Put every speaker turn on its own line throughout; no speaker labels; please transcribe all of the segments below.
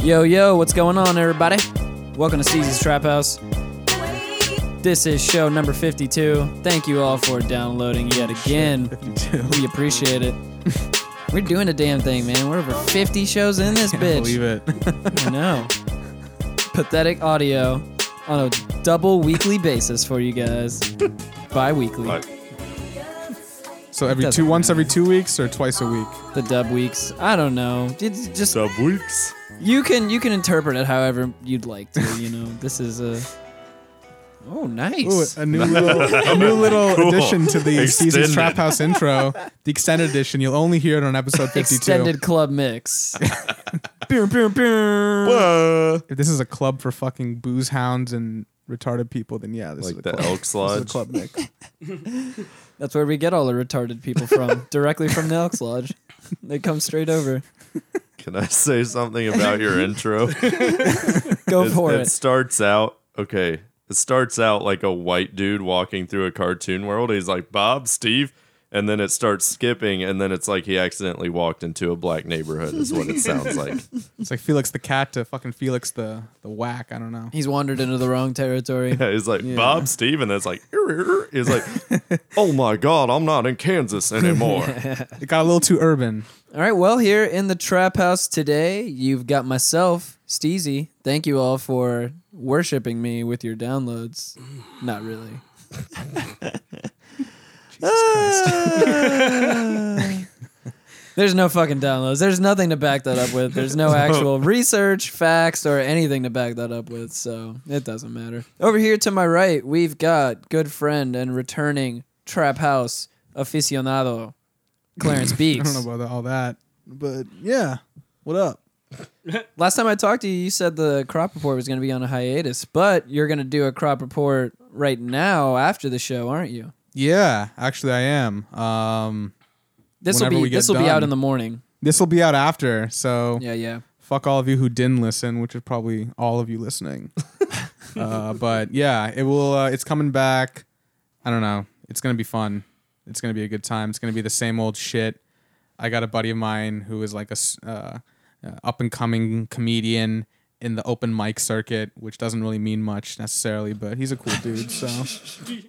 Yo, yo, what's going on, everybody? Welcome to Steezy's Trap House. This is show number 52. Thank you all for downloading yet again. we appreciate it. We're doing a damn thing, man. We're over 50 shows in this bitch.
Believe it.
I know. Pathetic audio on a double weekly basis for you guys. Bi weekly.
So every
doesn't
two, once every two weeks or twice a week.
The dub weeks. I don't know. It's just
Sub weeks.
you can you can interpret it however you'd like to, you know. This is a Oh
Ooh,
nice.
a new little, a new little
Cool.
addition to the
Extended.
Steezy's Trap House intro, the extended edition. You'll only hear it on episode 52.
Extended club mix. Pew, pew, pew.
Whoa.
If this is a club for fucking booze hounds and retarded people, then yeah, this
Like
is a
the
club.
Elks
This is
Lodge.
a club, Nick.
That's where we get all the retarded people from, directly from the Elks Lodge. They come straight over.
Can I say something about your intro?
Go for
it,
it.
starts out okay. It starts out like a white dude walking through a cartoon world. He's like Bob, Steve, and then it starts skipping, and then it's like he accidentally walked into a black neighborhood. Is what it sounds like.
It's like Felix the cat to fucking Felix the the whack. I don't know.
He's wandered into the wrong territory.
He's like Bob, Steve, and it's like "Er, er, er." he's like, oh my god, I'm not in Kansas anymore.
It got a little too urban.
All right, well, here in the trap house today, you've got myself, Steezy. Thank you all for worshiping me with your downloads. Not really. Ah. There's no fucking downloads. There's nothing to back that up with. There's no actual research, facts, or anything to back that up with. So it doesn't matter. Over here to my right, we've got good friend and returning trap house aficionado, Clarence
I
Beeks.
don't know about all that, but yeah. What up?
Last time I talked to you, you said the crop report was going to be on a hiatus, but you're going to do a crop report right now after the show, aren't you?
Yeah, actually, I am. Um,
This will
Whenever
be
we get
this will be out
done.
in the morning.
this will be out after, so
Yeah, yeah.
fuck all of you who didn't listen, which is probably all of you listening. uh, but yeah, it will. Uh, it's coming back. I don't know. It's gonna be fun. It's gonna be a good time. It's gonna be the same old shit. I got a buddy of mine who is like a s- uh, up and coming comedian in the open mic circuit, which doesn't really mean much necessarily, but he's a cool dude. So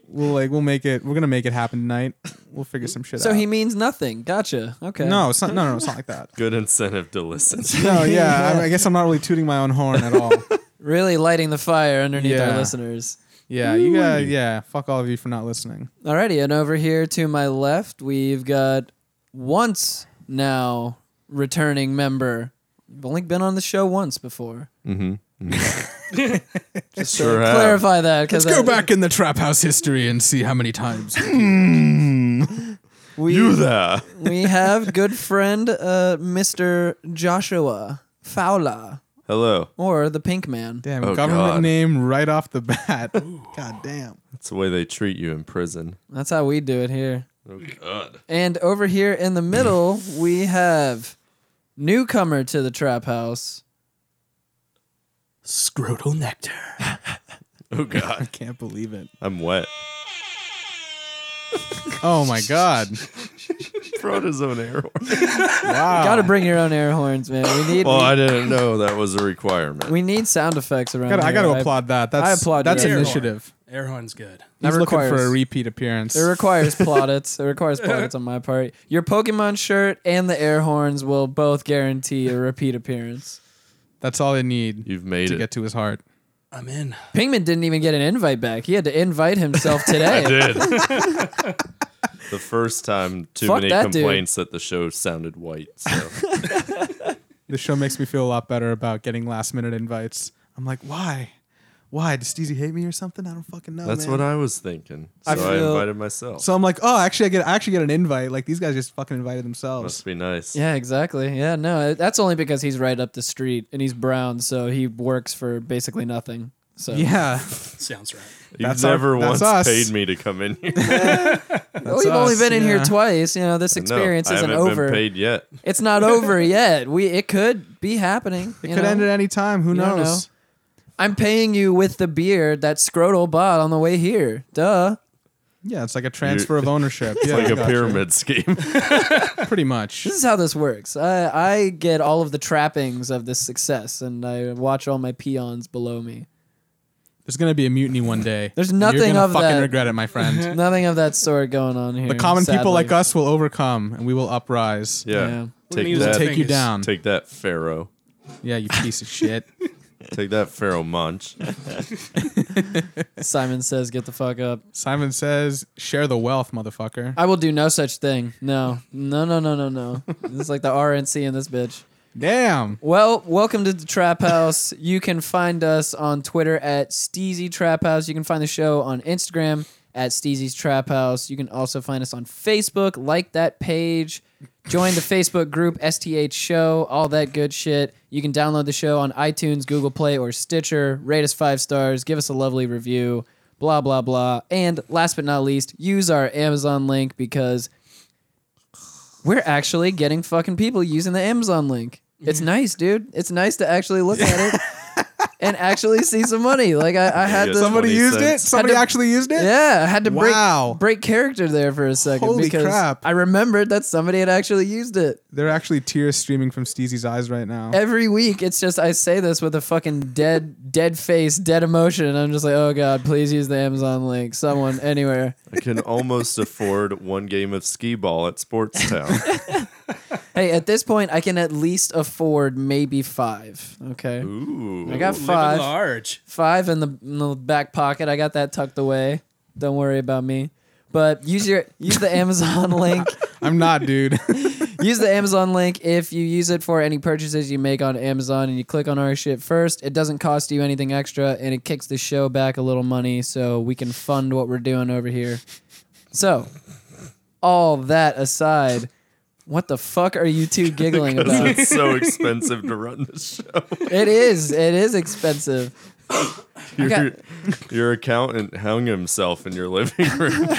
we'll like we'll make it. We're gonna make it happen tonight. We'll figure some shit
So
out.
he means nothing. Gotcha. Okay.
no, it's not. No, no, it's not like that.
Good incentive to listen.
No, yeah, I, I guess I'm not really tooting my own horn at all.
Really lighting the fire underneath our
Yeah.
listeners.
Yeah, you got yeah. Fuck all of you for not listening.
Alrighty, and over here to my left, we've got once now returning member. I've only been on the show once before.
Mm-hmm.
Just sure have.
Clarify that because
in the trap house history and see how many times.
We,
You there?
we have good friend uh, Mr. Joshua Fowler
Hello.
or the Pink Man.
damn,
Oh,
government
God.
name right off the bat. God damn.
That's the way they treat you in prison.
That's how we do it here.
Oh god.
And over here in the middle, we have newcomer to the trap house.
scrotal nectar.
Oh god.
Can't believe it.
I'm wet.
Oh my god.
Throat is an air horn.
Wow.
Got to bring your own air horns, man. We need
Well, I didn't know that was a requirement.
we need sound effects around.
Gotta- I
here.
got to applaud that. That's
applaud
that's
you. Air
initiative.
Air horn's good.
That
He's looking for
requires-
a repeat appearance.
It requires plaudits. It requires plaudits on my part. Your Pokemon shirt and the air horns will both guarantee a repeat appearance.
That's all I need
You've made
to
it.
get to his heart.
I'm in.
Pingman didn't even get an invite back. He had to invite himself today.
did. the first time, too
Fuck
many
that dude. Oh,
complaints that the show sounded white. So
The show makes me feel a lot better about getting last minute invites. I'm like, why? Why? Does Steezy hate me or something? I don't fucking know.
that's
man.
what I was thinking. So
I
I,
feel-
invited myself.
So I'm like, oh, actually, I get I actually get an invite. Like these guys just fucking invited themselves.
Must be nice.
Yeah, exactly. Yeah, no, uh, that's only because he's right up the street and he's brown, so he works for basically nothing. So
Yeah,
Sounds right.
You've
That's our-
never
that's
once
us.
paid me to come in here.
well, you've oh, only
us,
been in here
yeah.
twice. You know, this
No,
experience
I
isn't
haven't
over.
been paid yet.
It's not over yet. We it could be happening.
it
you
could
know?
end at any time. Who
You don't
knows?
I'm paying you with the beer that Scrotal bought on the way here. Duh.
Yeah, it's like a transfer of ownership.
It's
yeah,
like
I
a
gotcha.
pyramid scheme.
Pretty much.
This is how this works. I, I get all of the trappings of this success, and I watch all my peons below me.
There's gonna be a mutiny one day.
There's
and
nothing
You're gonna
of
fucking
that.
regret it, my friend.
Nothing of that sort going on here.
the common people
sadly.
like us will overcome, and we will uprise.
Yeah.
Yeah.
We're gonna
Take
use
that.
the
Take you
Fingers.
down.
Take that, Pharaoh.
yeah, you piece of shit.
Take that, Pharaoh Munch.
Simon says, "Get the fuck up."
Simon says, "Share the wealth, motherfucker."
I will do no such thing. No, no, no, no, no, no. it's like the RNC in this bitch.
Damn.
Well, welcome to the Trap House. You can find us on Twitter at Steezy Trap House. You can find the show on Instagram at Steezy's Trap House. You can also find us on Facebook. Like that page. Join the Facebook group STH Show. All that good shit. You can download the show on iTunes, Google Play, or Stitcher. Rate us five stars. Give us a lovely review. Blah blah blah. And last but not least, use our Amazon link because we're actually getting fucking people using the Amazon link. It's
Mm-hmm.
nice, dude. It's nice to actually look at it and actually see some money. Like I, I had
Yeah,
to
Somebody
20
used it.
cents.
Somebody
Had to-
actually used it.
Yeah, I had to break
Wow.
break character there for a second
Holy
because
crap.
I remembered that somebody had actually used it.
There are actually tears streaming from Steezy's eyes right now.
Every week it's just I say this with a fucking dead dead face, dead emotion, and I'm just like, "Oh god, please use the Amazon link. Someone anywhere."
I can almost afford one game of skee ball at Sports Town.
hey, at this point I can at least afford maybe 5, okay?
Ooh.
I got
Living
5.
large.
five in the, in the back pocket. I got that tucked away. Don't worry about me. But use your use the Amazon link.
I'm not, dude.
Use the Amazon link if you use it for any purchases you make on Amazon and you click on our shit first. It doesn't cost you anything extra and it kicks the show back a little money so we can fund what we're doing over here. So, all that aside, what the fuck are you two giggling
Because
about?
it's so expensive to run the show.
It is. It is expensive.
Your,
got-
your accountant hung himself in your living room.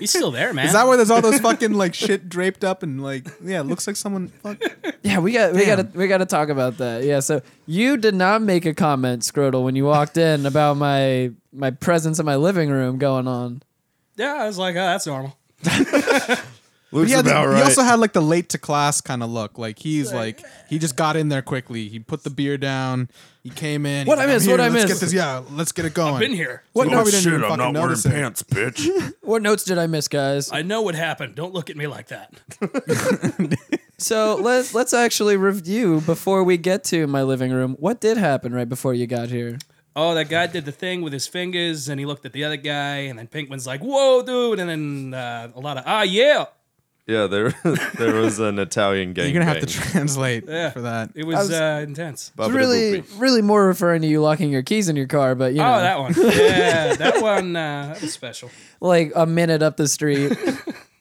He's still there, man.
Is that why there's all those fucking like shit draped up and like yeah, it looks like someone fuck
Yeah, we got we got
Damn.
to we got to talk about that. Yeah, so you did not make a comment, Scrotal, when you walked in about my my presence in my living room going on.
yeah, I was like, oh, that's normal.
Looks
yeah, the-
about
He
right.
also had like the late to class kind of look. Like he's like he just got in there quickly. He put the beer down. He came in.
What
he's
I
like,
miss,
"I'm
what
here,
I
let's
miss."
Get this, yeah, let's get it going.
Been here.
What
oh
probably didn't
shit,
even
I'm
fucking
not wearing
notice it.
pants, bitch.
What notes did I miss, guys?
I know what happened. Don't look at me like that.
So let's let's actually review before we get to my living room. What did happen right before you got here?
Oh, that guy did the thing with his fingers, and he looked at the other guy, and then Pinkman's like, "Whoa, dude!" And then uh, a lot of ah, yeah.
Yeah, there there was an Italian gang.
You're gonna have to
bang.
translate for that.
It was,
I was-
uh, intense.
It's
Babidi
really
boopidi.
really more referring to you locking your keys in your car, but you know,
Oh, that one. Yeah, that one. Uh, that was special.
like a minute up the street.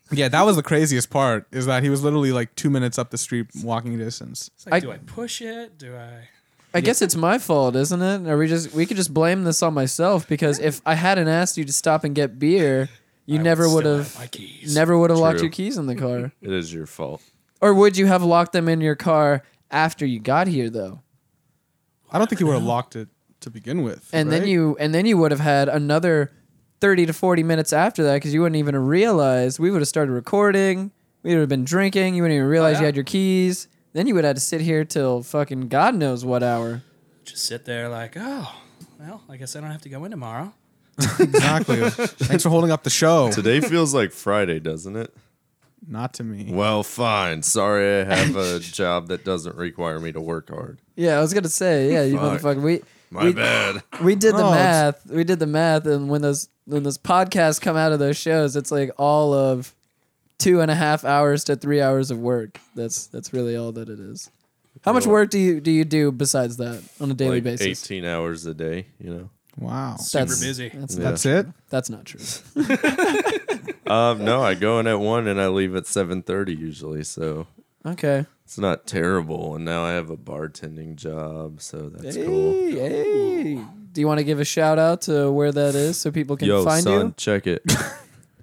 Yeah, that was the craziest part is that he was literally like two minutes up the street walking distance.
It's like,
I-
do I push it? Do I?
I guess it's my fault, isn't it? Or we just we could just blame this on myself because if I hadn't asked you to stop and get beer, you
I
never
still
would have
My keys.
never would have locked
True.
your keys in the car.
It is your fault.
or would you have locked them in your car after you got here though?
I don't think he would have locked it to begin with.
And then
right?
you and then you would have had another 30 to 40 minutes after that cuz you wouldn't even have realized we would have started recording, we would have been drinking, you wouldn't even realize you
yeah.
had your keys. Then you would have to sit here till fucking god knows what hour.
Just sit there like, oh, well, I guess I don't have to go in tomorrow.
exactly. Thanks for holding up the show.
Today feels like Friday, doesn't it?
Not to me.
Well, fine. Sorry, I have a job that doesn't require me to work hard.
Yeah, I was going to say, yeah, you
Fuck.
motherfucker. We
My
we,
bad.
We did the
Oh, it's-
math. We did the math, and when those when those podcasts come out of those shows, it's like all of two and a half hours to three hours of work. That's that's really all that it is. How much work do you do you do besides that on a daily
Like
basis?
18 hours a day, you know.
Wow.
That's
Super busy.
That's,
Yeah.
That's it.
that's not true.
Um, no, I go in at one and I leave at 7:30 usually, so
Okay.
it's not terrible. And now I have a bartending job, so that's
Hey,
cool.
hey. Do you want to give a shout out to where that is so people can
Yo,
find
son,
you?
check it.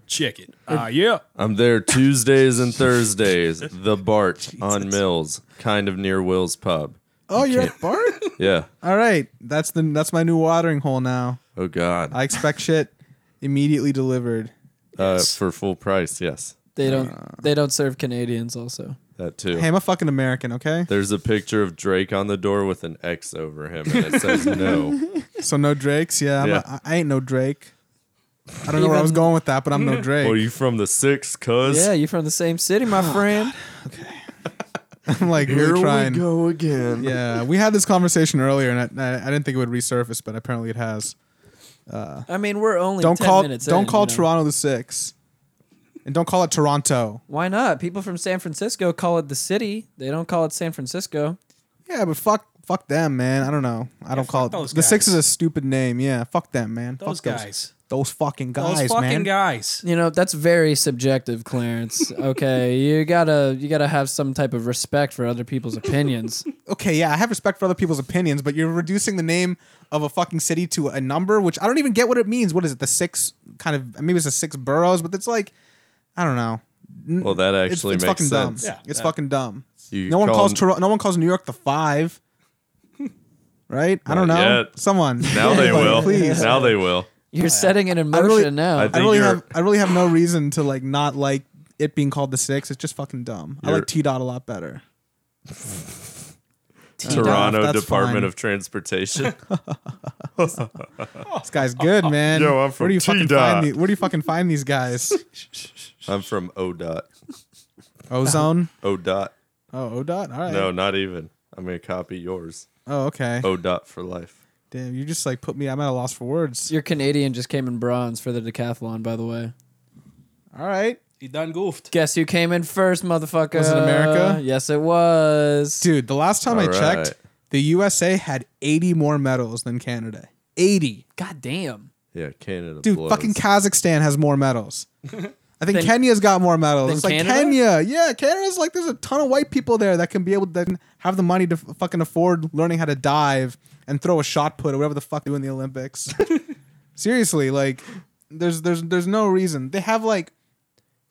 Check it. Ah, yeah.
I'm there Tuesdays and Thursdays. The Bart on Mills, kind of near Will's Pub.
Oh, you're at Bart.
Yeah.
All right, that's the that's my new watering hole now.
Oh God.
I expect shit immediately delivered.
Uh,
Yes.
for full price, yes,
They don't. they don't serve Canadians. Also,
that too.
Hey, I'm a fucking American, okay?
There's a picture of Drake on the door with an X over him, and it says no.
So no Drakes, yeah. I'm
Yeah.
a- I I ain't no Drake. I don't know where I was
Even-
going with that, but I'm no Drake.
Well, you from the six, cuz?
yeah, you're from the same city, my friend.
I'm like really trying.
go again.
Yeah, we had this conversation earlier, and I, I didn't think it would resurface, but apparently it has.
I mean, we're only
Don't
10
call
minutes
don't
in,
call
you know.
Toronto the six, and don't call it Toronto.
Why not? People from San Francisco call it the city. They don't call it San Francisco.
Yeah, but fuck fuck them, man. I don't know. I don't call it
those
the six
guys.
is a stupid name. Yeah, fuck them, man.
Those
fuck those.
guys.
Those fucking guys,
Those fucking
man.
guys.
You know, that's very subjective, Clarence. okay, you gotta you gotta have some type of respect for other people's opinions.
Okay, yeah, I have respect for other people's opinions, but you're reducing the name of a fucking city to a number, which I don't even get what it means. What is it? The six kind of maybe it's the six boroughs, but it's like I don't know.
Well, that
It's,
actually
it's
makes
fucking
sense.
dumb.
Yeah.
it's fucking dumb.
You
no one
call
calls
them-
Toro- no one calls New York the five. Right? I don't
Not
know.
yet.
Someone.
Now they
Like,
will.
Please.
Now they will.
You're setting it in motion
really-
now.
I
I
think
really
you're-
have I really have no reason to like not like it being called the six. It's just fucking dumb. I
You're-
like T dot a lot better. T-Dot,
Toronto
that's
Department
fine.
of Transportation.
This guy's good, man.
Yo, I'm from
where do you fucking
T-Dot.
find the, Where do you fucking find these guys?
I'm from ODOT.
Ozone.
ODOT.
Oh, O dot. All right.
No, not even. I'm gonna copy yours.
Oh, okay.
ODOT for life.
Damn, you just like put me. I'm at a loss for words.
Your Canadian just came in bronze for the decathlon, by the way.
All right,
He done goofed.
Guess who came in first, motherfucker?
Was it America?
Yes, it was.
dude. The last time I
All
checked,
right.
the USA had 80 more medals than Canada. 80.
God damn.
Yeah, Canada.
Dude,
blows.
fucking Kazakhstan has more medals. I think
Than-
Kenya's got more medals.
than
It's like
Canada?
Kenya. Yeah, Canada's like there's a ton of white people there that can be able to have the money to f- fucking afford learning how to dive and throw a shot put or whatever the fuck they do in the Olympics. Seriously, like there's there's there's no reason. They have like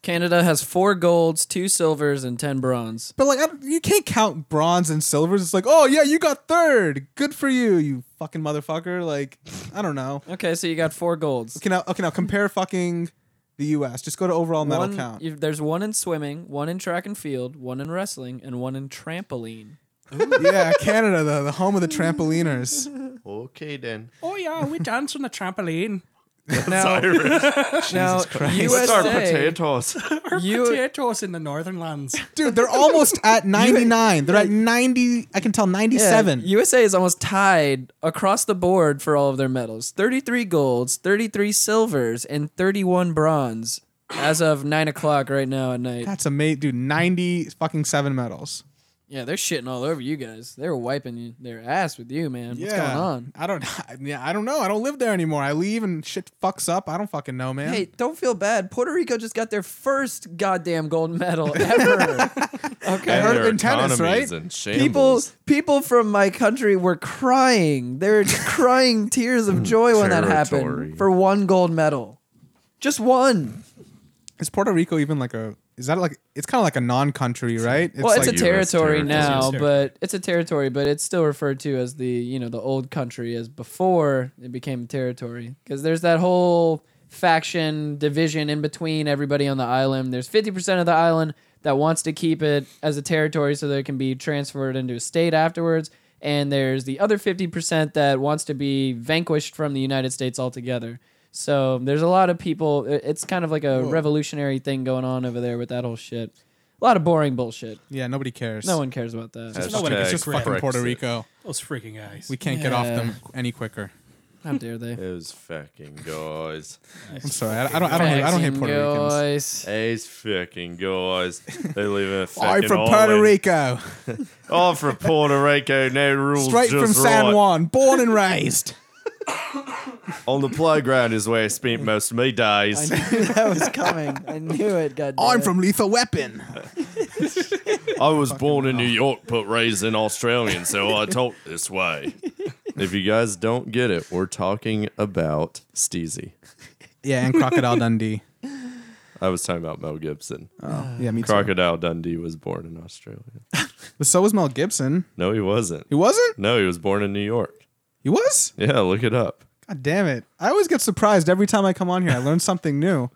Canada has four golds, two silvers, and ten bronze.
but like I don't- you can't count bronze and silvers. It's like, "Oh yeah, you got third. Good for you, you fucking motherfucker." Like, I don't know.
Okay, so you got four golds.
Okay, now okay, now compare fucking the US. Just go to overall medal
One-
count.
you- there's one in swimming, one in track and field, one in wrestling, and one in trampoline.
yeah, Canada, the, the home of the trampoliners.
Okay then.
Oh yeah, we danced on the trampoline.
Now, now
What's our
USA,
potatoes?
You-
Potatoes in the northern lands.
Dude, they're almost at 99. They're at 90. I can tell
yeah,
97.
USA is almost tied across the board for all of their medals: 33 golds, 33 silvers, and 31 bronze. As of nine o'clock right now at night.
That's amazing. Dude, 90 fucking seven medals.
Yeah, they're shitting all over you guys. They were wiping you, their ass with you, man. What's
Yeah.
going on?
I don't I, yeah, I don't know. I don't live there anymore. I leave and shit fucks up. I don't fucking know, man.
Hey, don't feel bad. Puerto Rico just got their first goddamn gold medal ever.
I
okay.
heard
Their
in tennis,
economy's
right?
in
People
shambles.
people from my country were crying. They were crying tears of joy when that
Territory.
happened for one gold medal. Just one.
Is Puerto Rico even like a is that like it's kind of like a non-country, right? It's
well, it's
like
a
US
territory
territory.
now,
It's US
but it's a territory, but it's still referred to as the, you know, the old country as before it became a territory because there's that whole faction division in between everybody on the island. There's 50% of the island that wants to keep it as a territory so that it can be transferred into a state afterwards, and there's the other 50% that wants to be vanquished from the United States altogether. So there's a lot of people. it- It's kind of like a revolutionary thing going on over there with that whole shit. A lot of boring bullshit.
yeah, nobody cares.
No one cares about that.
no one
Hashtag
it's just fucking
Brexit.
Puerto Rico.
Those freaking guys.
We can't get off
Yeah.
them any quicker.
How dare they?
Those fucking guys.
I'm sorry. I, I don't I don't hate, I don't hate Puerto
Guys.
Ricans.
These fucking guys. They live in a fucking
I'm from Puerto
island.
Rico,
I'm from Puerto Rico. No rules.
straight
just
from San
right.
Juan, born and raised.
On the playground is where I spent most of my days.
I knew that was coming. I knew it. God damn
I'm
it.
from Lethal Weapon.
I was born in New York, but raised in Australian, so I talk this way. If you guys don't get it, we're talking about Steezy.
Yeah, and Crocodile Dundee. Oh,
I was talking about Mel Gibson.
Yeah, me too.
Crocodile Dundee was born in Australia.
but so was Mel Gibson.
No, he wasn't.
He wasn't?
No, he was born in New York.
He was?
Yeah, look it up.
God damn it. I always get surprised every time I come on here. I learn something new.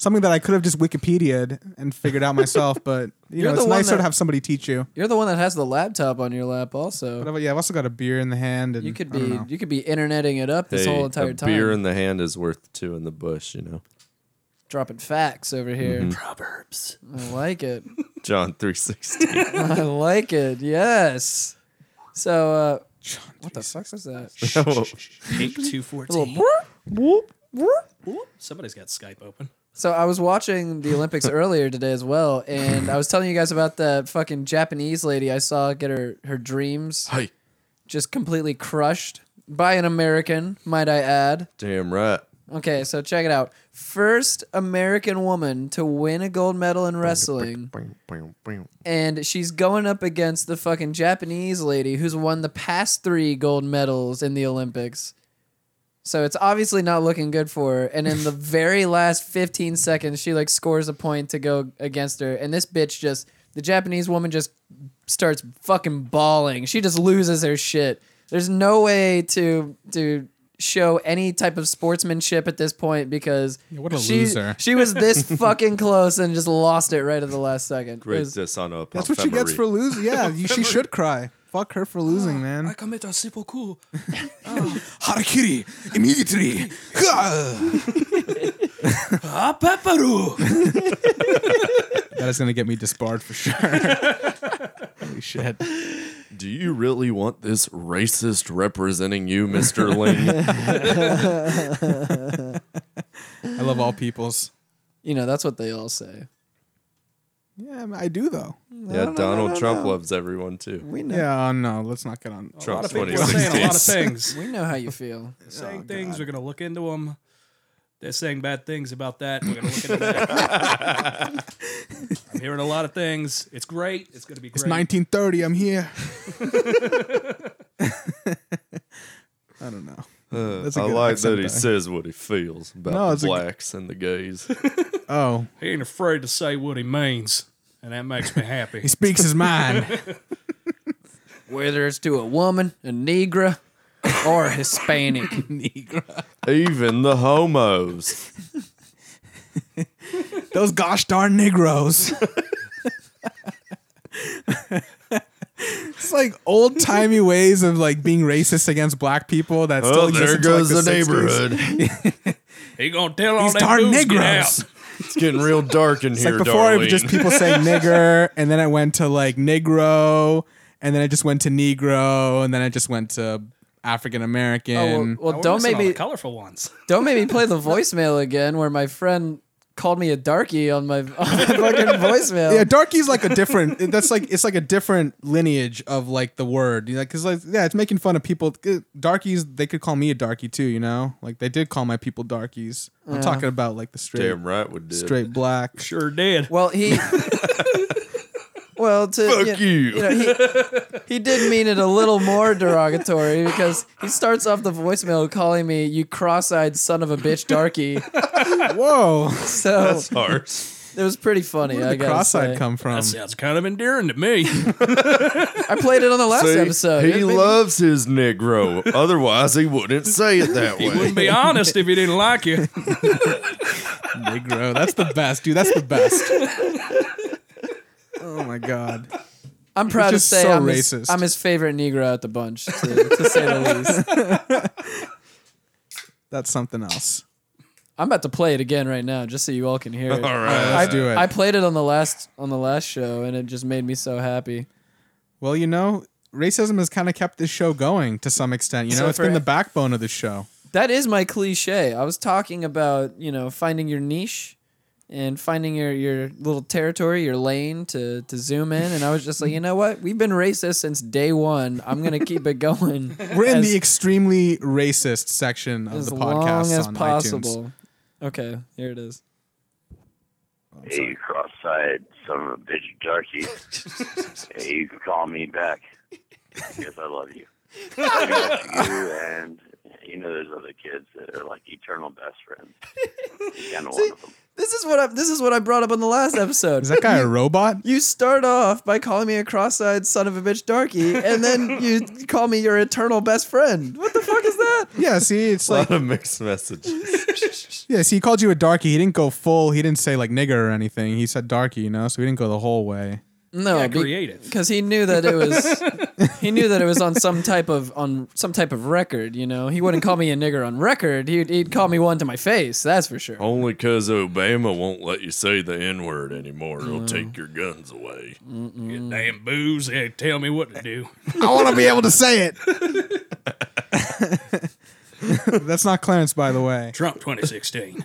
something that I could have just Wikipedia'd and figured out myself. But you
You're
know,
the
it's
one
nicer
that-
to have somebody teach you.
You're the one that has the laptop on your lap, also.
But I've- yeah, I've also got a beer in the hand, and
You could
I don't
be
know.
you could be interneting it up this
Hey,
whole entire
a
time.
Beer in the hand is worth two in the bush, you know.
dropping facts over here.
Mm-hmm.
Proverbs.
I like it.
John three sixteen.
I like it. Yes. So, uh, what the fuck was that?
Oh.
Eight two
A little
fourteen.
whoop, whoop, whoop.
Somebody's got Skype open.
So I was watching the Olympics earlier today as well, and I was telling you guys about that fucking Japanese lady I saw get her her dreams
Hi.
just completely crushed by an American, might I add.
Damn right.
Okay, so check it out. First American woman to win a gold medal in wrestling, and she's going up against the fucking Japanese lady who's won the past three gold medals in the Olympics. So it's obviously not looking good for her. And in the very last 15 seconds, she like scores a point to go against her. And this bitch just, the Japanese woman just starts fucking bawling. She just loses her shit. There's no way to to show any type of sportsmanship at this point because
what a
she,
loser.
she was this fucking close and just lost it right at the last second. It
Great
was-
dishonor.
that's what she gets for losing. Yeah, you, she should cry. Fuck her for losing, man.
commit a seppuku.
Harakiri immediately. that
Ah, pepperu.
is gonna get me disbarred for sure. Holy shit.
Do you really want this racist representing you, Mister Ling?
I love all peoples.
you know, that's what they all say.
Yeah, I do though.
yeah, Donald Trump loves everyone too.
We know.
Yeah, uh, no, let's not get on.
A lot
Trump
of people are saying a lot of
2016.
things.
We know how you feel.
saying
Oh,
things. We're gonna look into them. They're saying bad things about that. We're gonna look into that. I'm hearing a lot of things. It's great. It's gonna be great.
It's 1930. I'm here. I don't know.
Uh,
That's a
I
good
like that
accent,
he
though.
says what he feels about
No, it's a
the
g-
blacks and the gays.
Oh,
he ain't afraid to say what he means, and that makes me happy.
he speaks his mind.
Whether it's to a woman, a Negra, or a Hispanic.
Even the homos.
Those gosh darn Negroes. it's like old timey ways of like being racist against black people. That still
Oh,
exist
there
until,
goes
like,
the
60s.
neighborhood.
He gonna tell all
These
that
darn
dudes get
Negroes.
out.
It's getting real dark in
It's
here,
like before it
darling.
was just people saying nigger, and then I went to like Negro, and then I just went to Negro, and then I just went to African American.
Oh, well, well, don't make me
colorful ones.
don't make me play the voicemail again where my friend called me a darkie on my, on my fucking voicemail.
yeah, darkie's like a different. it- That's like it's like a different lineage of like the word. You know, because like yeah, it's making fun of people. Darkies, they could call me a darkie too. You know, like they did call my people darkies. I'm talking about like the straight,
Damn right would do.
straight black.
Sure did.
Well, he. well, to
Fuck
you-
you.
you know, he, he did mean it a little more derogatory because he starts off the voicemail calling me "you cross-eyed son of a bitch, darkie."
Whoa,
So
Harsh.
it was pretty funny. I
where did the
gotta
cross-eyed
say.
come from?
That sounds kind of endearing to me.
I played it on the last
See,
episode. It
He
made me-
loves his Negro. Otherwise, he wouldn't say it that
He wouldn't
way.
be honest if he didn't like you.
Negro. That's the best, dude. That's the best. oh my god.
I'm proud to
just
say
so
I'm, His,
racist.
I'm his favorite Negro out the bunch, to, to say the least.
That's something else.
I'm about to play it again right now, just so you all can hear it.
All right.
Let's do it.
I played it on the last on the last show, and it just made me so happy.
well, you know, racism has kind of kept this show going to some extent. You know,
So
it's
for-
been the backbone of the show.
That is my cliche. I was talking about you know finding your niche and finding your your little territory, your lane to to zoom in, and I was just like, you know what? We've been racist since day one. I'm gonna keep it going.
We're in
as-
the extremely racist section of
as
the
long
podcast
as
on iTunes.
possible. Okay, here it is.
Hey, cross-eyed son of a bitch, darky. hey, you can call me back. Yes, I love you. I love you, and you know there's other kids that are like eternal best friends. Kind of one of them.
This is what I this is what I brought up on the last episode.
Is that guy a robot?
You start off by calling me a cross-eyed son of a bitch darky, and then you call me your eternal best friend. What the fuck is that?
Yeah, see, it's
A
like
lot of mixed messages.
Yeah, see, he called you a darkie. He didn't go full. He didn't say like nigger or anything. He said darkie, you know. So he didn't go the whole way.
No,
Yeah,
Oh, be-
creative.
because he knew that it was he knew that it was on some type of on some type of record. You know, he wouldn't call me a nigger on record. He'd, he'd call me one to my face. That's for sure.
Only 'cause Obama won't let you say the N word anymore. He'll take your guns away.
Mm.
Get damn booze. They tell me what to do.
I want to be able to say it. That's not Clarence, by the way.
Trump 2016.
Taking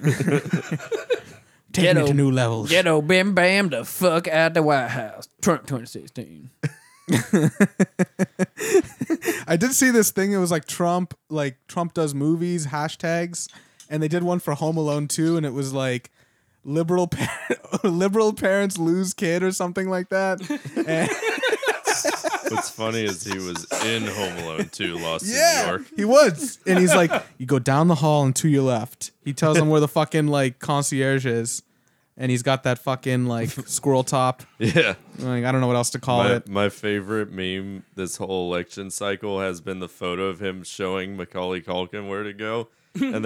Ghetto.
it to new levels.
Ghetto Bim Bam the fuck out the White House. Trump 2016.
I did see this thing. It was like Trump, like Trump does movies hashtags, and they did one for Home Alone too, and it was like liberal par- liberal parents lose kid or something like that. And-
What's funny is he was in Home Alone 2, Lost in New
yeah,
York.
he was, and he's like, you go down the hall and to your left. He tells them where the fucking like concierge is, and he's got that fucking like squirrel top.
Yeah.
Like I don't know what else to call
My,
it.
my favorite meme this whole election cycle has been the photo of him showing Macaulay Culkin where to go. and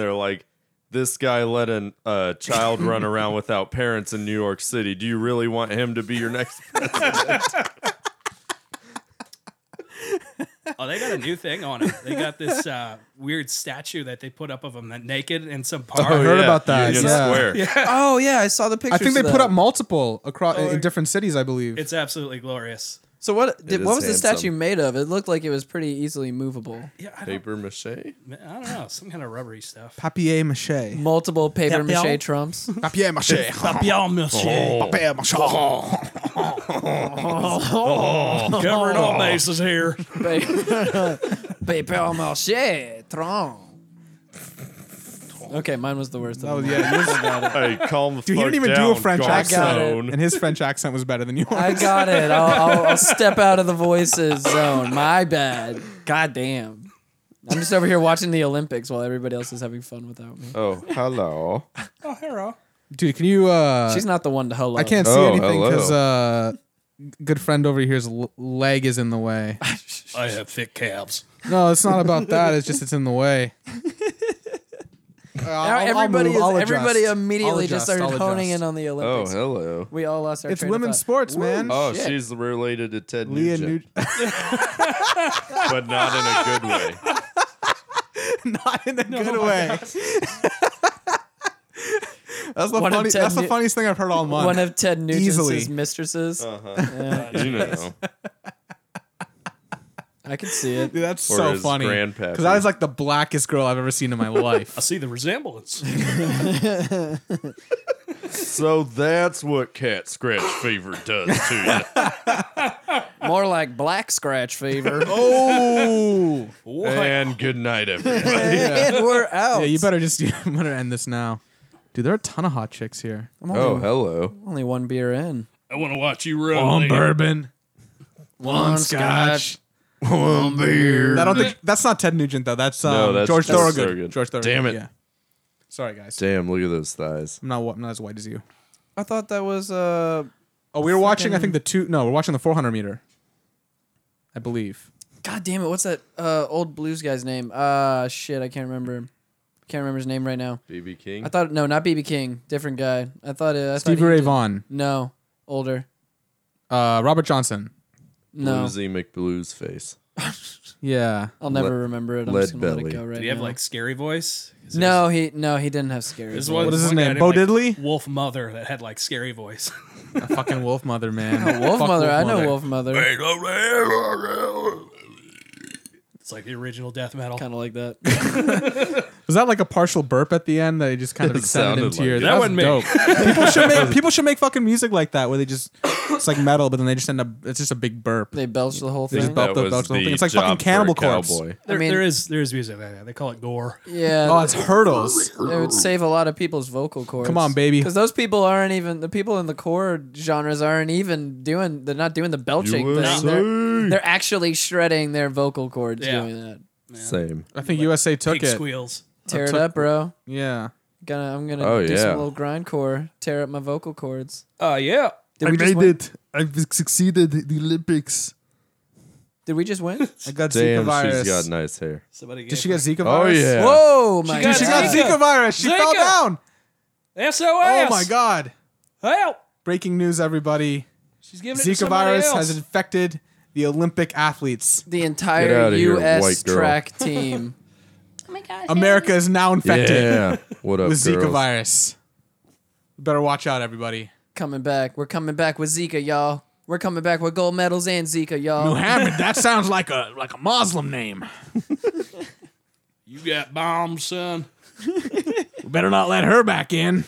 they're like, this guy let a uh, child run around without parents in New York City. Do you really want him to be your next president?
Oh, they got a new thing on it. They got this uh, weird statue that they put up of him that naked in some park.
I heard about that,
Union
yeah.
Square.
Oh yeah, I saw the picture.
I think they put up multiple across in different cities, I believe.
It's absolutely glorious.
So what? Did,
is
what was the
handsome.
statue made of? It looked like it was pretty easily movable.
Yeah, I don't,
Paper mache?
I don't know. Some kind of rubbery stuff.
Papier mache.
Multiple paper
Papillon?
mache trumps.
Papier mache.
Papillon, monsieur.
Papier mache.
Covering all bases here.
Pa- paper mache trump. Okay, mine was the worst.
That
Of
was
them.
yeah. yours-
Hey, calm the
Dude, he
fuck
didn't even
down,
do a French
I
accent,
got it.
Garcon.
and his French accent was better than yours.
I got it. I'll, I'll, I'll step out of the voices zone. My bad. God damn. I'm just over here watching the Olympics while everybody else is having fun without me.
Oh, hello.
Oh, hero.
Dude, can you? uh
She's not the one to hello.
I can't see
Oh,
anything
hello.
because uh, good friend over here's l- leg is in the way.
I have thick calves.
No, it's not about that. It's just it's in the way.
Now everybody, is, everybody
I'll
immediately
adjust,
just started
I'll
honing
adjust.
in on the
Oh,
Olympics.
hello.
we all lost our.
It's
train of
women's
thought.
sports, man.
Oh,
Shit.
she's related to Ted
Leah
Nugent,
Nugent.
but not in a good way.
not in a good way. That's the
One of
funny,
Ted
That's the
Nu-
funniest thing I've heard all month.
One of Ted Nugent's
Easily.
mistresses.
You know.
I can see it.
Dude, that's
Or
so
his
funny.
grandpappy.
Because that is like the blackest girl I've ever seen in my life.
I see the resemblance.
So that's what cat scratch fever does to you.
More like black scratch fever.
oh,
and good night, everybody.
and we're out.
yeah. You better just you better end this now, dude. There are a ton of hot chicks here.
I'm only,
oh, hello.
only one beer in.
I want to watch you roll.
One
Leah.
bourbon,
One scotch.
One beer.
I don't think that's not Ted Nugent though. That's, um,
No, that's-
George
that's
Thorogood.
Thorogood.
George Thorogood.
Damn it.
Yeah. Sorry guys.
Damn, look at those thighs.
I'm not wh- I'm not as white as you.
I thought that was uh
Oh, we were watching. I think the two. No, we're watching the 400 meter. I believe.
God damn it, what's that uh old blues guy's name? Uh shit, I can't remember. Can't remember his name right now.
BB King.
I thought no, not BB King, different guy. I thought it I thought
Stevie
he
Ray
did-
Vaughan,
No, older.
uh, Robert Johnson.
No.
Bluesy McBlues face.
Yeah.
I'll never
Lead-
remember it. I'm just gonna let
Leadbelly.
it go right
Did he have
now.
like scary voice? 'Cause there's-
no, he no, he didn't have scary.
there's
voice.
one-
What is his
one guy
name?
named,
Bo
like,
Diddley?
Wolf Mother that had like scary voice.
Fucking Wolf Mother, man.
Wolf
Fuck
Mother. I know Wolf Mother.
It's like the original death metal.
Kind of like that.
Was that like a partial burp at the end that he just kind of
It
extended
sounded
into
like
your?
it.
That
was
wasn't me.
dope. people should make people should make fucking music like that where they just it's like metal, but then they just end up it's just a big burp.
They belch the whole
They just
thing.
belch- Belt the- belt the whole thing. It's like fucking Cannibal Corpse.
I
There,
mean-
there is there is music like that. They call it gore.
Yeah.
Oh, it's hurdles.
It would save a lot of people's vocal cords.
Come on, baby.
Because those people aren't even the people in the core genres aren't even doing. They're not doing the belching thing. They're, they're actually shredding their vocal cords
Yeah.
doing that.
Same.
I think USA took
Pig
it.
squeals.
Tear it
took-
up, bro.
Yeah.
Gonna I'm gonna
Oh,
do
yeah.
some little grindcore. Tear up my vocal cords.
Oh yeah.
Did we just win?
it. I've succeeded the Olympics.
Did we just win?
I got Zika
Damn,
virus.
she's got nice hair.
Somebody
Did
gave
she
her-
get Zika
Oh,
virus?
yeah.
Whoa, my
Dude, she got
God.
Zika virus. She fell
Zika!
down.
SOS.
Oh my God!
Help!
Breaking news, everybody.
She's giving it to
Zika
somebody
virus
else.
has infected the Olympic athletes.
The
Get
entire
outta here,
U.S.
white girl.
track team.
Oh my gosh.
America is now infected
Yeah. What up,
with Zika
girls?
virus. Better watch out, everybody.
Coming back. We're coming back with Zika, y'all. We're coming back with gold medals and Zika, y'all.
Mohammed, that sounds like a like a Muslim name.
You got bombs, son.
We better not let her back in.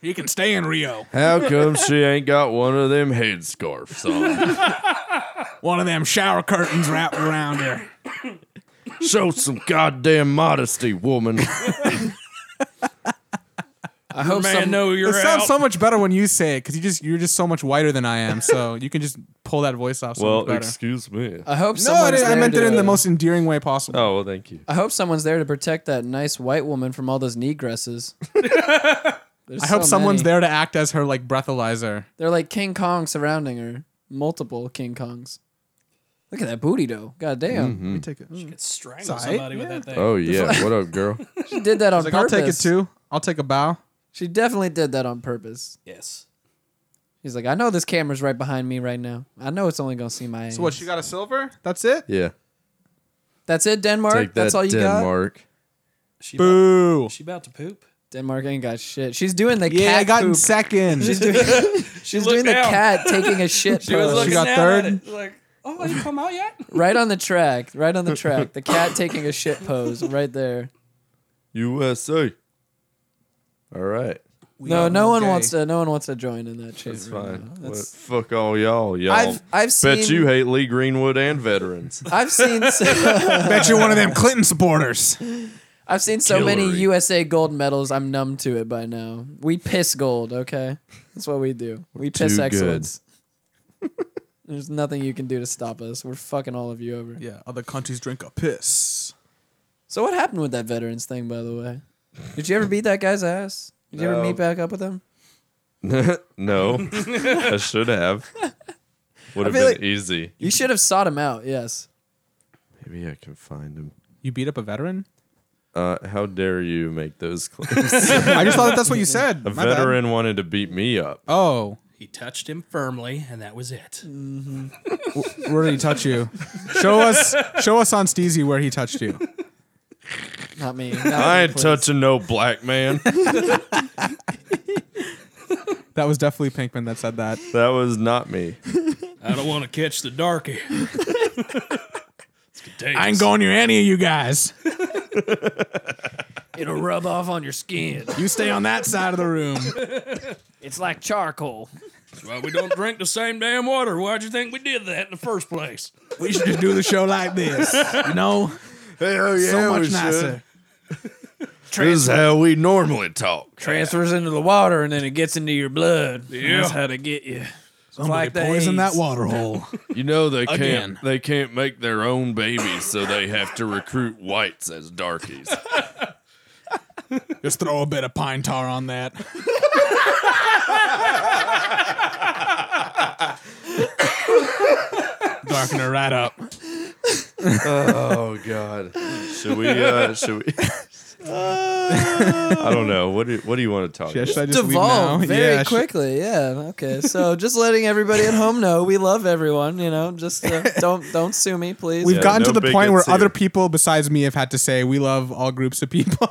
He can stay in Rio.
How come she ain't got one of them headscarves on?
One of them shower curtains wrapped around her.
Show some goddamn modesty, woman.
I hope
Man,
some,
no,
It
you're out.
sounds so much better when you say it because you just you're just so much whiter than I am. So you can just pull that voice off so
well,
much better.
excuse me.
I hope
no, I,
someone's
didn't- I
there
meant it
to-
in the most endearing way possible.
Oh well, thank you.
I hope someone's there to protect that nice white woman from all those negresses.
I hope someone's there to act as her like breathalyzer.
They're like King Kong surrounding her. Multiple King Kongs. Look at that booty, though. God damn.
Let me take it. Mm.
strangle
Sorry.
somebody with that thing.
Oh yeah, what up, girl?
She did that on
Like, I'll
purpose.
take it too. I'll take a bow.
She definitely did that on purpose.
Yes.
He's like, I know this camera's right behind me right now. I know it's only gonna see my.
So what?
ass."
She got a silver. That's it.
Yeah,
That's it, Denmark.
take that,
That's all you got.
Denmark.
She about,
Boo.
she about to poop.
Denmark ain't got shit. She's doing the
Yeah,
cat.
I got in
poop.
second.
She's doing, she's doing the
looked down.
cat taking a shit
She was
pose.
looking
got
down
third?
at it, like, oh, you come out yet?
right on the track. Right on the track. The cat taking a shit pose right there.
USA. All right,
no,
are
no one
gay.
wants to. No one wants to join in that shit.
that's
right
fine.
now.
What-
That's-
fuck all y'all, y'all.
I've- I've
bet
seen-
you hate Lee Greenwood and veterans.
I've seen. So,
Bet you're one of them Clinton supporters.
I've seen so many
Killery.
USA gold medals. I'm numb to it by now. We piss gold. Okay, that's what we do. We piss
too good.
excellence. There's nothing you can do to stop us. We're fucking all of you over.
Yeah, other countries drink a piss.
So what happened with that veterans thing, by the way? Did you ever beat that guy's ass? Did you ever
No.
meet back up with him?
no, I should have. Would have
feel
been
like-
easy.
You should have sought him out. Yes.
Maybe I can find him.
You beat up a veteran?
Uh, how dare you make those claims?
I just thought that that's what you said.
A
My bad.
veteran wanted to beat me up.
Oh,
He touched him firmly, and that was it.
where did he touch you? Show us, show us on Steezy where he touched you.
Not me.
I ain't touching no black man.
That was definitely Pinkman that said that.
that was not me.
I don't want to catch the darkie. it's contagious.
going near any of you guys.
It'll rub off on your skin.
You stay on that side of the room.
It's like charcoal.
That's why we don't drink the same damn water. Why'd you think we did that in the first place?
We should just do the show like this. You know,
Hell oh, yeah,
so much nicer.
This is how we normally talk.
Transfers into the water and then it gets into your blood.
Yeah.
That's how to get you.
Somebody
like the
poison
A's.
that water hole.
You know they can't
Again.
they can't make their own babies, so they have to recruit whites as darkies.
Just throw a bit of pine tar on that. Darken her right up.
oh god. Should we uh should we I don't know. What do what do you want to talk about?
devolve very quickly. Yeah. Okay. So just letting everybody at home know we love everyone. You know, just uh, don't don't sue me, please.
We've
Yeah,
gotten
no
to the point
bigots
where
here.
other people besides me have had to say we love all groups of people.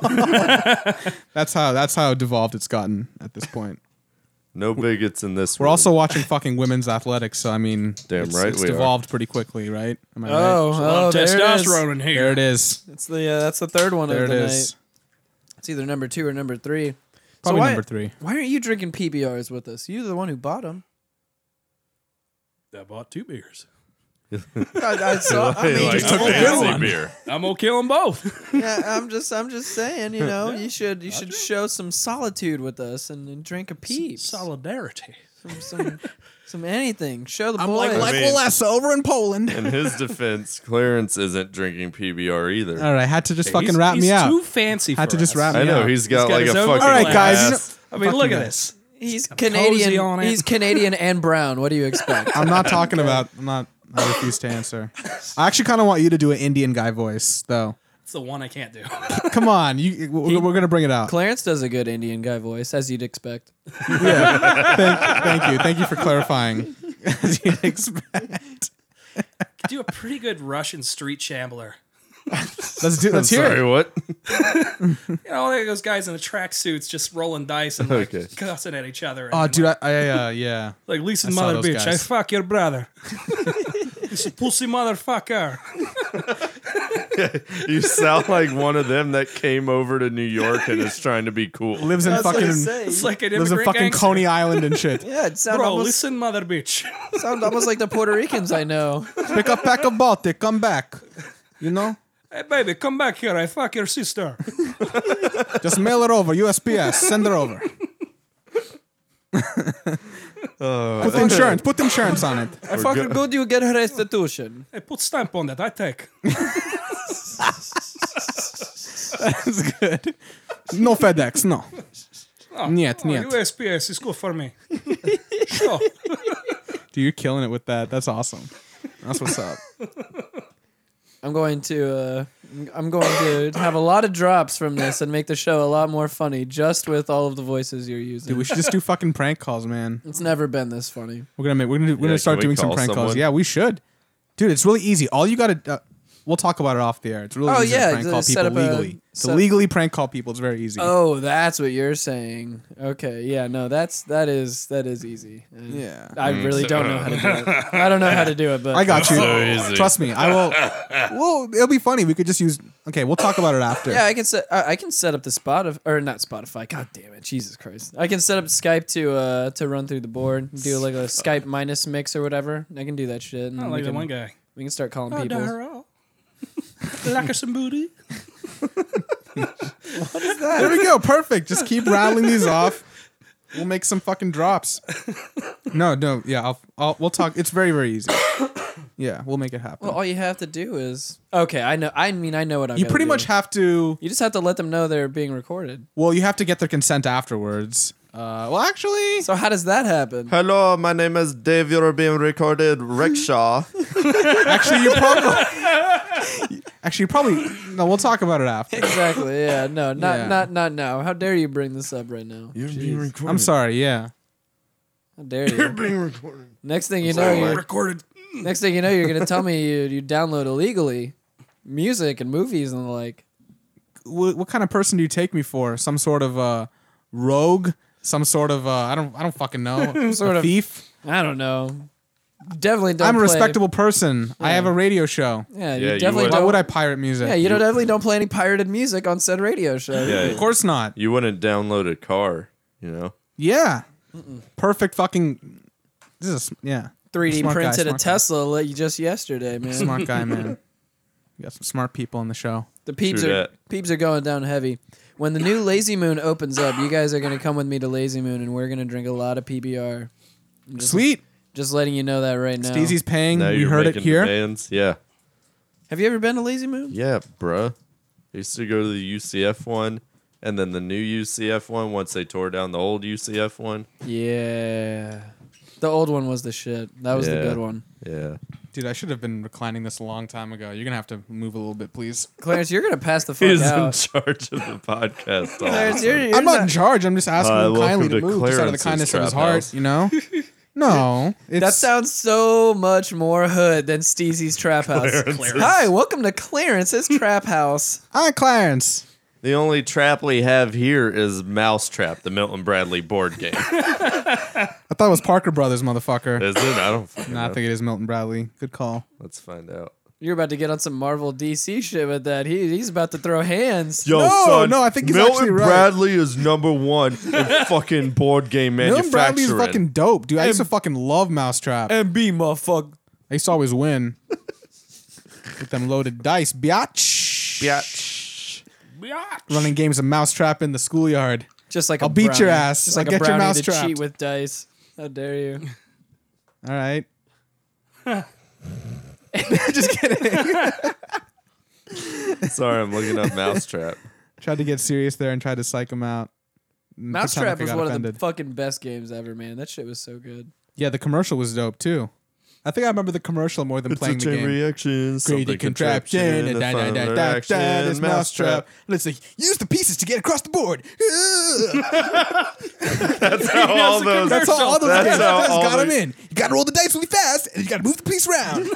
that's how that's how devolved it's gotten at this point.
No bigots in this
We're also watching fucking women's athletics, so I mean,
Damn
it's,
right
it's
we are.
devolved pretty quickly, right? Am I right?
oh,
A lot
oh,
of
there it is.
testosterone in
There
here.
it is.
It's the uh, that's the third one
There
of
it
the
is.
night. It's either number two or number three.
Probably
why-
number three.
Why aren't you drinking PBRs with us? You're the one who bought them.
I bought two beers.
I, I saw. I mean,
like,
just took
a
the good
fancy
one.
beer.
I'm gonna kill them both.
yeah, I'm just, I'm just saying. You know, you should, you should show some solitude with us and, and drink a peep.
Solidarity.
some, some, some anything. Show the boys.
I mean-
Lessa over in Poland.
In his defense, Clarence isn't drinking PBR either.
All right, had to just fucking
He's-
wrap
he's
me out.
Too fancy.
Had
for
to just
us.
wrap me
I know
out.
he's got,
got
like
his
a
own
fucking
little
All right, guys, you
ass.
I mean, look
Fucking
at
guys.
this.
He's
cozy
Canadian.
on it.
He's Canadian and brown. What do you expect?
I'm not talking about. I'm not. I refuse to answer. I actually kind of want you to do an Indian guy voice, though.
It's the one I can't do.
Come on, you. We're, we're gonna bring it out.
Clarence does a good Indian guy voice, as you'd expect.
thank, thank you, thank you for clarifying. As you'd expect.
do a pretty good Russian street shambler.
Let's do. Let's hear
Sorry,
it.
what?
You know, like those guys in the tracksuits just rolling dice and like
Okay.
cussing at each other.
Oh,
And
dude, I, I uh, yeah.
Like listen,
I saw
mother
those
bitch, I
guys.
fuck your brother. This pussy motherfucker.
You sound like one of them that came over to New York and is trying to be cool.
Lives in fucking
It's like an
lives in
immigrant
fucking
gangster.
Coney Island and shit.
Yeah, it sounds
Bro,
almost,
listen, mother bitch.
sound almost like the Puerto Ricans I know.
Pick up pack of Baltic, come back. You know,
hey, baby, come back here. I fuck your sister.
just mail it over. USPS, send it over. put insurance. Put insurance on it.
I fucking good you get restitution.
I put stamp on that. I take.
That's good. No FedEx. No.
Oh,
Niet,
oh,
niet.
USPS is good for me. sure.
Dude, you're killing it with that. That's awesome. That's what's up.
I'm going to uh, I'm going to have a lot of drops from this and make the show a lot more funny just with all of the voices you're using.
Dude, we should just do fucking prank calls, man.
it's never been this funny.
We're gonna make. We're gonna. We're
Yeah,
gonna start
can we
doing some
call
prank calls.
someone?
Yeah, we should. Dude, it's really easy. All you gotta. Uh, we'll talk about it off the air. It's really
Oh,
easy
yeah,
to prank
to
call
set
people
up a-
legally. to
set-
legally prank call people, it's very easy.
Oh, that's what you're saying. Okay, yeah, no, that's that is that is easy. Uh,
Yeah.
I
Mm.
really don't know how to do it. I don't know how to do it, but
I got you.
So easy.
Trust me. I will. well, it'll be funny. We could just use. Okay, we'll talk about it after.
Yeah, I can set. I I can set up the Spotify or not Spotify. God damn it, Jesus Christ! I can set up Skype to uh to run through the board, do like a Skype minus mix or whatever. I can do that shit. And
I
we
like that
can-
one guy.
We can start calling
Oh,
people.
Darrell. Like her some booty.
There we go. Perfect. Just keep rattling these off. We'll make some fucking drops. No, no. Yeah, I'll, I'll. We'll talk. It's very, very easy. Yeah, we'll make it happen.
Well, all you have to do is okay. I know. I mean, I know what I.
you pretty much have to.
You just have to let them know they're being recorded.
Well, you have to get their consent afterwards. Uh, well, actually,
So how does that happen?
Hello, my name is Dave. You're being recorded. Rickshaw.
actually, you probably. Actually, you probably. No, we'll talk about it after.
exactly. Yeah. No. Not.
Yeah.
Not. Not now. How dare you bring this up right now?
You're being recorded.
I'm sorry. Yeah.
How dare you?
being recorded.
Next thing you know,
sorry,
you're
Mike.
Recorded.
Next thing you know, you're gonna tell me you, you download illegally music and movies and the like.
what, what kind of person do you take me for? Some sort of uh, rogue? Some sort of uh, I don't I don't fucking know.
Sort
a
of-
thief.
I don't know. Definitely don't.
I'm a
play-
respectable person. I have a radio show.
Yeah,
Yeah,
you
you
definitely
would.
Why
don't.
would I pirate music?
yeah, you, don't definitely don't play any pirated music on said radio show.
Yeah,
Of course not.
you wouldn't download a car, you know?
Yeah. Perfect fucking. This is a, sm- yeah.
3D
Smart guy,
printed a
smart guy.
Tesla like just yesterday, man.
Smart guy, man. We got some smart people on the show.
The peeps
True
are
that.
peeps are going down heavy. When the new Lazy Moon opens up, you guys are gonna come with me to Lazy Moon, and we're gonna drink a lot of PBR. I'm just,
Sweet.
Just letting you know that right now.
Steezy's paying.
Now
we
you're
heard it
making
here.
demands. Yeah.
Have you ever been to Lazy Moon?
Yeah, bruh. I used to go to the UCF one and then the new UCF one once they tore down the old UCF one.
Yeah. The old one was the shit. That was the
Yeah.
good one.
Yeah.
Dude, I should have been reclining this a long time ago. You're going to have to move a little bit, please.
Clarence, you're gonna pass the fuck
He's in
out.
charge of the podcast.
Clarence, you're,
also.
you're
I'm not in charge. I'm just asking
Hi,
him kindly
welcome
to
to
move just out of the
Clarence's
kindness of his
trap
heart,
house.
you know? No. It's,
That sounds so much more hood than Steezy's trap house. Hi, welcome to Clarence's trap house.
Hi, Clarence.
The only trap we have here is Mousetrap, the Milton Bradley board game.
I thought it was Parker Brothers, motherfucker.
is it? I don't fucking
No, I
know.
think it is Milton Bradley. Good call.
Let's find out.
You're about to get on some Marvel DC shit with that. He, he's about to throw hands.
Yo,
No,
son,
no, I think he's
Milton
actually right.
Bradley is number one in fucking board game
Milton
manufacturing.
Bradley's fucking dope, dude. I used to fucking love Mousetrap. I
And be motherfucker.
used to always win with them loaded dice. Biatch.
Biatch.
Running games of Mousetrap in the schoolyard.
Just like
I'll
a
beat
brownie.
your ass.
Just
I'll
like a
get your
brownie
mouse
to
trapped.
cheat with dice. How dare you?
All right. Just kidding.
Sorry, I'm looking up Mousetrap.
tried to get serious there and tried to psych him out. And pretend like
Mousetrap
I
was
got
one of
offended.
the fucking best games ever, man. That shit was so good.
Yeah, the commercial was dope too. I think I remember the commercial more than playing
it's
the
a chain
game.
reaction.
Greedy
something
contraption, and da, da, da, da,
action,
da, this mousetrap.
mousetrap.
And it's like, use the pieces to get across the board.
That's how all those.
That's how all those
That's
games
how
that's
all
got
the-
them in. You got to roll the dice really fast, and you got to move the piece around.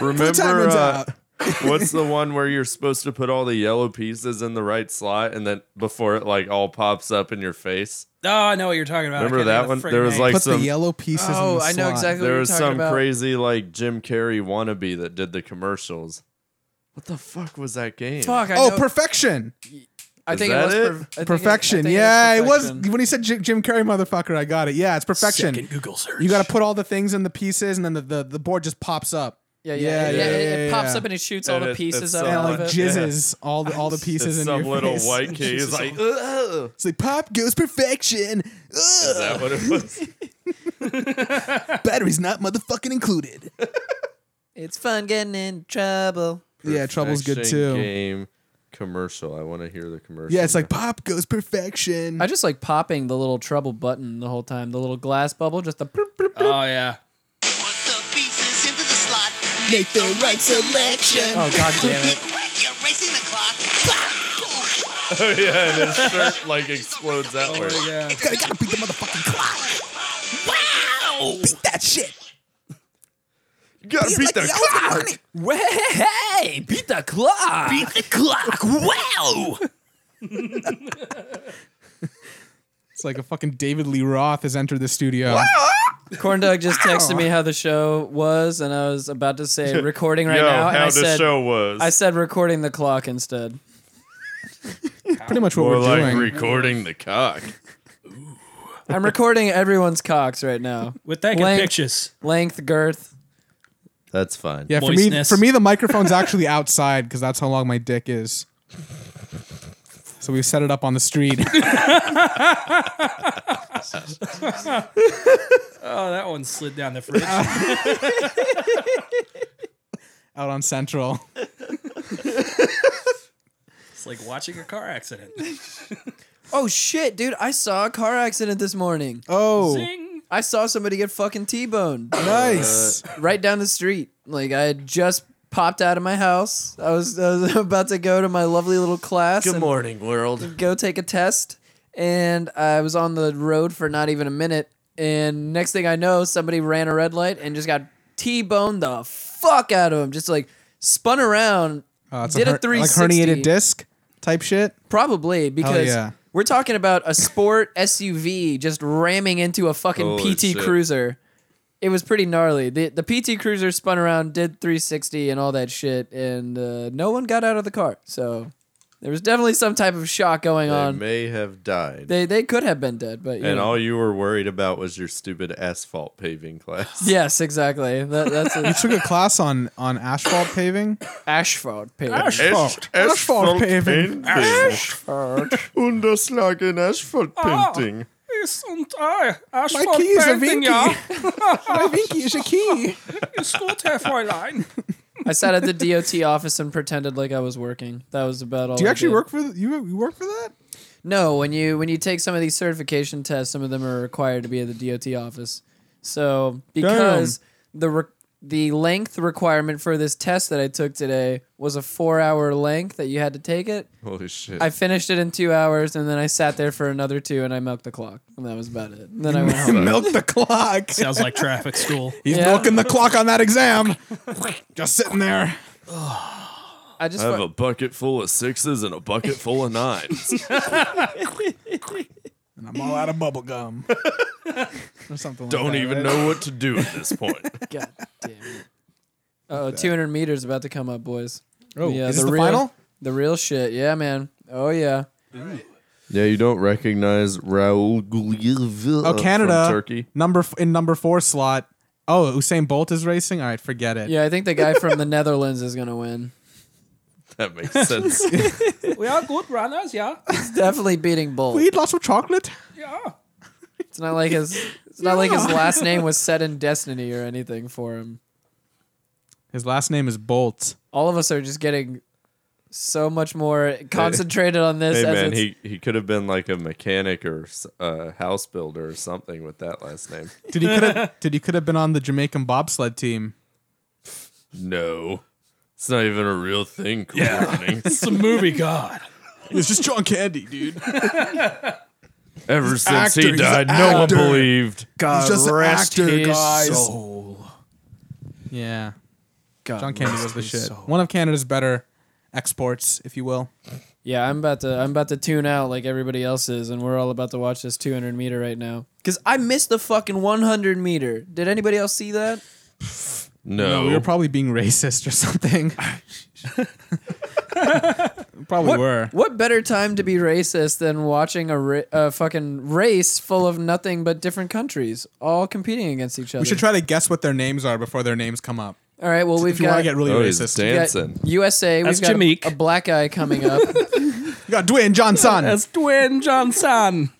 Remember
time runs
uh,
out.
what's the one where you're supposed to put all the yellow pieces in the right slot, and then before it like all pops up in your face?
Oh, I know what you're talking about. I
Remember
can't
that
think
one?
of the friggin'
There was,
name.
like-
Put
some-
the yellow pieces. in
Oh,
the
I know
slot.
exactly what
There
you're
was
talking
some
about.
crazy like Jim Carrey wannabe that did the commercials. What the fuck was that game?
Fuck, I,
Oh,
know,
perfection,
I
is
think it
that
was
it?
perf- I think it- I
perfection.
think
yeah, it was
perfection.
when he said Jim, Jim Carrey, motherfucker. I got it. Yeah, it's perfection.
Second Google search.
You got to put all the things in the pieces, and then the, the, the board just pops up.
Yeah, yeah, yeah.
Yeah,
it-
yeah,
it
yeah,
pops
yeah.
up and it shoots
And
all the
it-
pieces
it's
out
so
And it,
of
like
it.
jizzes all the all the pieces in
some
your
little
face.
white kid is like, Ugh.
It's like pop goes perfection.
is that what it was?
Battery's not motherfucking included.
It's fun getting in trouble.
yeah, trouble's good
Perfection
too.
Game commercial. I want to hear the commercial.
Yeah, it's like pop goes perfection.
I just like popping the little trouble button the whole time, the little glass bubble, just the. bloop, bloop, bloop.
Oh yeah.
Put the pieces into the slot.
make the right selection.
Oh god damn it!
You're racing the clock.
oh yeah, and his shirt like explodes outward.
Oh yeah.
Gotta, gotta beat the motherfucking clock.
Wow!
Beat that shit.
You gotta
He's
beat
like, "Yo,
the clock.
honey."
Hey, beat the clock!
Beat the clock. Wow!
It's like a fucking David Lee Roth has entered the studio.
Corn Dog just texted me how the show was, and I was about to say recording right
Yo,
now, and
how
I
the
said
show was.
I said recording the clock instead.
Pretty much what
More
we're
like
doing.
recording the cock.
I'm recording everyone's cocks right now.
We're taking
Length-
pictures.
Length, girth.
That's fine.
yeah, for me,
moistness.
for me, the microphone's actually outside because that's how long my dick is. So we set it up on the street.
Oh, that one slid down the fridge.
out on Central.
it's like watching a car accident.
Oh shit, dude! I saw a car accident this morning.
Oh,
Zing.
I saw somebody get fucking T-boned
nice. Oh,
right down the street. Like I had just popped out of my house. I was, I was about to go to my lovely little class. and
morning, world.
Go take a test, and I was on the road for not even a minute. And next thing I know, somebody ran a red light and just got T-boned the fuck out of him. Just like spun around,
Uh, it's
did
a,
a,
her- like
360.
herniated disc type shit.
Probably because
Oh, yeah.
we're talking about a sport SUV just ramming into a fucking
Holy
PT
shit.
Cruiser. It was pretty gnarly. The the PT Cruiser spun around, did 360 and all that shit, and uh, no one got out of the car. So there was definitely some type of shock going
They
on.
may have died.
They they could have been dead, but you
and
know.
all you were worried about was your stupid asphalt paving class.
yes, exactly. That, that's
You
a
took a class on on asphalt paving.
asphalt page.
Asphalt. Asphalt paving.
Underschlag in Asphalt
Ah.
painting.
Yes, und I. Asphalt
key is a
painting, ja.
I think he's a key.
Ist gut, Herr Fräulein.
I sat at the DOT office and pretended like I was working. That was about all.
Do you
Oh, I
actually
did.
work for th- you? You work for that?
No, when you when you take some of these certification tests, some of them are required to be at the DOT office. So because the re- the length requirement for this test that I took today was a four hour length that you had to take it.
Holy shit.
I finished it in two hours, and then I sat there for another two, and I milked the clock, and that was about it. And then I went home.
Milk the clock.
Sounds like traffic school.
He's
Yeah.
milking the clock on that exam. Just sitting there.
I just
I have
fu-
a bucket full of sixes and a bucket full of nines.
And I'm all out of bubble gum. or something like
Don't
that,
even
right?
know what to do at this point.
God damn it. Oh, 200 meters about to come up, boys.
Oh,
yeah,
is this the
real,
final?
The real shit. Yeah, man. Oh, yeah.
Yeah, you don't recognize Raul Guillermo
Oh, Canada.
from Turkey.
Number f- in number four slot. Oh, Usain Bolt is racing. All right, forget it.
Yeah, I think the guy from the Netherlands is going to win.
That makes sense.
We are good runners, yeah.
Definitely beating Bolt.
We eat lots of chocolate.
Yeah.
It's not like his. It's not like his last name was set in destiny or anything for him.
His last name is Bolt.
All of us are just getting so much more concentrated on this.
Hey
as
man,
it's,
he, he could have been like a mechanic or s- a house builder or something with that last name.
Did he could have did he could have been on the Jamaican bobsled team?
No, it's not even a real thing. Cool yeah.
It's a movie god.
It's just John Candy, dude. He's
Ever since
actor,
he
he's
died,
an
no one
actor.
believed.
God
just an
Uh, rest
actor,
his
guys.
soul.
Yeah.
God
John Candy
rest
was the
his
shit.
soul.
One of Canada's better exports, if you will.
Yeah, I'm about to I'm about to tune out like everybody else is, and we're all about to watch this 200 meter right now. Cause I missed the fucking 100 meter. Did anybody else see that?
No,
we were probably being racist or something. probably were.
What better time to be racist than watching a, ra- a fucking race full of nothing but different countries all competing against each other?
We should try to guess what their names are before their names come up.
All right, well we've
if you want
got,
to get really
Oh, he's
racist,
we got
dancing.
USA.
That's
we've got
Jameek.
a, a black guy coming up.
you got Dwayne Johnson.
That's Dwayne Johnson.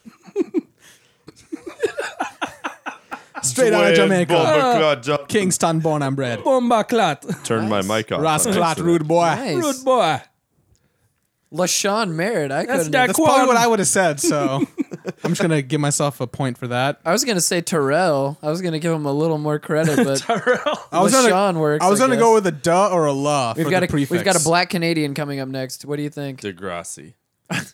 straight out of Jamaica. Ah.
Jamaica.
Kingston born and bred.
Oh,
Bomba clat.
Turn my mic off.
Ross
on
Clot,
accident.
rude boy.
nice.
Rude boy.
LaShawn Merritt. I
That's
couldn't.
that
That's probably
Quan.
what I would have said. So I'm just gonna give myself a point for that.
I was gonna say Terrell. I was gonna give him a little more credit, but
I was
LaShawn
gonna,
works,
I was
I
gonna
guess.
go with a duh or a la.
we've
for
got
the
a
prefix.
we've got a black Canadian coming up next. What do you think?
Degrassi.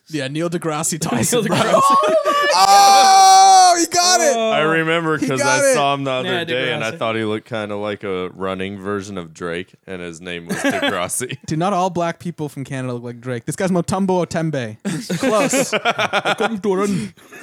Yeah, Neil deGrasse Tyson.
Neil
bro.
deGrasse.
oh, he got it.
I remember because
got
I
it.
saw him the other
Yeah,
day and I
Degrassi.
thought he looked kind of like a running version of Drake, and his name was Degrassi.
Dude, not all black people from Canada look like Drake. This guy's Motumbo Otembe.
Close.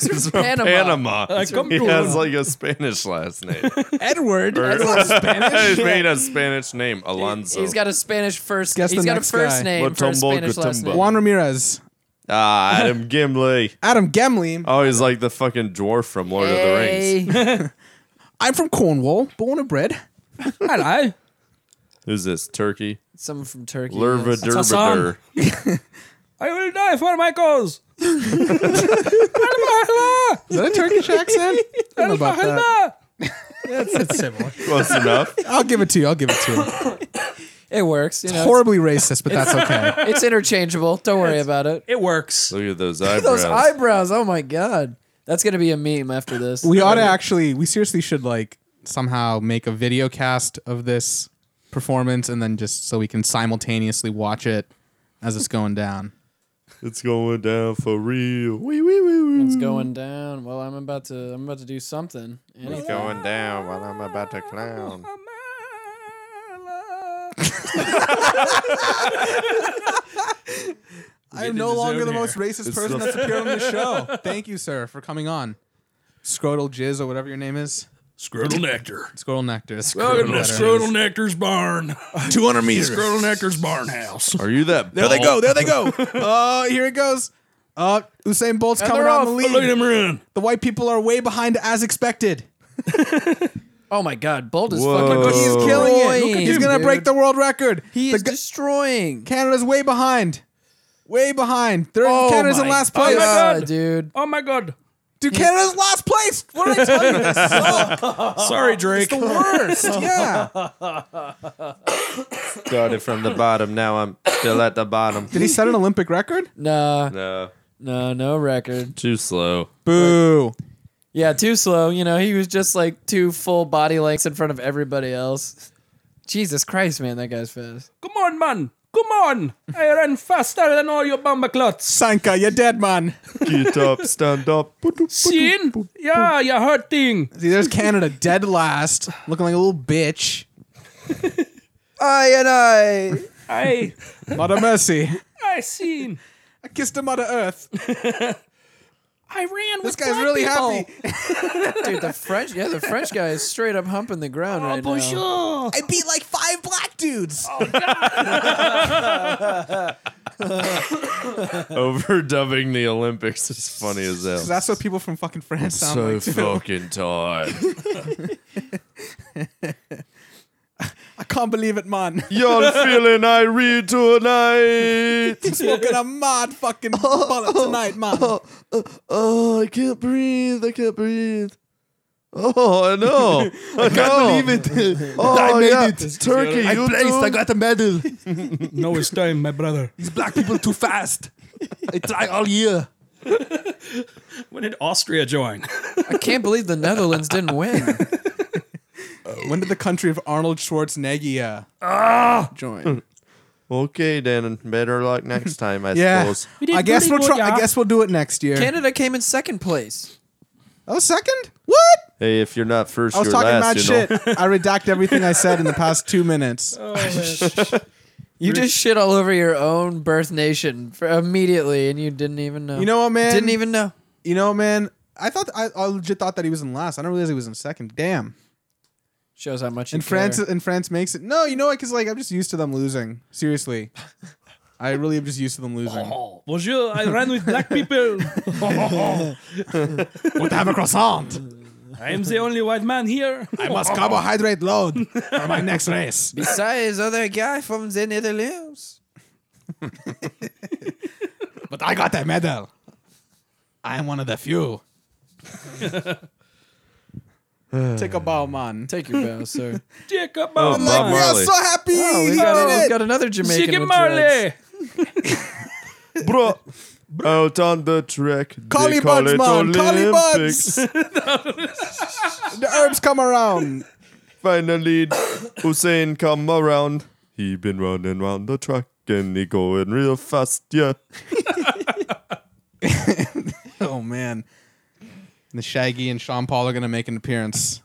He's from
Panama.
Panama.
come
He
to-
has like a Spanish last name.
Edward.
Spanish? made a Spanish name, Alonso.
He's got a Spanish first.
Guess
he's
the
got a
next
first
guy.
name, first
Mutombo
Spanish last
Gutombo.
name.
Juan Ramirez.
ah, Adam Gimli.
Adam Gemley.
Oh, he's like the fucking dwarf from Lord of the Rings.
Hey.
I'm from Cornwall, born and bred.
Hello.
Who's this? Turkey?
Someone from Turkey.
Lurva
yes.
Durbadur.
I will die for my cause.
Is that a Turkish accent? I don't know about that.
That's, that's similar.
Close enough.
I'll give it to you. I'll give it to you.
It works. You know, it's,
Horribly racist, but that's okay.
it's interchangeable. Don't worry about it.
It works.
Look at those
Those
eyebrows.
eyebrows. Oh my god. That's gonna be a meme after this.
We ought to actually, we seriously should like somehow make a video cast of this performance and then just so we can simultaneously watch it as it's going down.
it's going down for real. Wee, wee, wee, wee.
It's going down. Well, I'm about to. I'm about to do something. Anything.
It's going down while I'm about to clown.
I am
Getting
no
in the
longer
zone
the
here.
most racist
It's
person
the-
that's appeared on the show. Thank you, sir, for coming on. Scrotal Jizz or whatever your name is.
Scrotal Nectar.
Scrotal Nectar.
Welcome to
Nectar.
Scrotal Nectar's barn.
200 meters.
Scrotal Nectar's barn house.
Are you that?
There they go. There they go. Oh, here it goes. Uh, Usain Bolt's coming
they're
out in the
off.
lead.
Look at him run.
The white people are way behind as expected.
Oh my god. Bolt is
Whoa.
fucking.
But
He's
Oh.
killing it.
destroying,
He's going to
dude.
break the world record.
He
The
is
gu-
destroying.
Canada's way behind. Way behind. They're,
Oh
Canada's in
my
last
my
place.
God.
God, Ah, dude.
Oh my god.
Dude, Canada's last place. What did I tell you? They suck.
Sorry, Drake.
Worst. Yeah.
Started from the bottom. Now I'm still at the bottom.
Did he set an Olympic record?
Nah,
No,
no, no record.
too slow.
Boo.
Yeah, too slow. You know, he was just like two full body lengths in front of everybody else. Jesus Christ, man, that guy's fast.
Come on, man. Come on. I run faster than all your bomba clots.
Sanka, you're dead, man.
Get up, stand up.
Seen? Yeah, you're hurting.
See, there's Canada dead last, looking like a little bitch.
I and I.
I,
Mother mercy.
I seen.
I kissed the mother earth.
I
This
ran with
guy's
black
really
people.
happy.
Dude, the French, yeah, the French guy is straight up humping the ground right
Oh,
now.
Bonjour.
I beat like five black dudes.
Overdubbing the Olympics is funny as hell.
That's what people from fucking France sound
So
like. Too.
fucking tired.
I can't believe it, man.
Y'all feeling Irie tonight?
Smoking a mad fucking bullet tonight, man.
Oh, I can't breathe. I can't breathe. Oh, I know. I can't believe it. Oh, I made yeah. it. Turkey. I placed. I got a medal.
No, it's time, my brother.
These black people too fast. I try all year.
When did Austria join?
I can't believe the Netherlands didn't win.
When did the country of Arnold Schwarzenegger uh, join?
Okay, then. Better luck next time, I
Yeah,
suppose.
I guess
pretty
we'll
good,
try.
yeah.
I guess we'll do it next year.
Canada came in second place.
oh, second? What?
Hey, if you're not first,
I was
you're
talking
last.
about
you know.
shit. I redact everything I said in the past two minutes.
You just shit all over your own birth nation for immediately, and you didn't even know.
You know what, man?
Didn't even know.
You know, man. I thought I, I legit thought that he was in last. I don't realize he was in second. Damn.
Shows how much you
And
care.
France uh, and France makes it. No, you know, because like I'm just used to them losing. Seriously, I really am just used to them losing.
Oh, bonjour, I ran with black people.
Want to have a croissant?
I am the only white man here.
I must carbohydrate load for my next race.
Besides, other guy from the Netherlands.
But I got a medal. I am one of the few. Take a bow, man.
Take your bow, sir.
Jacob
Oh,
Marley.
Bob
We are
Marley.
so happy.
Oh,
he
we got,
did
we
it.
got another Jamaican.
Jacob
with dreads.
Marley.
Bro. Out on the track. they
Collie
call
buds,
it
man. Collie buds.
Olympics.
the herbs come around.
Finally, Hussein come around. He been running round the track and he going real fast, yeah.
Oh man. The Shaggy and Sean Paul are gonna make an appearance.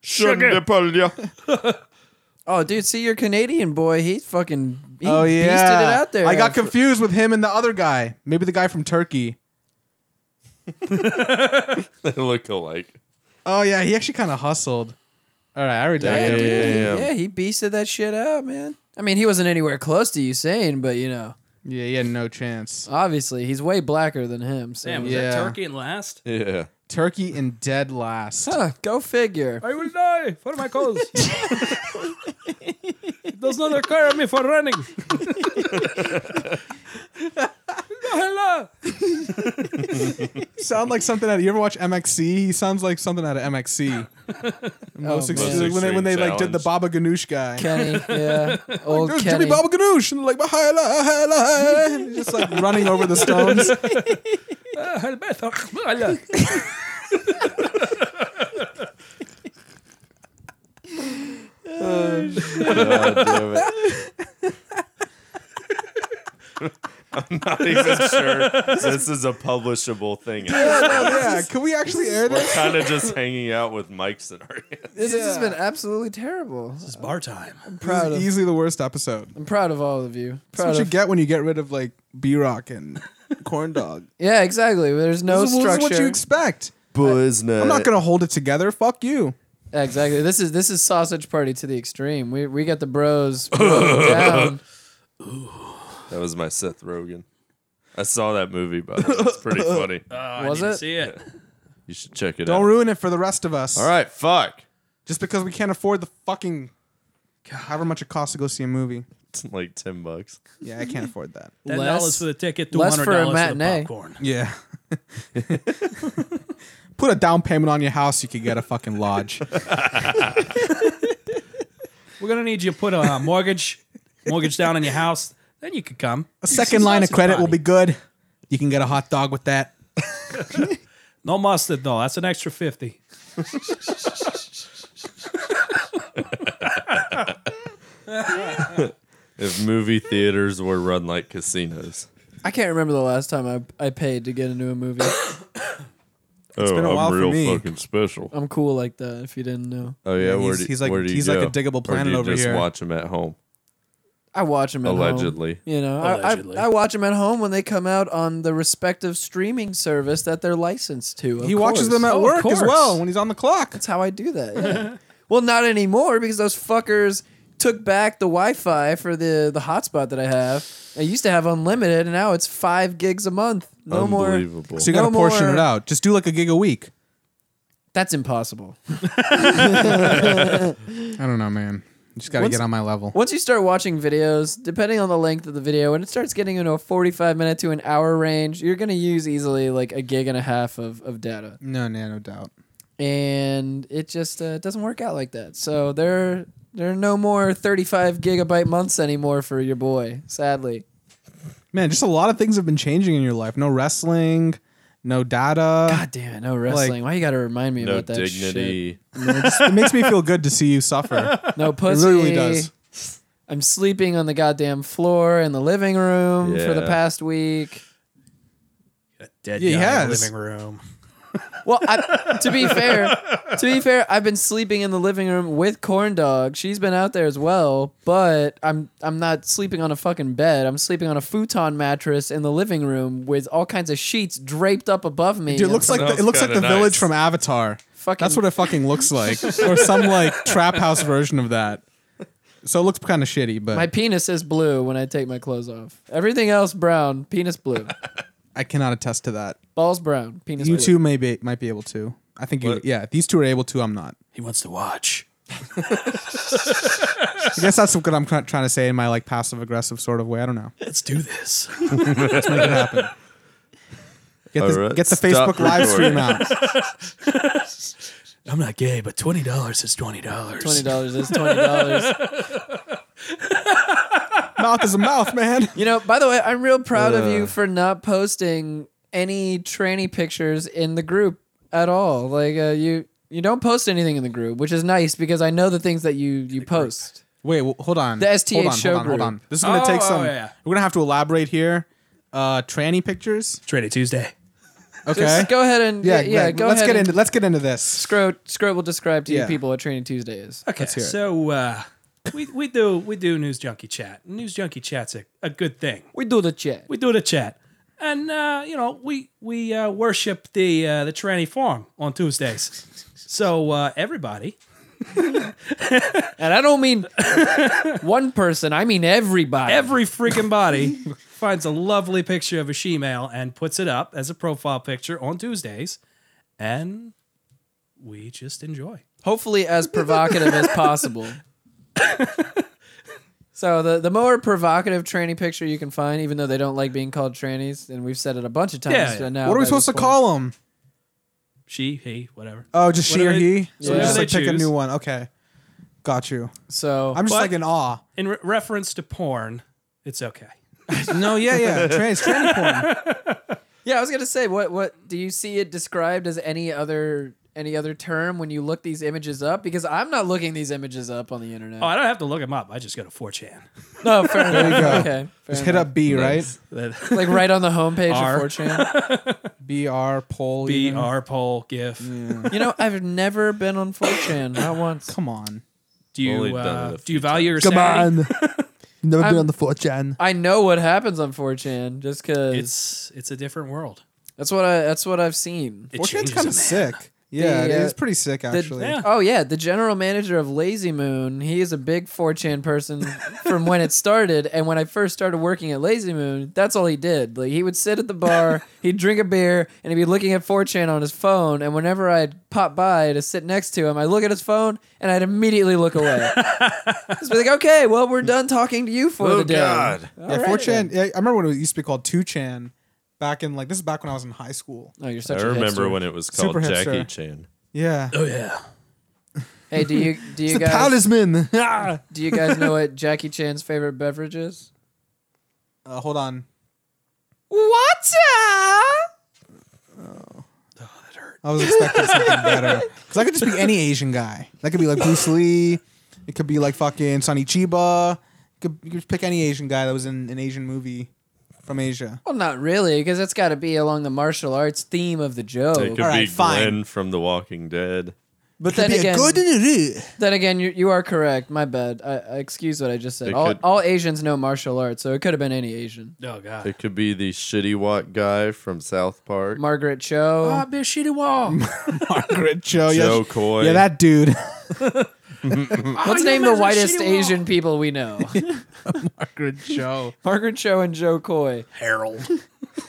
Shun the pull, yeah.
Oh, dude, see your Canadian boy. He fucking. He
oh yeah,
beasted it out there.
I got confused with him and the other guy. Maybe the guy from Turkey.
They look alike.
Oh yeah, he actually kind of hustled. All right, I redacted.
Yeah,
it.
yeah,
Damn.
he beasted that shit out, man. I mean, he wasn't anywhere close to Usain, but you know,
Yeah, he had no chance. Uh,
obviously, he's way blacker than him. So.
Damn, was
Yeah.
that Turkey in last?
Yeah.
Turkey in dead last.
Huh, Ah, go figure.
I will die for my cause. it does not require me for running. La, la.
Sound like something out. Of, you ever watch MXC? He sounds like something out of MXC. Most
man.
extreme, like, when they when they like did the Baba Ganoush guy.
Kenny, yeah, old
There's
Kenny.
Jimmy Baba Ganoush and like "Baha'u'llah, Baha'u'llah," and he's just like running over the stones.
Ah, البيت. La, la.
God damn it. I'm not even sure this is a publishable thing.
Oh, yeah, can we actually air
We're
this?
kind of just hanging out with mics in our hands.
This has
Yeah.
been absolutely terrible.
It's bar time.
I'm
This
proud
is
of.
easily the worst episode.
I'm proud of all of you.
That's
Proud
what you
of,
get when you get rid of like B Rock and Corn Dog.
yeah, exactly. There's no
this, is- this
structure. Uh,
is what you expect.
Boys,
I'm not gonna hold it together. Fuck you.
exactly. This is this is sausage party to the extreme. We we got the bros broken down.
That was my Seth Rogen. I saw that movie, but it's pretty funny.
Oh,
Was
I need
it?
To see it.
You should check it
Don't
out.
ruin it for the rest of us.
All right, fuck.
Just because we can't afford the fucking however much it costs to go see a movie.
It's like 10 bucks.
Yeah, I can't afford that.
Ten
Less-
dollars for the ticket. Two
less for
hundred
a
dollars for the
matinee.
popcorn.
Yeah. Put a down payment on your house, you could get a fucking lodge.
We're gonna need you to put a uh, mortgage, mortgage down on your house. Then you could come.
A second line of credit will be good. You can get a hot dog with that.
No mustard though. That's an extra fifty.
If movie theaters were run like casinos.
I can't remember the last time I, I paid to get into a movie.
It's oh,
been a while for
I'm real
me.
fucking special.
I'm cool like that. If you didn't know,
Oh yeah, where
he's-
do,
he's like-
where do you
he's like a
go?
Diggable
Or do
Planet
you
over
just
here.
watch them at home.
I watch them at home.
Allegedly.
You know, I-
Allegedly.
I, I watch them at home when they come out on the respective streaming service that they're licensed to. of
He watches
course.
them at
Oh, of
work as
course.
well when he's on the clock.
That's how I do that. yeah. well, not anymore because those fuckers took back the Wi-Fi for the the hotspot that I have. I used to have unlimited, and now it's five gigs a month. No more.
Unbelievable.
So you gotta
No
portion
more.
it out. Just do like a gig a week.
That's impossible.
I don't know, man. You just gotta
Once-
get on my level.
Once you start watching videos, depending on the length of the video, when it starts getting into a 45 minute to an hour range, you're going to use easily like a gig and a half of, of data.
No, no, no doubt.
and it just uh, doesn't work out like that. So there, there are no more 35 gigabyte months anymore for your boy. Sadly,
Man, just a lot of things have been changing in your life. No wrestling, no data.
God damn it, no wrestling. Why you got to remind me
No
about that shit?
dignity.
it makes me feel good to see you suffer.
No
It
pussy.
really does.
I'm sleeping on the goddamn floor in the living room for the
Yeah.
past week.
Dead
Yeah, he
guy in the
has.
living room.
Well, I, to be fair, to be fair, I've been sleeping in the living room with Corn Dog. She's been out there as well, but I'm I'm not sleeping on a fucking bed. I'm sleeping on a futon mattress in the living room with all kinds of sheets draped up above me.
Dude, it looks like the, it
Sounds
looks like the
kinda
village
nice.
from Avatar.
Fucking-
That's what it fucking looks like, or some like trap house version of that. So it looks kind of shitty, but
my penis is blue when I take my clothes off. Everything else brown, penis blue.
I cannot attest to that.
Balls brown, penis
You
blue.
two may be, might be able to. I think you.
What?
Yeah, if these two are able to. I'm not.
He wants to watch.
I guess that's what I'm try- trying to say in my like passive aggressive sort of way. I don't know.
Let's do this.
Get the,
All right,
get the
stop
Facebook live stream
recording.
out.
I'm not gay, but twenty dollars is twenty dollars.
Twenty dollars is twenty dollars.
mouth is a mouth, man.
You know, by the way, I'm real proud of you
Ugh.
for not posting any tranny pictures in the group at all. Like uh, you, you don't post anything in the group, which is nice because I know the things that you you post.
Wait, well, hold on.
The STH
hold on,
show
hold on, hold
group.
on. This is gonna take
Oh,
some.
yeah.
We're gonna have to elaborate here. Uh, tranny pictures.
Trade Tuesday.
Okay.
Just go ahead and yeah,
yeah,
yeah.
let-
Go
let's
ahead.
get
and
into let's get into this.
Scroat, Scroat will describe to you
Yeah.
people what Training Tuesday is.
Okay,
hear it.
so uh, we we do we do news junkie chat. News junkie chat's a, a good thing.
We do the chat.
We do the chat, and uh, you know we we uh, worship the uh, the tranny farm on Tuesdays. So uh, everybody,
And I don't mean one person. I mean everybody.
every freaking body finds a lovely picture of a she-male and puts it up as a profile picture on Tuesdays, and we just enjoy.
Hopefully, as provocative as possible. So the, the more provocative tranny picture you can find, even though they don't like being called trannies, and we've said it a bunch of times.
Yeah, yeah.
now
What are we
by
supposed
this point.
to call them?
She, he, whatever.
Oh, just she or
Whatever they-
he. So
Yeah.
just
whatever
like
they
pick a
choose.
new one. Okay, got you.
So
I'm just
But-
like in awe.
In re- reference to porn, it's okay.
No, yeah, yeah. Trans, tranny porn.
yeah, I was gonna say, what what do you see it described as any other any other term when you look these images up? Because I'm not looking these images up on the internet.
Oh, I don't have to look him up. I just go to 4chan.
no, fair enough.
go.
Okay, fair
Just hit
enough.
up B,
Nice.
That-
like right on the homepage
R.
of 4chan.
right? B R poll.
Be
even.
our poll gif.
You know, I've never been on 4chan, not once.
Come on.
Do
Only
you
done
uh,
it a
do you
few
value your
Come
sanity?
on. Never
I'm-
been on the 4chan.
I know what happens on 4chan just because
It's it's a different world.
That's what I. That's what I've seen.
It
Fortune's
changes
kind
a
of
man.
sick.
The,
Yeah,
uh,
it is pretty sick actually.
yeah.
Oh yeah, the general manager of Lazy Moon. He is a big 4chan person from when it started. And when I first started working at Lazy Moon, that's all he did. Like he would sit at the bar, he'd drink a beer, and he'd be looking at 4chan on his phone. And whenever I'd pop by to sit next to him, I look at his phone and I'd immediately look away. Just be like, okay, well we're done talking to you for
Oh,
the day.
God.
All
Yeah,
right
4chan. Yeah, I remember when it used to be called 2chan back in like this is back when I was in high school.
then. Oh, you're such
I
a
remember
hipster.
when it was
Super
called
hipster.
Jackie Chan.
Yeah.
Oh yeah.
Hey, do you do you
The
guys
talisman. Ah.
do you guys know what Jackie Chan's favorite beverage is?
Uh, hold on.
Water.
I was expecting something better. Because I could just be any Asian guy. That could be like Bruce Lee. It could be like fucking Sonny Chiba. You could, you could pick any Asian guy that was in an Asian movie from Asia.
Well, not really, because that's got to be along the martial arts theme of the
It
joke.
could
right,
be
fine.
Glenn from The Walking Dead.
But
Could
then
be a
again,
good and a rude.
then again, you, you are correct. My bad. I, I excuse what I just said.
It
All,
could-
all Asians know martial arts, so it could have been any Asian.
Oh god.
It could be the shitty Watt guy from South Park.
Margaret Cho.
Uh,
Ah, be a shitty wall.
Margaret Cho. yeah,
Joe
she-
Coy.
Yeah, that dude.
Let's
oh,
you
name the
imagine
whitest
shitty wall.
Asian people we know.
Margaret Cho.
Margaret Cho and Joe Coy.
Harold.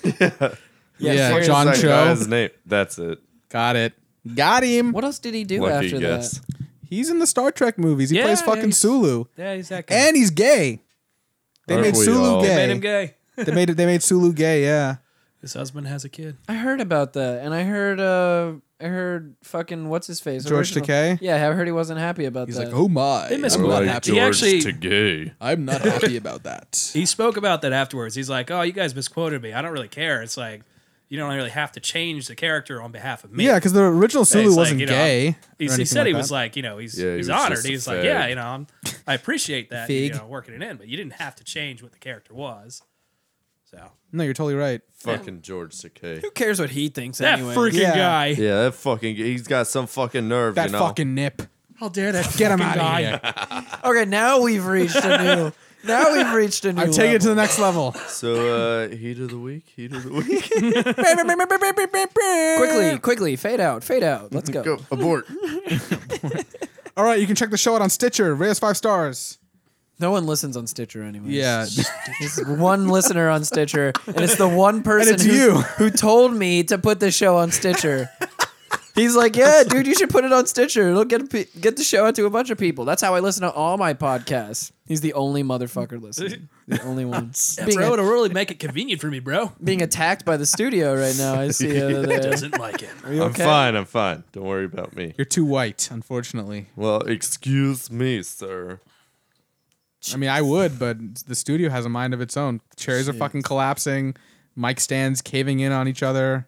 Yeah,
Yeah,
seriously.
John
That
Cho.
guy's name. That's it.
Got it. Got him.
What else did he do
Lucky
after
guess.
that?
He's in the Star Trek movies. He
Yeah,
plays
yeah,
fucking
he's-
Sulu.
Yeah, he's that guy.
And he's gay. They
Aren't
made
we
Sulu
all?
gay.
made him gay.
They made it. They made Sulu gay. Yeah.
His husband has a kid.
I heard about that, and I heard uh, I heard fucking what's his face
George
original-
Takei?
Yeah, I heard he wasn't happy about
He's
that.
like, oh my,
They miss
I'm not
Will.
happy.
He actually-
gay.
I'm not happy about that.
He spoke about that afterwards. He's like, "Oh, you guys misquoted me. I don't really care. It's like you don't really have to change the character on behalf of me."
Yeah, because the original Sulu
like,
wasn't
you know,
gay.
He,
or
he
anything
said he was
that.
like, you know, he's
Yeah, he
he's
was
honored.
just a
He's like,
fag.
yeah, you know, I'm, I appreciate that, you
Fig.
know, working it in, but you didn't have to change what the character was. So
No, you're totally right.
Fucking George Takei.
who cares what he thinks
that
anyway?
freaking
Yeah.
guy,
Yeah, that fucking. He's got some fucking nerve.
That
you know?
fucking nip.
how dare that
Get him
fucking
out
guy?
of here.
Okay, now we've reached a new. now we've reached a new.
I take it to the next level.
So uh, heat of the week. Heat of the week.
quickly, quickly. Fade out, fade out. Let's go.
abort.
All right, you can check the show out on Stitcher. Rate us five stars.
No one listens on Stitcher anyway.
Yeah.
There's one listener on Stitcher, and it's the one person
it's
who,
you.
who told me to put this show on Stitcher. He's like, "Yeah, dude, you should put it on Stitcher. It'll get pe- get the show out to a bunch of people." That's how I listen to all my podcasts. He's the only motherfucker listening. The only one. being,
Bro, it'll really make it convenient for me, bro.
being attacked by the studio right now. I see you over there.
Doesn't like it.
Are you
I'm
okay?
fine. I'm fine. Don't worry about me.
You're too white, unfortunately.
Well, excuse me, sir.
I mean, I would, but the studio has a mind of its own. Chairs are fucking collapsing. Mic stands caving in on each other.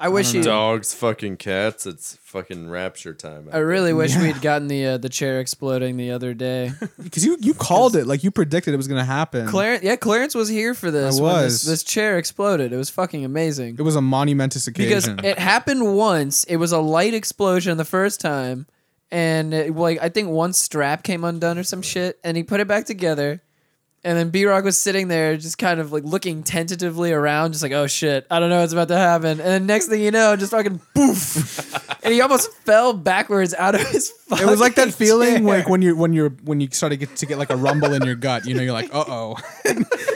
I wish you.
Dogs, fucking cats. It's fucking rapture time.
I really wish we'd gotten the uh, the chair exploding the other day.
Because you, you called it like you predicted it was gonna happen.
Clarence, yeah, Clarence was here for this.
I
when
was.
This, this chair exploded. It was fucking amazing.
it was a monumentous
because
occasion.
it happened once. It was a light explosion the first time, and it, like I think one strap came undone or some shit, and he put it back together. And then B Rock was sitting there, just kind of like looking tentatively around, just like, "Oh shit, I don't know what's about to happen." And then next thing you know, just fucking poof, and he almost fell backwards out of his.
it was like that
fucking
feeling
chair.
like when you when you're when you started get to get like a rumble in your gut, you know, you're like, uh oh.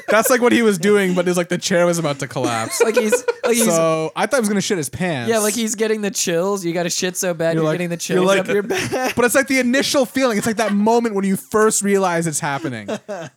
That's like what he was doing, but it's like the chair was about to collapse.
like he's like he's
so I thought he was gonna shit his pants.
yeah, like he's getting the chills. You got to shit so bad,
You're
you're,
like-
getting the
you're
chills
like-
up your back.
But it's like the initial feeling. It's like that moment when you first realize it's happening.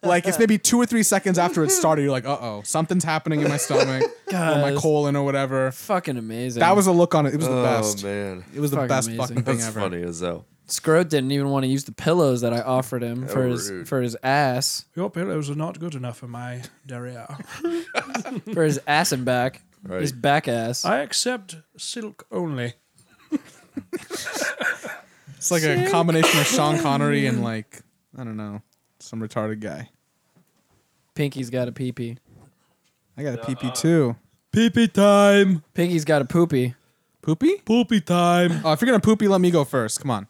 Like it's maybe two or three seconds after it started. You're like, uh oh, something's happening in my stomach or my
God.
colon or whatever.
Fucking amazing.
That was a look on it. It was the
oh
best.
man,
It was the
Fucking
best
amazing.
fucking thing
that's
ever.
funny as hell.
Scrote didn't even want to use the pillows that I offered him for his
rude.
for his ass
Your pillows are not good enough for my derriere.
for his ass and back his
Right.
back ass.
I accept silk only.
It's like a combination of Sean Connery and like I don't know, some retarded guy.
Pinky's got a pee pee.
I got a PP too.
Pee-pee time.
Pinky's got a poopy.
Poopy?
Poopy time.
Oh, if you're gonna poopy, let me go first. Come on.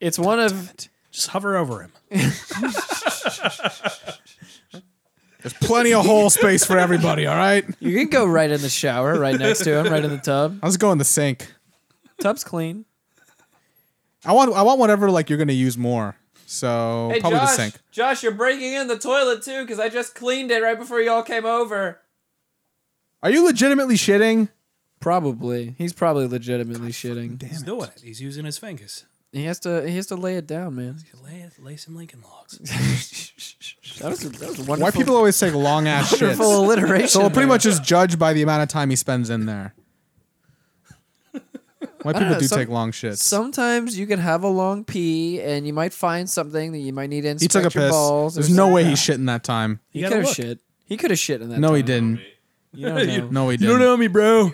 It's one of
Just hover over him.
There's plenty of hole space for everybody. All right.
you can go right in the shower, right next to him, right in the tub.
I'll just go in the sink.
Tub's clean.
I want I want whatever like you're gonna use more. So probably the sink.
Josh, you're breaking in the toilet too because I just cleaned it right before y'all came over.
Are you legitimately shitting?
Probably, he's probably legitimately shitting.
He's doing it. He's using his fingers.
He has to he has to lay it down, man.
Lay, lay some Lincoln logs.
That was that was
Why
wonderful.
people always take long ass
wonderful
shits?
alliteration.
So we'll pretty
there.
much just judge by the amount of time he spends in there. Why people
know,
do
some-
take long shits?
Sometimes you can have a long pee and you might find something that you might need to
he
inspect
took a
your
piss.
balls.
There's
or
no
something.
way he's shitting that time.
He
You
could
gotta
have
look.
shit. He could have shit in that.
No, he
time.
didn't.
You don't know.
No, he didn't.
me, bro.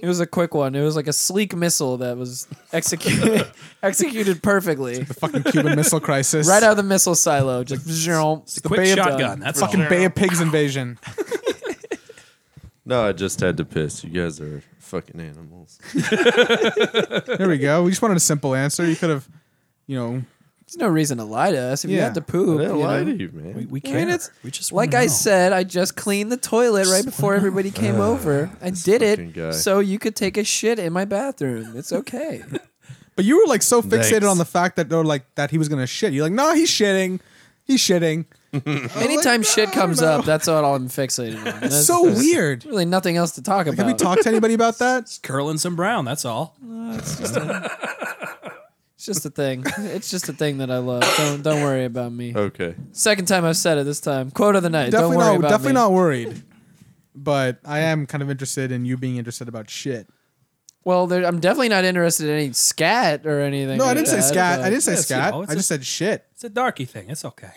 It was a quick one. It was like a sleek missile that was executed executed perfectly
Fucking Cuban Missile Crisis.
right out of the missile silo. Just zoom.
The quick
Bay of-
shotgun. That's
Fucking
all.
Bay of Pigs invasion.
No, I just had to piss. You guys are fucking animals.
There we go. We just wanted a simple answer. You could have, you know,
there's no reason to lie to us if you
Yeah.
have to poop.
I
you
didn't lie
know?
to you, man.
We
I
can't.
mean, it's-
we just
Like
wanna
I
know.
said, I just cleaned the toilet right before everybody came over. I did
fucking
it
guy.
so you could take a shit in my bathroom. It's okay.
but you were like so fixated
Thanks.
on the fact that or like that he was gonna shit. You're like, no, he's shitting. He's shitting.
Anytime
like,
shit
"No,
comes
no."
up, that's all I'm fixated on. That's-
so
there's
weird.
Really, nothing else to talk about.
Have we talked to anybody about that?
curling some brown. That's all.
it's just a thing. It's just a thing that I love. Don't don't worry about me.
Okay.
Second time I've said it. This time, quote of the night. don't
Definitely
worry
not.
about
Definitely
me.
not worried. but I am kind of interested in you being interested about shit.
Well, there, I'm definitely not interested in any scat or anything.
No, I
like
didn't say
that,
scat. I
but-
didn't say
Yes, you
scat.
know, it's
I just
a-
said shit.
It's a darky thing. It's okay.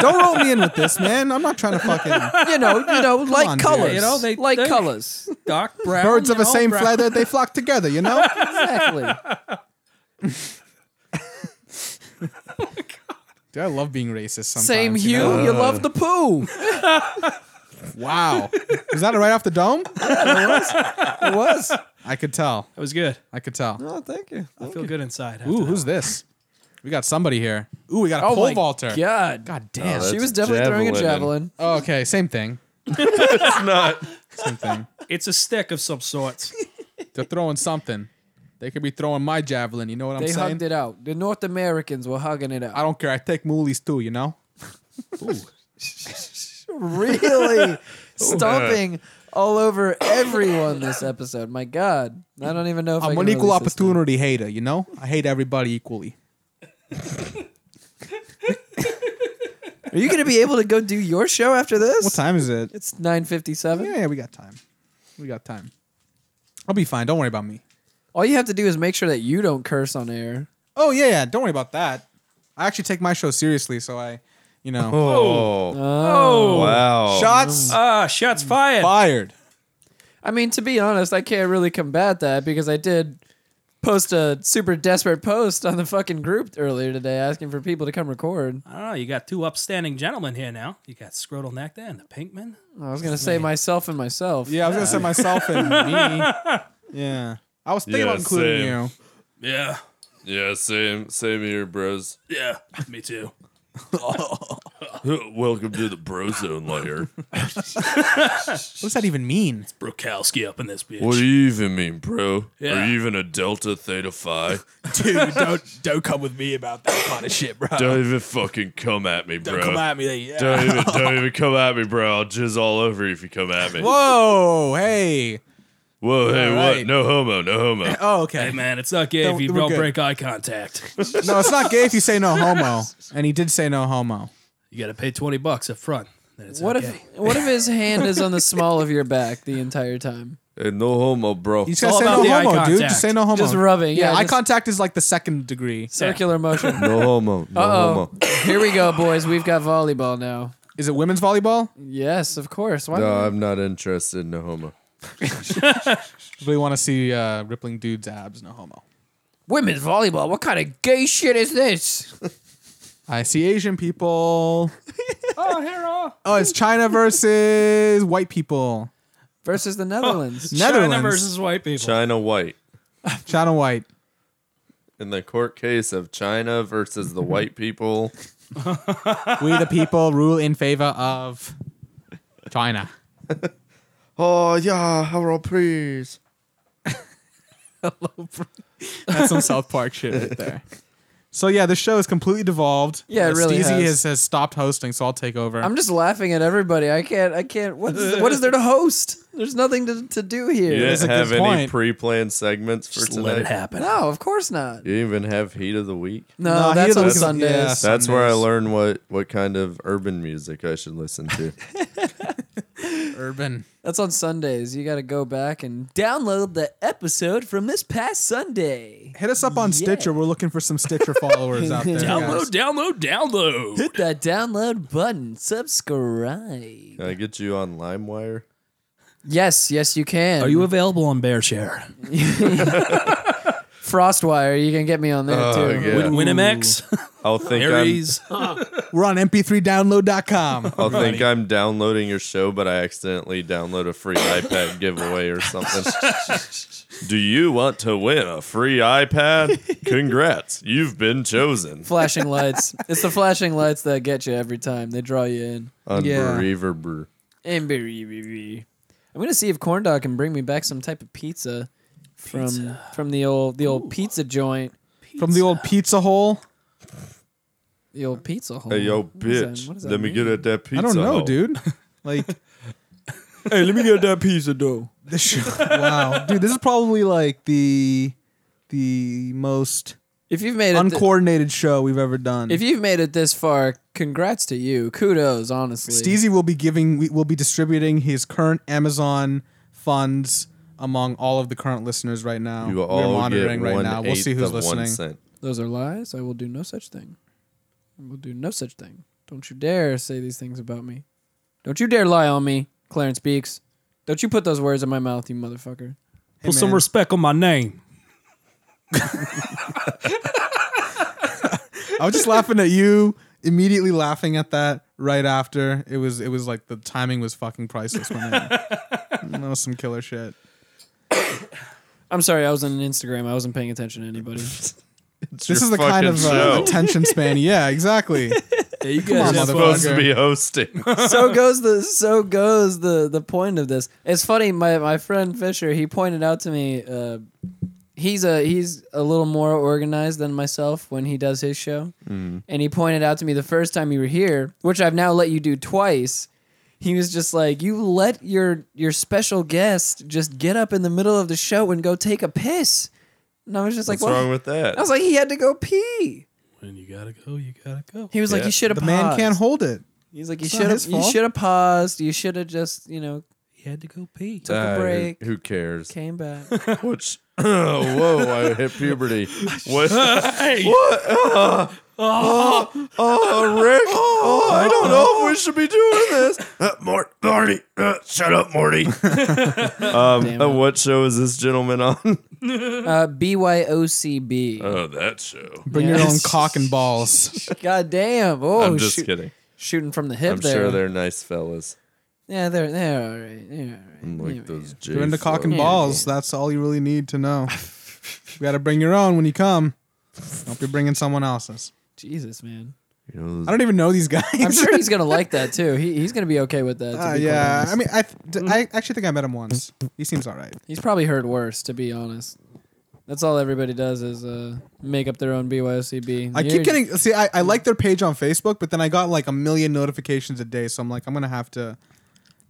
Don't roll me in with this, man. I'm not trying to fucking.
You know, you know, like
on, dude.
colors.
You know, they-
like
they-
colors.
Dark brown.
Birds of
you
the
know,
same
brown.
feather, they flock together. You know.
Exactly.
Dude, I love being racist. Sometimes.
Same
you
hue. You,
know?
love the poo.
Wow. Is that right off the dome?
It was.
I could tell.
That was good.
I could tell.
Oh, thank you.
I feel good inside. after
Ooh,
that.
who's this? We got somebody here. Ooh, we got a
Oh
pole
my
vaulter.
God.
God damn.
Oh,
she
that's
was definitely throwing a javelin.
javelin.
Oh, okay, same thing.
It's not.
Same thing.
It's a stick of some sort.
They're throwing something. They could be throwing my javelin. You know what I'm
They
saying?
hugged it out. The North Americans were hugging it
I
out.
don't care. I take moolies too. You know.
Really stomping all over everyone this episode. My God. I don't even know if I
I'm
can
an equal
release this thing.
opportunity hater. You know. I hate everybody equally.
Are you going to be able to go do your show after this?
What time is it?
It's 9.57.
Yeah, yeah, we got time. We got time. I'll be fine. Don't worry about me.
All you have to do is make sure that you don't curse on air.
Oh yeah, yeah. Don't worry about that. I actually take my show seriously, so I, you know,
Oh,
Oh,
wow.
shots
ah, shots fired.
fired.
I mean, to be honest, I can't really combat that because I did post a super desperate post on the fucking group earlier today asking for people to come record.
I don't know. Ah, You got two upstanding gentlemen here now. You got Scrotal Nectar and the Pinkman.
I was going to say myself and myself.
Yeah, I was gonna say myself and me. Yeah, I was thinking
Yeah,
about including
same.
you.
Yeah,
Yeah, same, same here, bros.
yeah, me too.
Welcome to the bro zone layer.
What does that even mean?
Brokowski up in this bitch.
What do you even mean, bro?
Yeah.
Are you even a Delta Theta Phi?
Dude, don't don't come with me about that kind of shit, bro.
Don't even fucking come at me, bro.
Don't come at me. Like, yeah.
Don't even, don't even come at me, bro. I'll jizz all over you if you come at me.
Whoa, hey.
Whoa, hey,
Alright.
what? No homo, no homo.
Oh,
Hey
okay.
man, it's not gay
Don't-
if you
we're
don't
good.
break eye contact.
No, it's not gay if you say no homo. And he did say no homo.
you got to pay twenty bucks up front. Then it's
What
okay.
if what if his hand is on the small of your back the entire time?
Hey, no homo, bro.
He's
all
gotta say
about
no
the eye
homo, dude.
contact.
Just say no homo.
Just rubbing, yeah,
eye
just-
contact is like the second degree.
Circular motion.
No homo, no
Uh-oh. Here we go, boys. We've got volleyball now.
Is it women's volleyball?
Yes, of course. Why
No, I'm not interested in no homo.
We want to see uh, rippling dude's abs, no homo.
Women's volleyball. What kind of gay shit is this?
I see Asian people. oh, here Oh, it's China versus white people.
Versus the Netherlands.
China
Netherlands.
versus white people?
China White.
China white.
In the court case of China versus the white people.
We the people rule in favor of China.
Oh, yeah, hello, please.
That's some South Park shit right there. So yeah, the show is completely devolved.
Yeah, it really
Steezy
has.
has has stopped hosting, so I'll take over.
I'm just laughing at everybody. I can't. I can't. What is, what is there to host? There's nothing to, to do here.
You
is a
didn't
good
have any
point.
pre planned segments for
Just
tonight.
let it happen.
No, of course not.
You didn't even have Heat of the Week.
No,
No, he
that's
doesn't
on
listen-
Sundays.
yeah.
That's where I
Sundays.
learned what, what kind of urban music I should listen to.
urban.
That's on Sundays. You got to go back and download the episode from this past Sunday.
Hit us up on Stitcher. We're looking for some Stitcher followers out there. guys.
Download, download, download.
Hit that download button. Subscribe.
Can I get you on LimeWire?
Yes, yes, you can.
Are you available on BearShare?
Frostwire? You can get me on there
Oh,
too.
yeah.
Winamax,
I'll think I'm
Aries.
We're on mp3download.com.
Oh,
I'll think I'm downloading your show, but I accidentally download a free iPad giveaway or something. Do you want to win a free iPad? Congrats, you've been chosen.
Flashing lights. It's the flashing lights that get you every time. They draw you in.
On
Yeah.
Bereaver
And berry, berry. I'm gonna see if Corn Dog can bring me back some type of pizza from from the old the old pizza joint,
From the old pizza hole.
the old pizza hole.
Hey, yo,
What does that-
bitch,
what does that
let me
mean?
get at that pizza.
I don't know,
Hut.
dude. Like
Hey, let me get that pizza dough.
the show. wow, dude, this is probably like the the most
If you've made it, thi-
Uncoordinated show we've ever done.
if you've made it this far, congrats to you. Kudos, honestly.
Steezy will be giving, we will be distributing his current Amazon funds among all of the current listeners right now.
You
We're
all
monitoring
get
right
one
now. We'll
eighth
see who's
of one
listening.
cent.
Those are lies. I will do no such thing. I will do no such thing. Don't you dare say these things about me. Don't you dare lie on me, Clarence Beaks. Don't you put those words in my mouth, you motherfucker.
Put some
man.
respect on my name.
I was just laughing at you, immediately laughing at that right after. It was it was like the timing was fucking priceless, my man. that was some killer shit.
I'm sorry, I was on Instagram. I wasn't paying attention to anybody.
this
your
is the kind of
fucking
uh,
show.
attention span. Yeah, exactly.
Yeah, you
on,
guys
motherfucker.
are
Supposed to be hosting.
so goes the so goes the the point of this. It's funny, my my friend Fisher, he pointed out to me uh he's a he's a little more organized than myself when he does his show.
Mm.
And he pointed out to me the first time you were here, which I've now let you do twice. He was just like, "You let your your special guest just get up in the middle of the show and go take a piss." And I was just
What's
like, "What?"
wrong with that?
I was like, "He had to go pee."
When you gotta go, you gotta go.
He was like,
Yeah.
"You should have
The man can't hold it.
He's like, "You
It's not
should have
his
you
fault."
should have paused. You should have just, you know,
He had to go pee.
took
Ah,
a
who-
break."
Who cares?
Came back.
Which? Oh, whoa! I hit puberty.
Oh,
What? What? Uh, oh, oh, Rick! Oh, I don't know if we should be doing this. Uh, Mor- Marty, uh, shut up, Morty. um,
Damn it.
uh, what show is this gentleman on?
Uh, BYOCB.
Oh, that show.
Bring
Yeah.
your own cock and balls.
God damn. Oh,
I'm just
shoot-
kidding.
shooting from the hip
I'm
there.
sure they're nice fellas.
yeah, they're they're all right. They're all right.
I'm
Yeah.
Like those J
You're into cock and
Yeah,
balls. That's all you really need to know. You got to bring your own when you come. Don't be bringing someone else's.
Jesus, man.
You know, those-
I don't even know these guys.
I'm sure he's gonna like that too. He, he's gonna be okay with that. To
Uh,
be quite
yeah,
honest.
I mean, I,
Mm-hmm.
th- I actually think I met him once. He seems all right.
he's probably heard worse. To be honest, that's all everybody does is uh, make up their own BYOCB.
I
You're-
keep getting see. I, I like their page on Facebook, but then I got like a million notifications a day, so I'm like, I'm gonna have to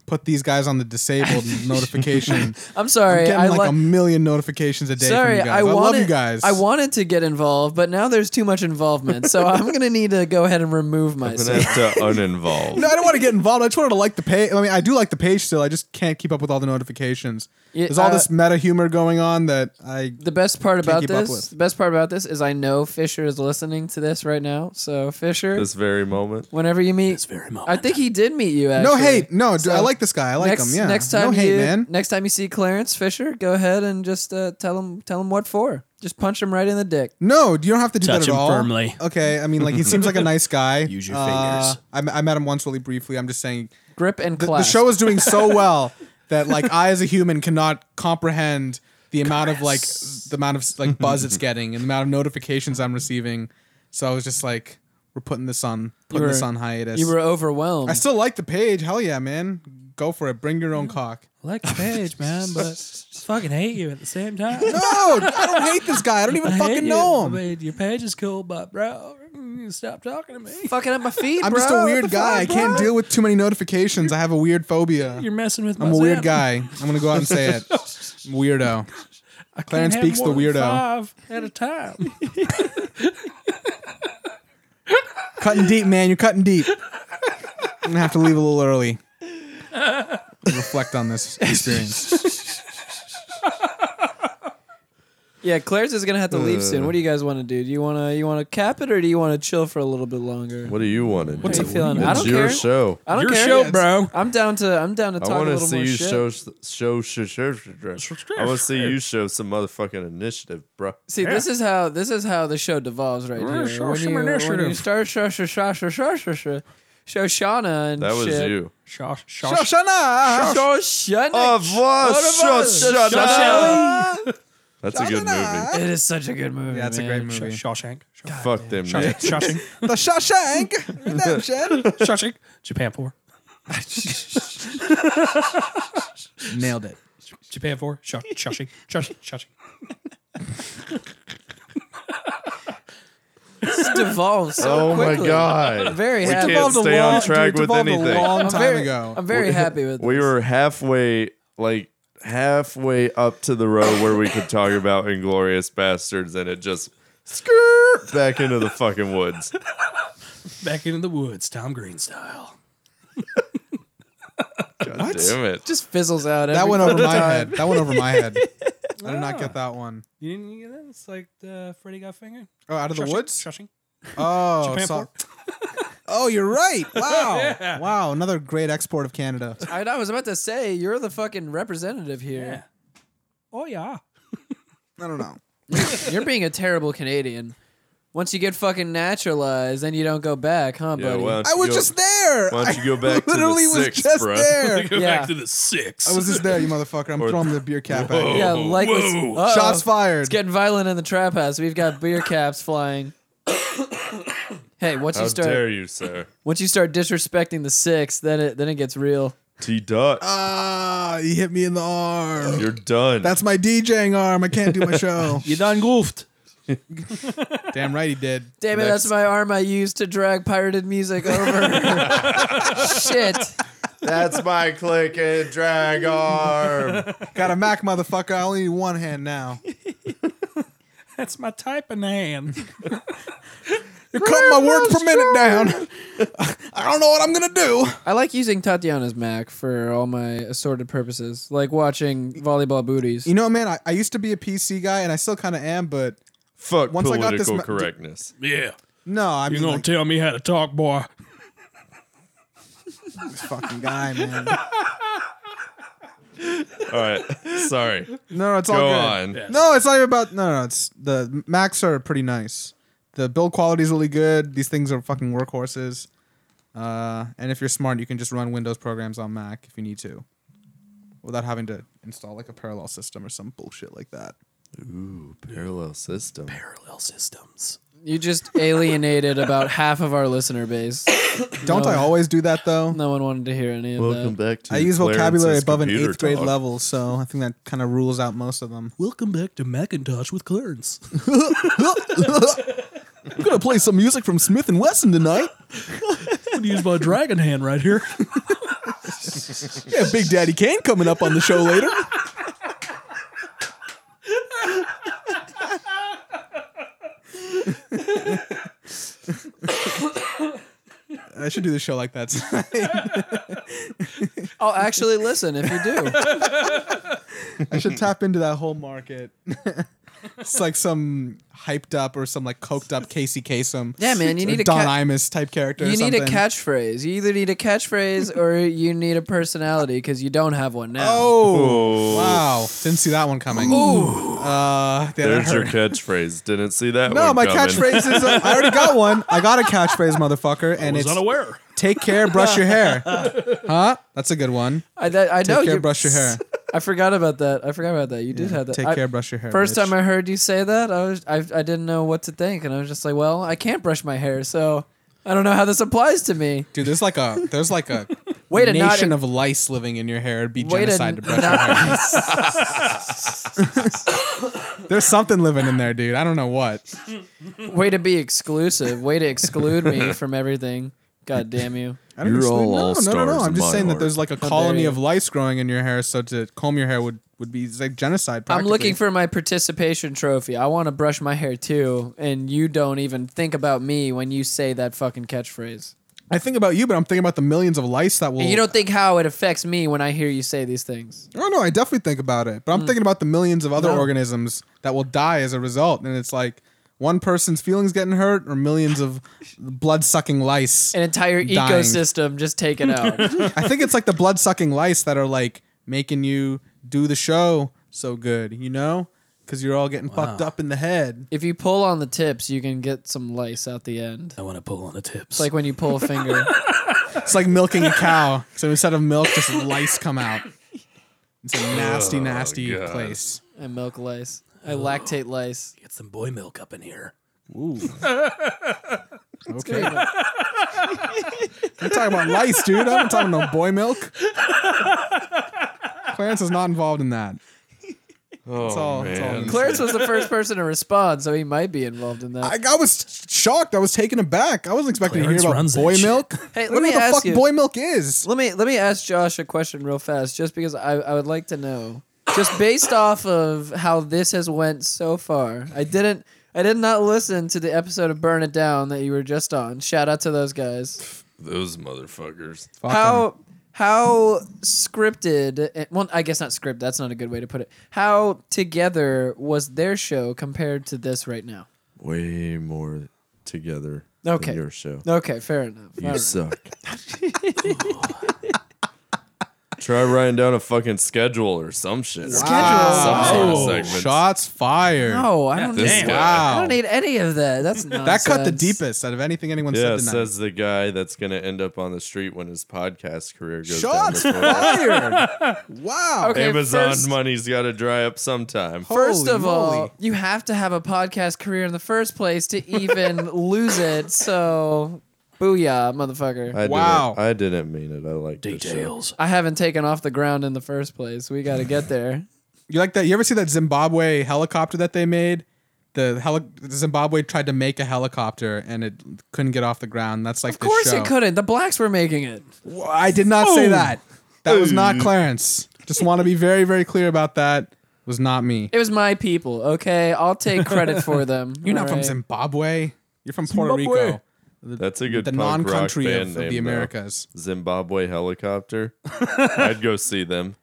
put these guys on the disabled notification.
I'm
I'm
sorry.
getting
I
like
like.
a million notifications a day.
Sorry,
from you guys. I,
wanted,
love you guys.
I wanted to get involved, but now there's too much involvement, so I'm gonna need to go ahead and remove
I'm gonna
myself.
have to uninvolve.
No, I don't want to get involved. I just wanted to like the page. I mean, I do like the page still. I just can't keep up with all the notifications.
Yeah,
There's all
uh,
this meta humor going on that I.
The best part about
keep up
this,
with.
the best part about this is I know Fisher is listening to this right now. So Fisher,
This very moment.
whenever you meet,
very much.
I think he did meet you. Actually.
no hate. No, dude,
So,
I like this guy. I like
next,
him. Yeah.
Next time
no hate,
you,
man.
next time you see Clarence Fisher, go ahead and just uh, tell him, tell him what for. Just punch him right in the dick.
No, you don't have to do
Touch
that at
him
all.
firmly.
Okay, I mean, like he seems like a nice guy. Uh,
Use your fingers.
I, I met him once really briefly. I'm just saying
Grip and
the,
clasp.
the show is doing so well that like I as a human cannot comprehend the amount of like the amount of like buzz it's getting and the amount of notifications I'm receiving. So I was just like, we're putting this on putting
were-
this on hiatus.
you were
I
overwhelmed.
still like the page. Hell yeah, man. Go for it. Bring your own cock.
I like the page, man, but I fucking hate you at the same time.
No, Oh, I don't hate this guy. I don't even
I hate
fucking
you.
know him.
I mean, your page is cool, but bro, you stop talking to me.
Fucking up my feet.
I'm
bro.
just a
What
weird
the
guy. I
fuck,
can't
bro?
deal with too many notifications. I have a weird phobia.
You're messing with my.
I'm a weird
Xanax.
guy. I'm gonna go out and say it. Weirdo.
I can't
Clarence
have
Beak's
more
the
than
weirdo.
Five at a time.
Cutting deep, man. You're cutting deep. I'm gonna have to leave a little early. Reflect on this experience.
Yeah, Clarence is gonna have to
Uh.
leave soon. What do you guys want to do? Do you wanna you wanna cap it or do you wanna chill for a little bit longer?
What do you want?
What's it feeling? I
It's
don't
your
care.
show.
I don't
Your
care.
show, bro.
I'm down to I'm down to talk
I
a
want to
little
see
more
you
shit.
show show show show. show I want to see you show some motherfucking initiative, bro.
See, this is how this is how the show devolves right here.
show
when,
some
you, when you
initiative.
start show show show show show show show show Shauna and
That was
shit.
you. Oh,
Shosh, shosh.
Shoshana!
Show Shauna.
Au
Au
revoir,
revoir,
Shoshana.
Shoshana.
That's a good movie.
It is such a good movie.
Yeah, it's a
man.
great movie.
Shawshank.
Fuck them. Nick.
Shawshank.
The Shawshank Redemption.
Shawshank. Japan 4.
Nailed it.
Japan 4. Shaw- Shawshank. Shawshank. Shawshank.
This devolves so
Oh my
quickly.
god.
Very
We
happy.
can't stay on track with anything.
long
I'm
time
very,
ago.
I'm very happy with
We
this.
were halfway, like halfway up to the road where we could talk about Inglorious Bastards, and it just skirt back into the fucking woods.
Back into the woods, Tom Green style.
God damn it.
Just fizzles out.
That
every
went over
fucking
my
time.
head. That went over my head. I did not get that one.
You didn't get that? It's like uh, Freddy got fingered.
Oh, out of the
Shushing,
woods.
Shushing.
Oh,
Japan
so-
pork.
oh, you're right. Wow,
Yeah.
wow, another great export of Canada.
I, I was about to say you're the fucking representative
Yeah.
here.
Oh, yeah.
I don't know.
You're being a terrible Canadian. Once you get fucking naturalized, then you don't go back, huh,
Yeah,
buddy?
why don't
I
you
was
go-
just there.
Why don't you go back
I literally
to the
was
six,
just
bro?
there.
Go
Yeah.
back to the six.
I was just there, you motherfucker. I'm
Or-
throwing the beer cap at you.
yeah, like what's-
whoa.
uh-oh.
Shots fired.
It's getting violent in the trap house. We've got beer caps flying. hey, once
How
you start
dare you, sir?
once you start disrespecting the six, then it then it gets real.
T Dot,
Ah, he hit me in the arm.
you're done.
That's my DJing arm. I can't do my show.
You done goofed.
Damn right he did.
Damn it, that's my arm I used to drag pirated music over. Shit.
That's my click and drag arm.
Got a Mac, motherfucker. I only need one hand now.
That's my typing hand.
You're cutting my word per minute down. I don't know what I'm gonna do.
I like using Tatiana's Mac for all my assorted purposes, like watching volleyball booties.
You know, man, I, I used to be a PC guy, and I still kind of am, but
Fuck
Once I
political
got this ma-
correctness.
Yeah.
no, I
You
mean,
gonna
like,
tell me how to talk, boy?
this fucking guy, man.
All right, sorry.
No, no, it's all
Go
good.
on.
No, it's not even about. No, no, it's the Macs are pretty nice. The build quality is really good. These things are fucking workhorses. Uh, and if you're smart, you can just run Windows programs on Mac if you need to, without having to install like a parallel system or some bullshit like that.
Parallel system.
Parallel systems.
You just alienated about half of our listener base.
Don't
No.
I always do that though?
No one wanted to hear any of
Welcome
that.
back to
I use vocabulary
Clarence's
above an
computer
eighth grade
talk.
level, so I think that kind of rules out most of them.
Welcome back to Macintosh with Clarence.
I'm gonna play some music from Smith and Wesson tonight.
I'm gonna use my dragon hand right here.
Yeah, Big Daddy Kane coming up on the show later. I should do the show like that.
I'll actually listen if you do.
I should tap into that whole market. it's like some hyped up or some like coked up Casey Kasem.
Yeah, man, you
or
need a
Don
ca-
Imus type character. or
You need a
something.
catchphrase. You either need a catchphrase or you need a personality because you don't have one now.
Oh, wow! Didn't see that one coming. Ooh, uh, yeah, that
There's your
hurt.
catchphrase. Didn't see that.
No,
one
my
coming.
catchphrase is uh, I already got one. I got a catchphrase, motherfucker, and
Was
it's
unaware.
take care, brush your hair. Huh? That's a good one.
I, that, I know
Take care,
you-
brush your hair.
I forgot about that. I forgot about that. You did have that.
Take
I-
care, brush your hair.
First
bitch.
time I heard you say that, I was I, I didn't know what to think, and I was just like, well, I can't brush my hair, so I don't know how this applies to me.
Dude, there's like a there's like a
Way to not
nation of lice living in your hair. It'd be
way to
genocide to, brush your hair.
not,
There's something living in there, dude. I don't know what.
way to be exclusive. Way to exclude me from everything. God damn you.
I don't
You're
actually-
all
no, no, no,
all-stars
no. I'm
in
just
my
saying that
heart.
there's like a
dare
colony
you.
of lice growing in your hair, so to comb your hair would would be it's like genocide.
I'm looking
practically.
for my participation trophy. I want to brush my hair too, and you don't even think about me when you say that fucking catchphrase.
I think about you, but I'm thinking about the millions of lice that will.
And you don't think how it affects me when I hear you say these things.
Oh no, I definitely think about it, but I'm thinking about the millions of other
No.
organisms that will die as a result, and it's like one person's feelings getting hurt or millions of blood sucking lice.
An entire
Dying.
ecosystem just taken out.
I think it's like the blood sucking lice that are like making you do the show so good, you know, because you're all getting fucked up in the head.
if you pull on the tips, you can get some lice out the end.
I want to pull on the tips.
It's like when you pull a finger.
It's like milking a cow, so instead of milk, just lice come out. It's a nasty, nasty
God.
place.
I milk lice. I lactate lice.
get some boy milk up in here.
Okay, I'm talking about lice, dude. I'm not talking no boy milk. Clarence is not involved in that.
Oh,
It's all- it's all
man.
in-
Clarence was the first person to respond, so he might be involved in that.
I, I was shocked. I was taken aback. I wasn't expecting
Clarence
to hear about
runs that
boy
shit.
milk.
Hey,
I
let
don't know
me
what the
ask
fuck
you-
boy milk is.
Let me let me ask Josh a question real fast, just because I, I would like to know, just based off of how this has went so far. I didn't I did not listen to the episode of Burn It Down that you were just on. Shout out to those guys.
Those motherfuckers.
Fuck 'em.
How how scripted? eh, Well, I guess not script. That's not a good way to put it. How together was their show compared to this right now?
Way more together
Okay.
than your show.
Okay, fair enough.
You
All right.
suck. Try writing down a fucking schedule or some shit. Some sort of segments.
Oh, Shots fired.
No, I don't
This
need.
guy.
I
Wow.
don't need any of that. That's
That cut the
nonsense.
deepest out of anything anyone
Yeah,
said tonight.
says the guy that's gonna end up on the street when his podcast career goes
Shots
down. the toilet.
fired. wow.
Okay,
Amazon
first-
money's got to dry up sometime.
First
Holy
of all,
moly.
you have to have a podcast career in the first place to even lose it. So, booyah,
Uh,
motherfucker.
I
Wow.
Didn't, I didn't mean it. I like details.
I haven't taken off the ground in the first place. We got to get there.
You like that? You ever see that Zimbabwe helicopter that they made? The heli- Zimbabwe tried to make a helicopter and it couldn't get off the ground. That's like
Of course
the show.
it couldn't. The blacks were making it.
Well, I did not say that. That was not Clarence. Just want to be very, very clear about that. It was not me.
It was my people, okay? I'll take credit for them.
You're not from
alright?
Zimbabwe. You're from Puerto
Zimbabwe.
Rico,
That's a good
the
punk rock
non-country
band
of, of
name,
the
though.
Americas.
Zimbabwe helicopter. I'd go see them.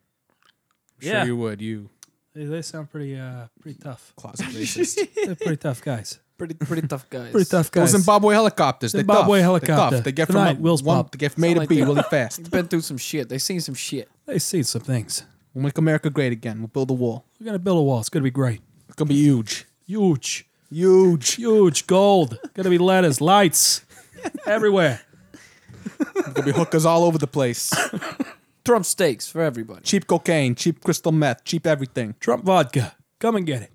Yeah,
Sure, you would. You
they, they sound pretty uh pretty tough.
closet racist.
They're pretty tough guys.
Pretty, pretty tough guys.
Pretty tough
Those
guys.
Zimbabwe helicopters.
Zimbabwe
they tough. They
helicopter.
tough. They get
Tonight,
from
Will's
one,
Pop.
they get from A to
Sound
B
like
really fast.
Been through some shit. They seen some shit.
They see some things.
We'll make America great again. We'll build a wall.
We're gonna build a wall. It's gonna be great.
It's gonna be huge.
Huge,
Huge.
huge gold. Gonna be letters, lights everywhere.
There'll be hookers all over the place.
Trump steaks for everybody.
cheap cocaine, cheap crystal meth, cheap everything.
Trump vodka. Come and get it.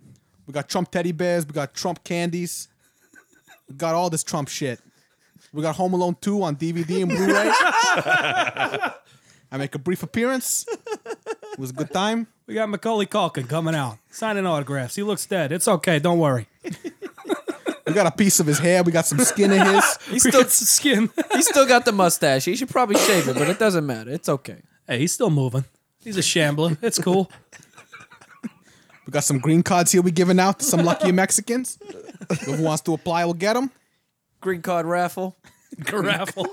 We got Trump teddy bears. We got Trump candies. We got all this Trump shit. We got Home Alone 2 on DVD and Blu-ray. I make a brief appearance. It was a good time.
We got Macaulay Culkin coming out, signing autographs. He looks dead. It's okay. Don't worry.
We got a piece of his hair. We got some skin in his.
He's
We
still,
got some skin.
he's still got the mustache. He should probably shave it, but it doesn't matter. It's okay.
hey, he's still moving. He's a shambler. It's cool.
We got some green cards here we giving out to some lucky Mexicans. Whoever wants to apply will get them.
Green card raffle.
Gravel.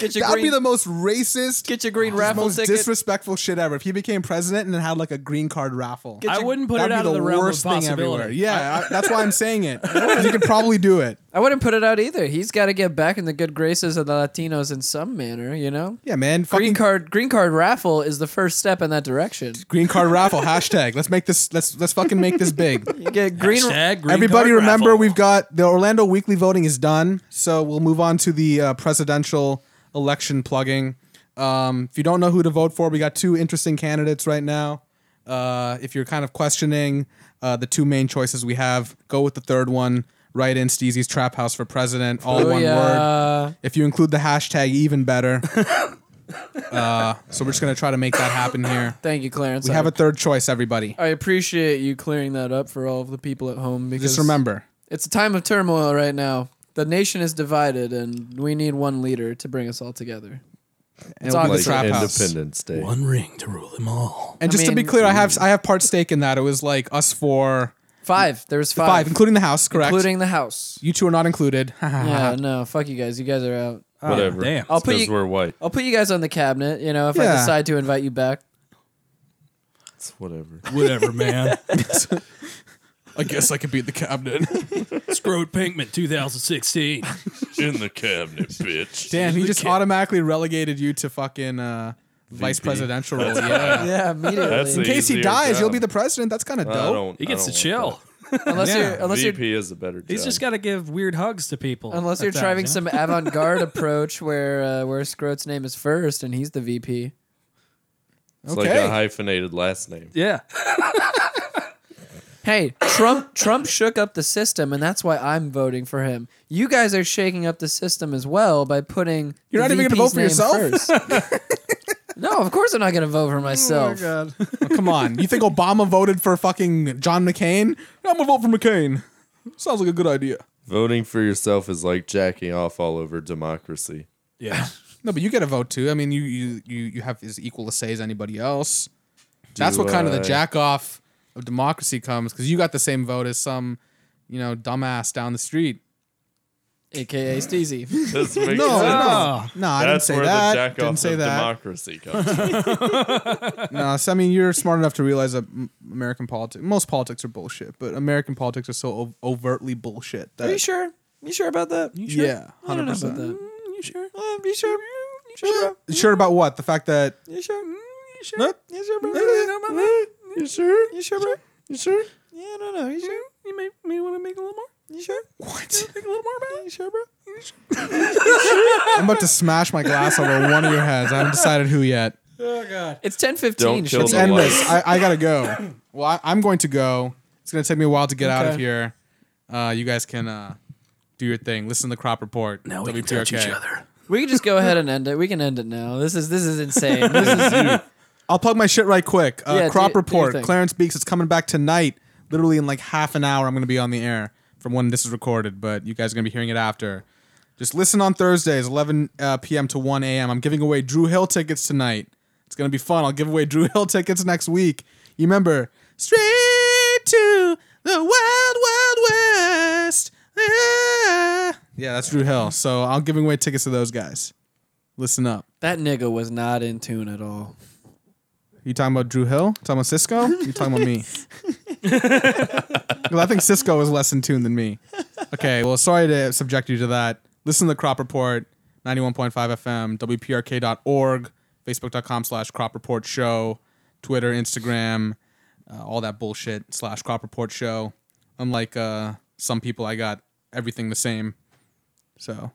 Get your
That would
green,
be the most racist,
get your green raffle
most
ticket.
disrespectful shit ever. If he became president and then had like a green card raffle.
Get
I
your-
wouldn't put it
That'd
out
be
of the realm of
worst thing everywhere.
possibility.
Yeah, I, that's why I'm saying it. You could probably do it.
I wouldn't put it out either. He's got to get back in the good graces of the Latinos in some manner, you know.
Yeah, man. Fucking
Green
green,
card, green card raffle is the first step in that direction.
card raffle hashtag. Let's make this. Let's let's fucking make this big.
You get green.
Hashtag green
Everybody,
card
remember
raffle.
we've got the Orlando weekly voting is done, so we'll move on to the uh, presidential election plugging. Um, if you don't know who to vote for, we got two interesting candidates right now. Uh, if you're kind of questioning uh, the two main choices we have, go with the third one. Write in Steezy's Trap House for president,
Oh,
all
Oh,
one word.
Booyah.
If you include the hashtag, even better. uh, so we're just gonna try to make that happen here.
Thank you, Clarence.
We have a third choice, everybody.
I appreciate you clearing that up for all of the people at home because
Just remember,
it's a time of turmoil right now. The nation is divided, and we need one leader to bring us all together. It's
it'll be
on
the
Like
Trap
trap house.
Independence Day.
One ring to rule them all.
I
And just to be
mean-
clear, I have I have part stake in that. It was like us four,
Five. There was
five,
five,
including the house, correct?
including the House.
you two are not included.
Yeah, no, fuck you guys. You guys are out.
Whatever.
damn.
I'll put
Because
you-
we're white.
I'll put you guys on the cabinet. You know, if I
Yeah.
decide to invite you back.
It's whatever.
Whatever, man.
I guess I could be the cabinet.
Screwed Pinkman 2016.
In the cabinet, bitch.
Damn, he just automatically relegated you to fucking uh, vice presidential role. Yeah.
Yeah, immediately.
That's
In case he
Easier
dies,
job.
you'll be the president. That's kind of
I
dope.
don't.
He
I
gets to
don't
chill.
want
unless
Yeah.
you're unless
that.
you're
VP is a better.
He's
job.
just got to give weird hugs to people.
unless you're
at times,
driving
you know?
some avant-garde approach where uh, where Scroat's name is first and he's the VP.
It's like
Okay.
a hyphenated last name.
Yeah.
Hey, Trump Trump shook up the system and that's why I'm voting for him. You guys are shaking up the system as well by putting
You're
the
not even gonna vote
VP's
for
name first. no, of course I'm not going to vote for myself.
Come on. You think Obama voted for fucking John McCain? I'm gonna vote for McCain. Sounds like a good idea.
Voting for yourself is like jacking off all over democracy.
Yeah.
No, but you get a vote too. I mean, you you you, you have as equal a say as anybody else. That's
Do
what kind of
I-
the jack off of democracy comes because you got the same vote as some, you know, dumbass down the street.
AKA Steezy.
This makes
No,
sense.
no, no, I didn't
That's
say
where the
that.
jack
Didn't
off
say
of
that.
democracy comes. from.
No, so, I mean you're smart enough to realize that m- American politics, most politics are bullshit, but American politics are so o- overtly bullshit. That,
Are you sure? You sure about that? You
Yeah,
I don't
hundred
know about that.
percent.
You sure? Uh, you sure? You sure, bro?
Sure about what? The fact that
You sure? Mm, You sure?
Huh?
You sure, bro?
Eh,
You know about that?
you sure?
You sure, bro?
You sure?
Yeah, I don't know. You sure? You may, may want to make a little more. You sure? What? Make a little more, bro. You sure, bro?
I'm about to smash my glass over one of your heads. I haven't decided who yet.
Oh god.
It's ten
Don't kill
It's
the
endless.
lights.
I, I gotta go. Well, I, I'm going to go. It's gonna take me a while to get out of
Okay.
here. Uh, you guys can uh, do your thing. Listen to the crop report. Now we touch each other.
We can just go ahead and end it. We can end it now. This is this is insane. This is
I'll plug my shit right quick. Uh,
Yeah, do
crop
your- do your
report.
thing.
Clarence Beeks. It's coming back tonight. Literally in like half an hour, I'm gonna be on the air from when this is recorded. But you guys are gonna be hearing it after. Just listen on Thursdays, 11 uh, p.m. to 1 a.m. I'm giving away Drew Hill tickets tonight. It's gonna be fun. I'll give away Drew Hill tickets next week. You remember? Straight to the wild, wild west. Ah. Yeah, that's Drew Hill. So I'm giving away tickets to those guys. Listen up.
that nigga was not in tune at all.
You talking about Drew Hill? Talking about Cisco? You talking about me? 'Cause I think Cisco is less in tune than me. Okay, well, sorry to subject you to that. Listen to the Crop Report, 91.5 FM, WPRK.org, Facebook.com slash Crop Report Show, Twitter, Instagram, uh, all that bullshit slash Crop Report Show. Unlike uh, some people, I got everything the same. So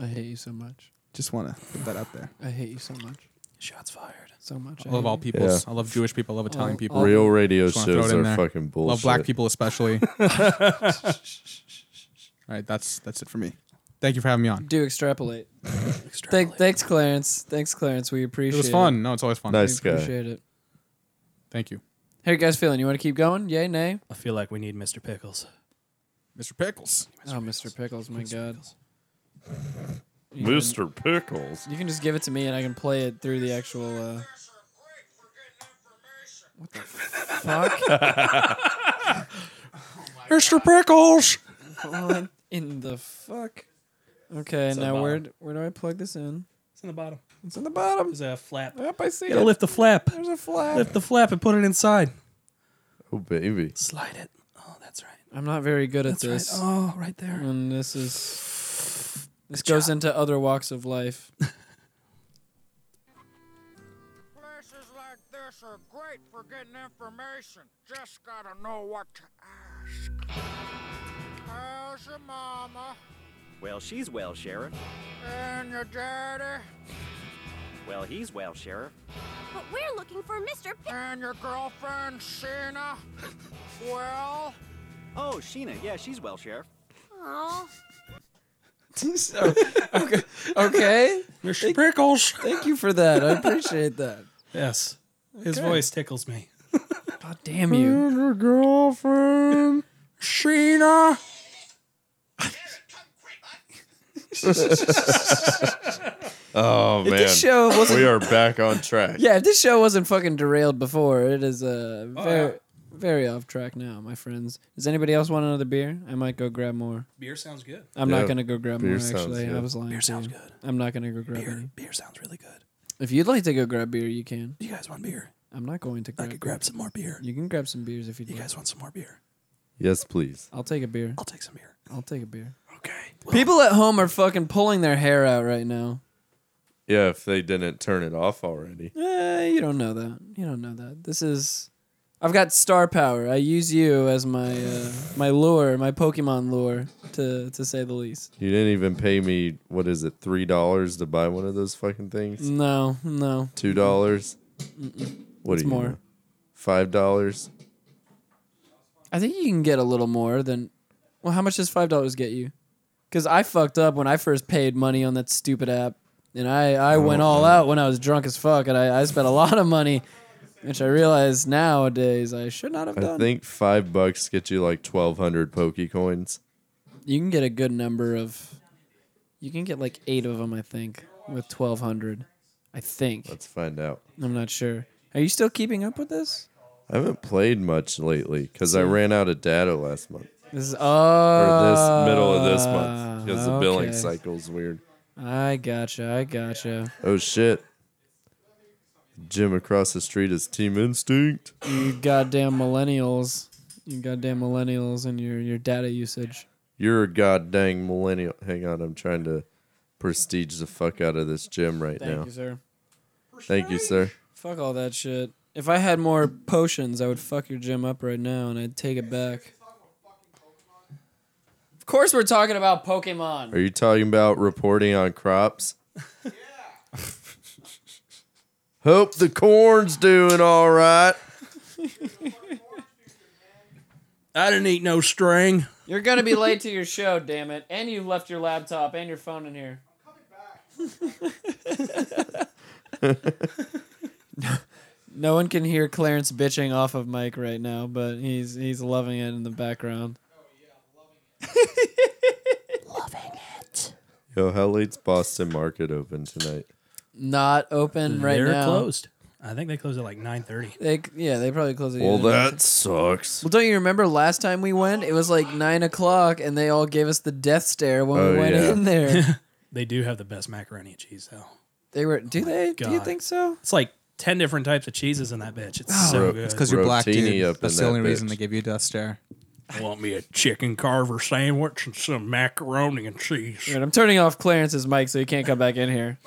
I hate you so much.
just want to put that out there.
I hate you so much. Shots fired. So much.
I
Oh.
love all peoples.
Yeah.
I love Jewish people. I love Italian
All-
people.
all-
Real radio
Just wanna throw
shows
it in
are
there.
fucking bullshit.
Love black people especially. All right, that's that's it for me. Thank you for having me on.
Do extrapolate. Thank, thanks, Clarence. Thanks, Clarence. We appreciate
It
it.
was fun. No, it's always fun.
We
Nice guy.
appreciate it.
Thank you,
How you guys feeling? You want to keep going? Yay, nay?
I feel like we need Mr. Pickles.
Mr. Pickles.
Oh, Mr. Pickles, my Oh, god. You can-
Mr. Pickles.
You can just give it to me and I can play it through the actual. Uh... What the fuck?
Mr. Pickles.
What Oh, in the fuck? Okay, now
bottom.
where d- where do I plug this in?
It's in the bottom.
It's in the bottom.
There's a flap.
Yep, I see
Gotta
it.
lift the flap.
There's a flag.
Lift the flap and put it inside.
Oh baby.
Slide it. Oh, that's right.
I'm not very good at
That's right.
this.
Oh, right there.
And this is this goes into other walks of life.
Places like this are great for getting information. Just gotta know what to ask. How's your mama
Well, she's well, Sheriff.
and your daddy
Well, he's well, Sheriff.
But we're looking for Mr. Pick.
and your girlfriend Sheena? Well,
Oh, Sheena. Yeah, she's well, Sheriff.
Aw,
Okay,
Mr. Pickles.
thank you for that. I appreciate that.
Yes. His voice tickles me.
God damn you!
girlfriend, Sheena.
Oh man.
This show wasn't.
We are back on track.
Yeah, if this show wasn't fucking derailed before, it is uh, very, very off track now, my friends. Does anybody else want another beer? I might go grab more.
Beer sounds good.
I'm
Yeah,
not gonna go grab
beer
more.
sounds
Actually, I
good.
was lying.
Beer
to
sounds
you.
good.
I'm not gonna go grab
Beer,
any.
beer sounds really good.
If you'd like to go grab beer, you can.
You guys want beer?
I'm not going
I
to grab.
could grab some more beer.
You can grab some beers if you'd
You
like.
guys want some more beer?
Yes, please.
I'll take a beer.
I'll take some beer.
I'll take a beer.
Okay.
People at home are fucking pulling their hair out right now.
Yeah, if they didn't turn it off already.
Eh, you don't know that. You don't know that. This is. I've got star power. I use you as my uh, my lure, my Pokemon lure, to to say the least.
You didn't even pay me what is it, three dollars to buy one of those fucking things?
No, no,
Two dollars? What
it's
do you
more.
know? Five dollars?
I think you can get a little more than. Well, how much does five dollars get you? Because I fucked up when I first paid money on that stupid app, and I I
Oh,
went all out when I was drunk as fuck, and I I spent a lot of money, which I realize nowadays I should not have
I
done.
think five bucks gets you like twelve hundred pokey coins.
you can get a good number of you can get like eight of them i think with 1200 i think
Let's find out.
i'm not sure are you still keeping up with this
I haven't played much lately because I ran out of data last month.
This is oh,
or this middle of this month because the billing
okay.
cycle's weird.
I gotcha. I gotcha.
Oh shit! Jim across the street is Team Instinct.
You goddamn millennials. You goddamn millennials and your your data usage.
You're a goddamn millennial. Hang on, I'm trying to prestige the fuck out of this gym right
Thank
now.
you, sir.
Thank you, sir.
Fuck all that shit. If I had more potions, I would fuck your gym up right now and I'd take it back. Of course, we're talking about Pokemon.
Are you talking about reporting on crops? Hope the corn's doing all right.
I didn't eat no string.
You're gonna be late to your show, damn it! And you left your laptop and your phone in here. No one can hear Clarence bitching off of Mike right now, but he's he's loving it in the background.
Yo, how late's Boston Market open tonight?
Not open right
They're
now.
closed. I think they closed at like nine thirty.
They yeah, they probably close it.
Well,
either.
that sucks.
Well, don't you remember last time we went? It was like nine o'clock, and they all gave us the death stare when we
Oh,
went
yeah.
in there.
They do have the best macaroni and cheese though.
they were. Do they? Do you
God.
think so?
It's like ten different types of cheeses in that bitch. It's so
Bro,
good.
It's because you're black,
Rotini
dude.
up
That's
in
the
that
only reason
bitch.
they give you a death stare.
I want me a chicken carver sandwich and some macaroni and cheese.
Wait, I'm turning off Clarence's mic so he can't come back in here.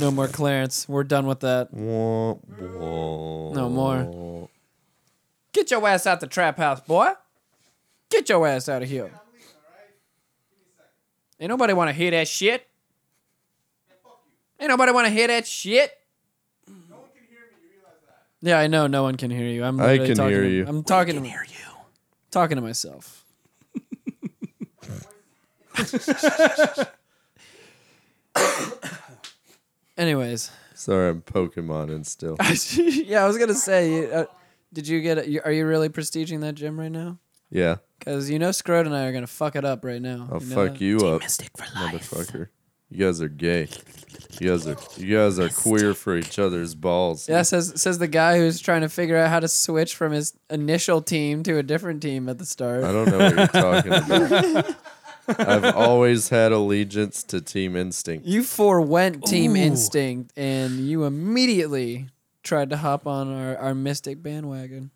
No more Clarence. We're done with that.
Wah, wah.
No more. Get your ass out the trap house, boy. Get your ass out of here. Ain't nobody want to hear that shit. Ain't nobody want to hear that shit. Yeah, I know no one can hear you. I'm
I
literally
can
talking
hear
to-
you.
I'm talking to hear you. Talking to myself. Anyways,
Sorry, I'm Pokemon and still.
yeah, I was gonna say, uh, did you get? A, are you really prestiging that gym right now?
Yeah,
Because you know Scrode and I are gonna fuck it up right now.
I'll
You know
Oh, fuck
that?
you up, motherfucker. You guys are gay. You guys are you guys are queer for each other's balls.
Yeah, says says the guy who's trying to figure out how to switch from his initial team to a different team at the start.
I don't know what you're talking about. I've always had allegiance to Team Instinct.
You forewent Team Instinct and you immediately tried to hop on our, our Mystic bandwagon.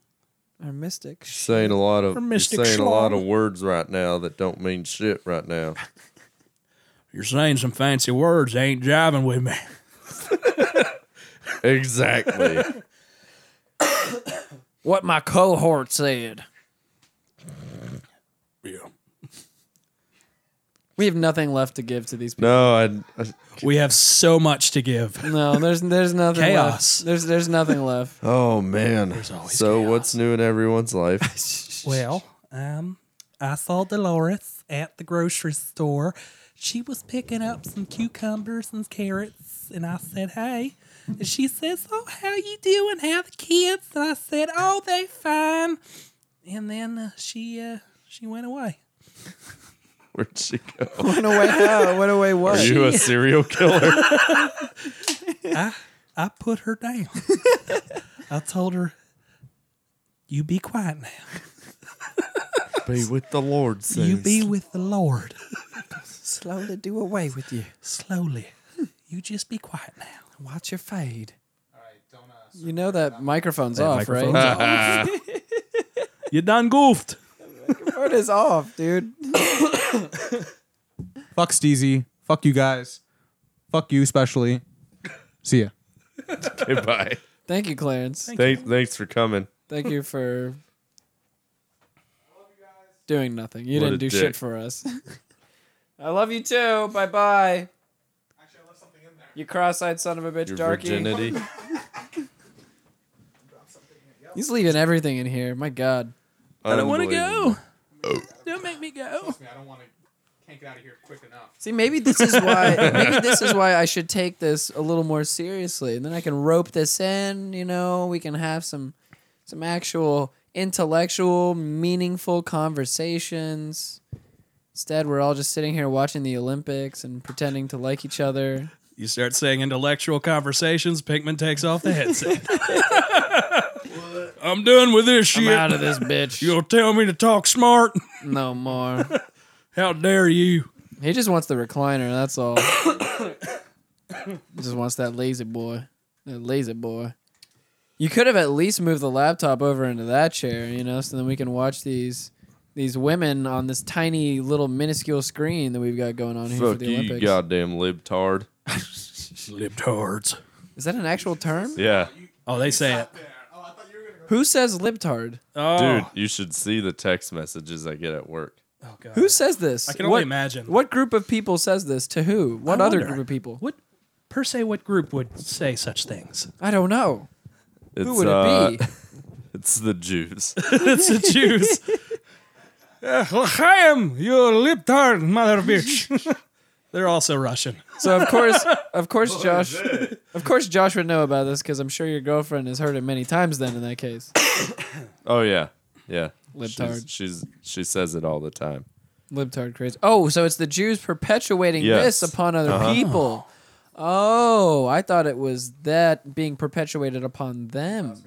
Our Mystic.
Saying a lot of
Or
you're
Mystic
saying a lot of
Schlong.
words right now that don't mean shit right now.
You're saying some fancy words, they ain't jiving with me.
Exactly.
What my cohort said.
Yeah.
We have nothing left to give to these people.
No, I, I
We have so much to give.
No, there's there's nothing
Chaos.
left. There's there's nothing left.
Oh man.
There's always
So what's new in everyone's life?
Well, um, I saw Dolores at the grocery store. She was picking up some cucumbers and carrots, and I said, "Hey," and she says, "Oh, how you doing? How the kids?" And I said, "Oh, they fine." And then uh, she uh, she went away.
Where'd she go?
Went away
Oh,
how? Went away what?
Are you a serial killer?
I I put her down. I told her, "You be quiet now.
Be with the Lord, says.
You be with the Lord
Slowly do away with you.
slowly. You just be quiet now."
Watch your fade. You know that microphone's
That
off,
microphone's
right?
You done goofed.
Microphone is off, dude.
Fuck Steezy. Fuck you guys. Fuck you especially. See ya.
Goodbye.
Thank you, Clarence. Thank,
Thanks, thanks for coming.
you for doing nothing. You
What
didn't do
a dick.
shit for us. I love you too. Bye bye. You cross-eyed son of a bitch,
Your
darky.
virginity.
He's leaving everything in here. My God.
I don't want to
go. Don't make me go.
I don't want to. Can't get out of here quick enough.
See, maybe this is why. maybe this is why I should take this a little more seriously, and then I can rope this in. You know, we can have some, some actual intellectual, meaningful conversations. Instead, we're all just sitting here watching the Olympics and pretending to like each other.
You start saying intellectual conversations, Pinkman takes off the headset. I'm done with this shit.
out of this bitch.
You'll tell me to talk smart.
No more.
How dare you?
He just wants the recliner. That's all. He just wants that lazy boy. That lazy boy. You could have at least moved the laptop over into that chair, you know, so then we can watch these these women on this tiny little minuscule screen that we've got going on here for
Fuck
the
you, you
Olympics.
goddamn libtard.
libtards.
Is that an actual term?
Yeah.
Oh, they say it. Oh.
Who says libtard?
Dude, you should see the text messages I get at work.
Oh,
Who
Uh,
says this?
I can only
What-
imagine.
What group of people says this to who? What
I
other
wonder.
group of people?
What per se? What group would say such things?
I don't know.
It's,
who would
uh,
it be?
It's the Jews.
it's the Jews. Uh, L'chaim, you libtard mother bitch. They're also Russian.
So of course, of course, Josh, of course, Josh would know about this because I'm sure your girlfriend has heard it many times. Then in that case,
Oh yeah, yeah.
Libtard.
She's, she's she says it all the time.
libtard crazy. Oh, so it's the Jews perpetuating
Yes.
this upon other
Uh-huh.
people. Oh, I thought it was that being perpetuated upon them.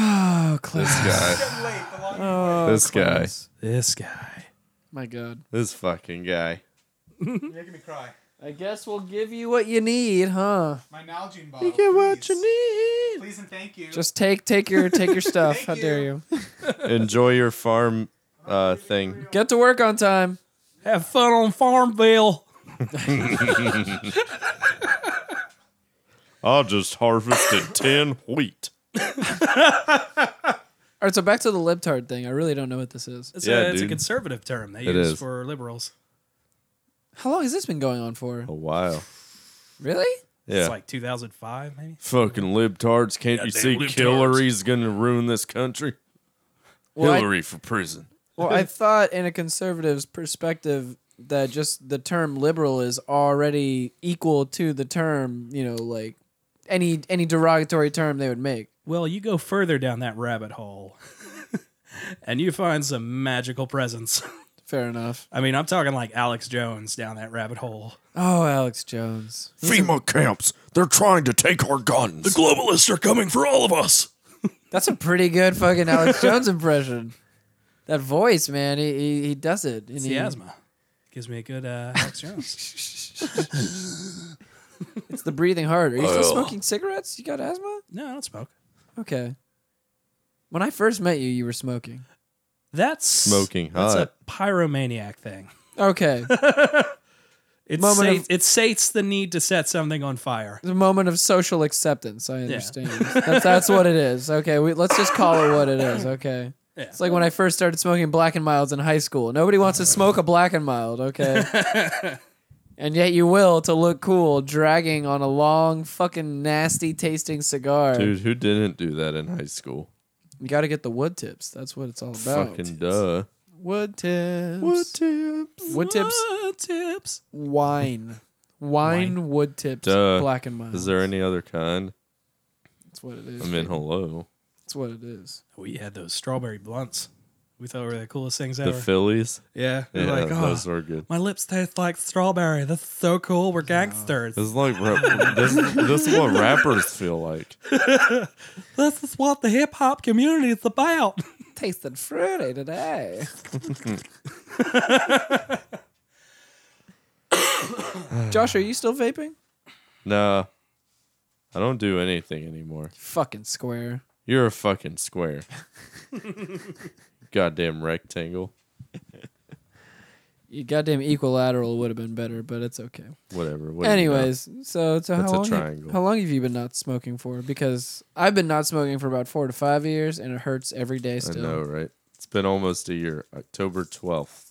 Oh, Cliff.
This guy.
Oh,
this guy.
Clarence.
This guy.
My God.
This fucking guy.
making me cry.
I guess we'll give you what you need, huh?
My Nalgene bottle.
You get what you need.
Please and thank you.
Just take take your take your stuff. How dare you?
Enjoy your farm uh, thing.
Get to work on time.
Have fun on Farmville.
I just harvested ten wheat.
All right, so back to the libtard thing. I really don't know what this is.
It's,
Yeah,
a, it's a
dude.
conservative term they
It
use
is.
for liberals.
How long has this been going on for?
A while.
Really?
Yeah.
It's like 2005, maybe.
fucking libtards. Can't you
Goddamn
see
libtards.
Hillary's gonna ruin this country?
Well, I-
Hillary for prison.
Well, I thought in a conservative's perspective that just the term liberal is already equal to the term, you know, like any any derogatory term they would make.
Well, you go further down that rabbit hole and you find some magical presence.
Fair enough.
I mean, I'm talking like Alex Jones down that rabbit hole.
Oh, Alex Jones.
FEMA camps. They're trying to take our guns. The globalists are coming for all of us.
That's a pretty good fucking Alex Jones impression. That voice, man, he he, he does it. and
It's
he-
the asthma. Gives me a good uh, Alex Jones.
It's the breathing hard. Are you still
Ugh.
smoking cigarettes? You got asthma?
no, I don't smoke.
Okay. When I first met you, you were smoking.
That's
Smoking
That's
hot.
a pyromaniac thing.
Okay.
It,
Moment
sate-
of-
it sates the need to set something on fire.
the moment of social acceptance. I understand. that's, that's what it is. Okay, we, let's just call it what it is. Okay. It's like when I first started smoking Black and Milds in high school. Nobody wants to smoke a Black and Mild, okay? and yet you will to look cool, dragging on a long, fucking nasty tasting cigar.
Dude, who didn't do that in high school?
You got to get the wood tips. That's what it's all about.
Fucking duh.
Wood tips.
Wood tips.
Wood tips.
Wood tips.
Wine. Wine, wood tips.
Duh.
Black and mild.
Is there any other kind?
That's what it
I
is.
mean, hello.
That's what it is.
We Oh, had those strawberry blunts. We thought were the coolest things
The
ever.
Phillies?
Yeah,
Yeah,
we're like, "Oh,
"Ah."
those were good.
My lips taste like strawberry. That's so cool. We're gangsters.
This is like rap- this, this is what rappers feel like.
This is what the hip hop community is about.
Tasted fruity today. Josh, are you still vaping?
nah. I don't do anything anymore.
Fucking square.
You're a fucking square. Goddamn rectangle.
You goddamn equilateral would have been better, but it's okay.
Whatever. what do you know?
Anyways, so so how
That's a
long,
triangle.
how long have you been not smoking for? Because I've been not smoking for about four to five years, and it hurts every day
I
still.
know, right? It's been almost a year. October 12th.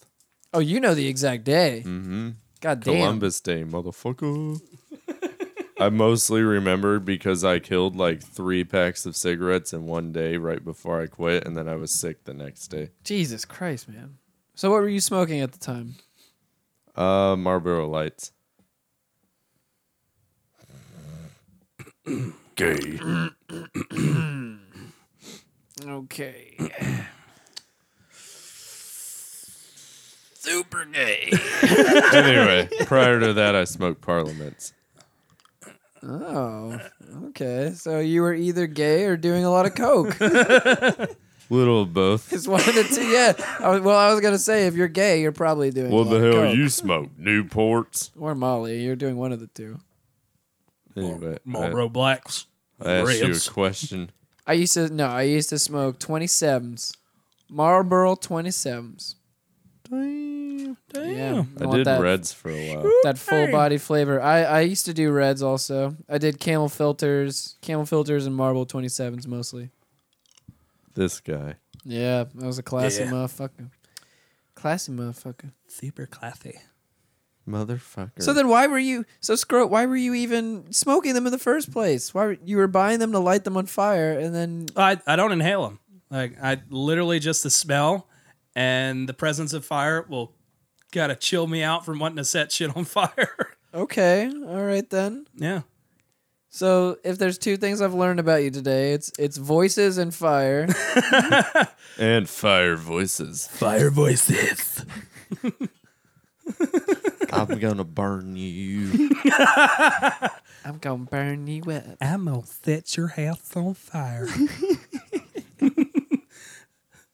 Oh, you know the exact day.
Mm-hmm.
God damn.
Columbus Day, motherfucker. I mostly remember because I killed like three packs of cigarettes in one day right before I quit, and then I was sick the next day.
Jesus Christ, man. So what were you smoking at the time?
Uh, Marlboro Lights. Gay.
Okay.
Super gay.
anyway, prior to that, I smoked Parliaments.
Oh, okay. So you were either gay or doing a lot of coke.
Little of both.
it's one of the two. Yeah. I was, well, I was gonna say if you're gay, you're probably doing.
What
a
the
lot of
hell
coke.
you smoke? Newports.
Or Molly, you're doing one of the two.
Anyway,
Marlboro
I-
Blacks.
I asked you
Ribs.
a question.
I used to no, I used to smoke twenty sevens, Marlboro twenty sevens. Damn,
I did reds for a while.
That full body flavor. I, I used to do reds also. I did camel filters, camel filters, and marble twenty sevens mostly.
This guy.
Yeah, that was a classy
Yeah.
motherfucker. Classy motherfucker.
Super classy.
Motherfucker.
So then, why were you so scro? Why were you even smoking them in the first place? Why were, you were buying them to light them on fire, and then
I, I don't inhale them. Like I literally just the smell and the presence of fire will gotta chill me out from wanting to set shit on fire.
okay, all right then.
Yeah.
So if there's two things I've learned about you today, it's it's voices and fire.
And fire voices.
Fire voices.
I'm gonna burn you.
I'm gonna burn you up.
I'm gonna set your house on fire.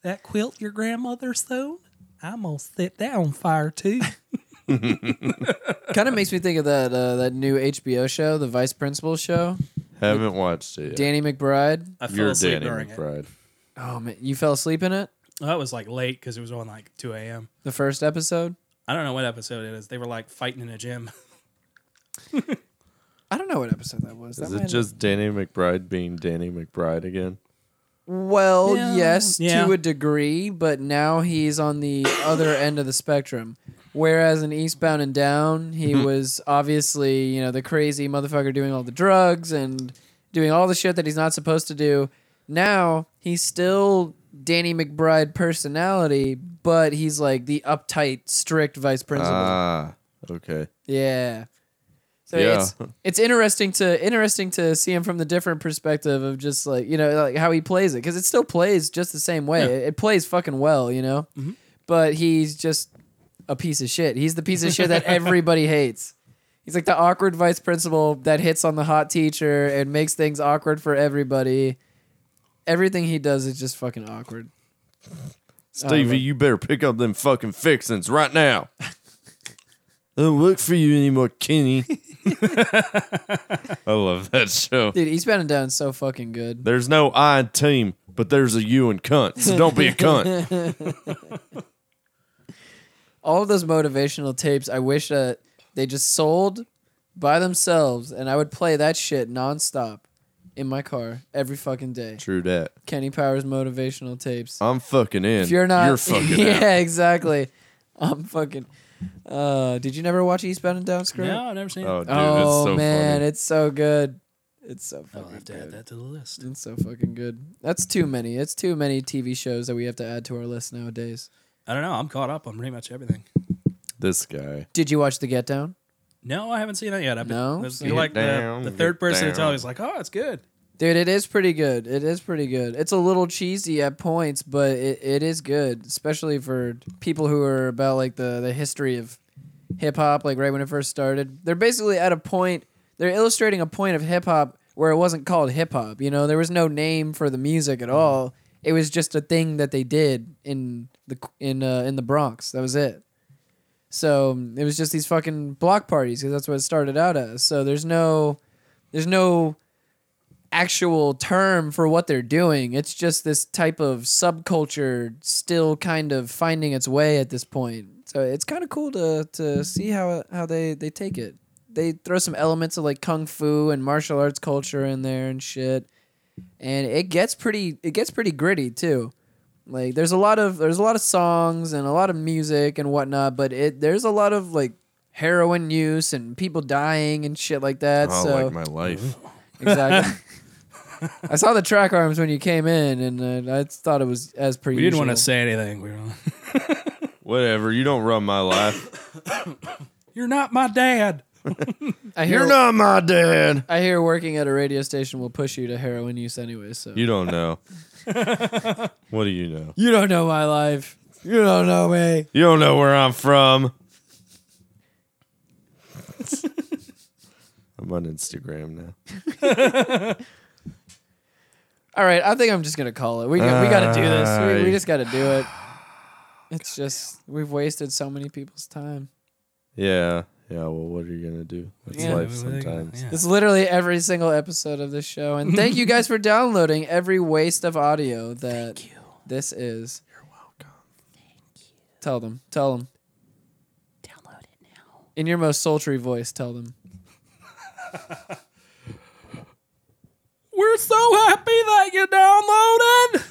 that quilt your grandmother sewed, I'm gonna set that on fire too.
kind of makes me think of that uh, that new HBO show, the Vice Principal show.
Haven't watched it yet.
Danny McBride.
I fell
You're
asleep
Danny
during it.
McBride.
Oh man, you fell asleep in it
That was like late because it was on like two AM.
the first episode.
I don't know what episode it is. They were like fighting in a gym.
I don't know what episode that was.
Is
that
it
might-
just Danny McBride being Danny McBride again?
Well,
Yeah.
yes,
Yeah.
to a degree, but now he's on the other end of the spectrum. Whereas in Eastbound and Down, he was obviously, you know, the crazy motherfucker doing all the drugs and doing all the shit that he's not supposed to do. Now he's still Danny McBride personality, but he's like the uptight, strict vice principal.
Ah, okay.
Yeah. So
Yeah.
it's it's interesting to interesting to see him from the different perspective of just like you know like how he plays it because it still plays just the same way. It, it plays fucking well, you know. But he's just a piece of shit. He's the piece of shit that everybody hates. He's like the awkward vice principal that hits on the hot teacher and makes things awkward for everybody. Everything he does is just fucking awkward.
Stevie, you better pick up them fucking fixins right now. I don't work for you anymore, Kenny. I love that show.
Dude, Eastbound and Down is so fucking good.
There's no I in team, but there's a you in cunt. So don't be a cunt.
All of those motivational tapes, I wish that they just sold by themselves, and I would play that shit nonstop in my car every fucking day.
True that.
Kenny Powers motivational tapes.
I'm fucking in.
if you're not,
you're fucking out.
yeah, exactly. I'm fucking. Uh, did you never watch Eastbound and Down? Screw
No, I've never seen it.
Oh, dude, it's
oh
so
man,
funny.
it's so good. It's so fucking.
I'll have to add that to the list.
It's so fucking good. That's too many. It's too many TV shows that we have to add to our list nowadays.
I don't know. I'm caught up on pretty much everything.
This guy.
Did you watch The Get Down?
No, I haven't seen it yet. I've been,
No?
that's-
Get
You're like
down,
the, the
get
third person to tell
down.
me. It's like, oh, it's good.
Dude, it is pretty good. It is pretty good. It's a little cheesy at points, but it, it is good, especially for people who are about like the, the history of hip hop, like right when it first started. They're basically at a point they're illustrating a point of hip hop where it wasn't called hip hop, you know, there was no name for the music at all. It was just a thing that they did in the in uh, in the Bronx. That was it. So um, it was just these fucking block parties because that's what it started out as. So there's no, there's no actual term for what they're doing. It's just this type of subculture still kind of finding its way at this point. So it's kind of cool to to see how how they they take it. They throw some elements of like kung fu and martial arts culture in there and shit. And it gets pretty it gets pretty gritty too. Like there's a lot of there's a lot of songs and a lot of music and whatnot, but it there's a lot of like heroin use and people dying and shit like that.
Oh,
so
like my life.
Exactly. I saw the track arms when you came in, and uh, I thought it was as per
We didn't want to
usual.
say anything. We were,
Whatever. You don't run my life.
You're not my dad.
I hear,
You're not my dad.
I hear working at a radio station will push you to heroin use anyway. So
You don't know. what do you know?
You don't know my life. You don't know me.
You don't know where I'm from. I'm on Instagram now.
All right, I think I'm just gonna call it. We got, we got to do this. We, we
Aye.
just got to do it. It's just we've wasted so many people's time.
Yeah. Yeah. Well, what are you gonna do? That's
Yeah.
life sometimes.
It's literally every single episode of this show. And thank you guys for downloading every waste of audio that this is. You're welcome. Thank you. Tell them. Tell them. Download it now. In your most sultry voice, tell them.
We're so happy that you downloaded.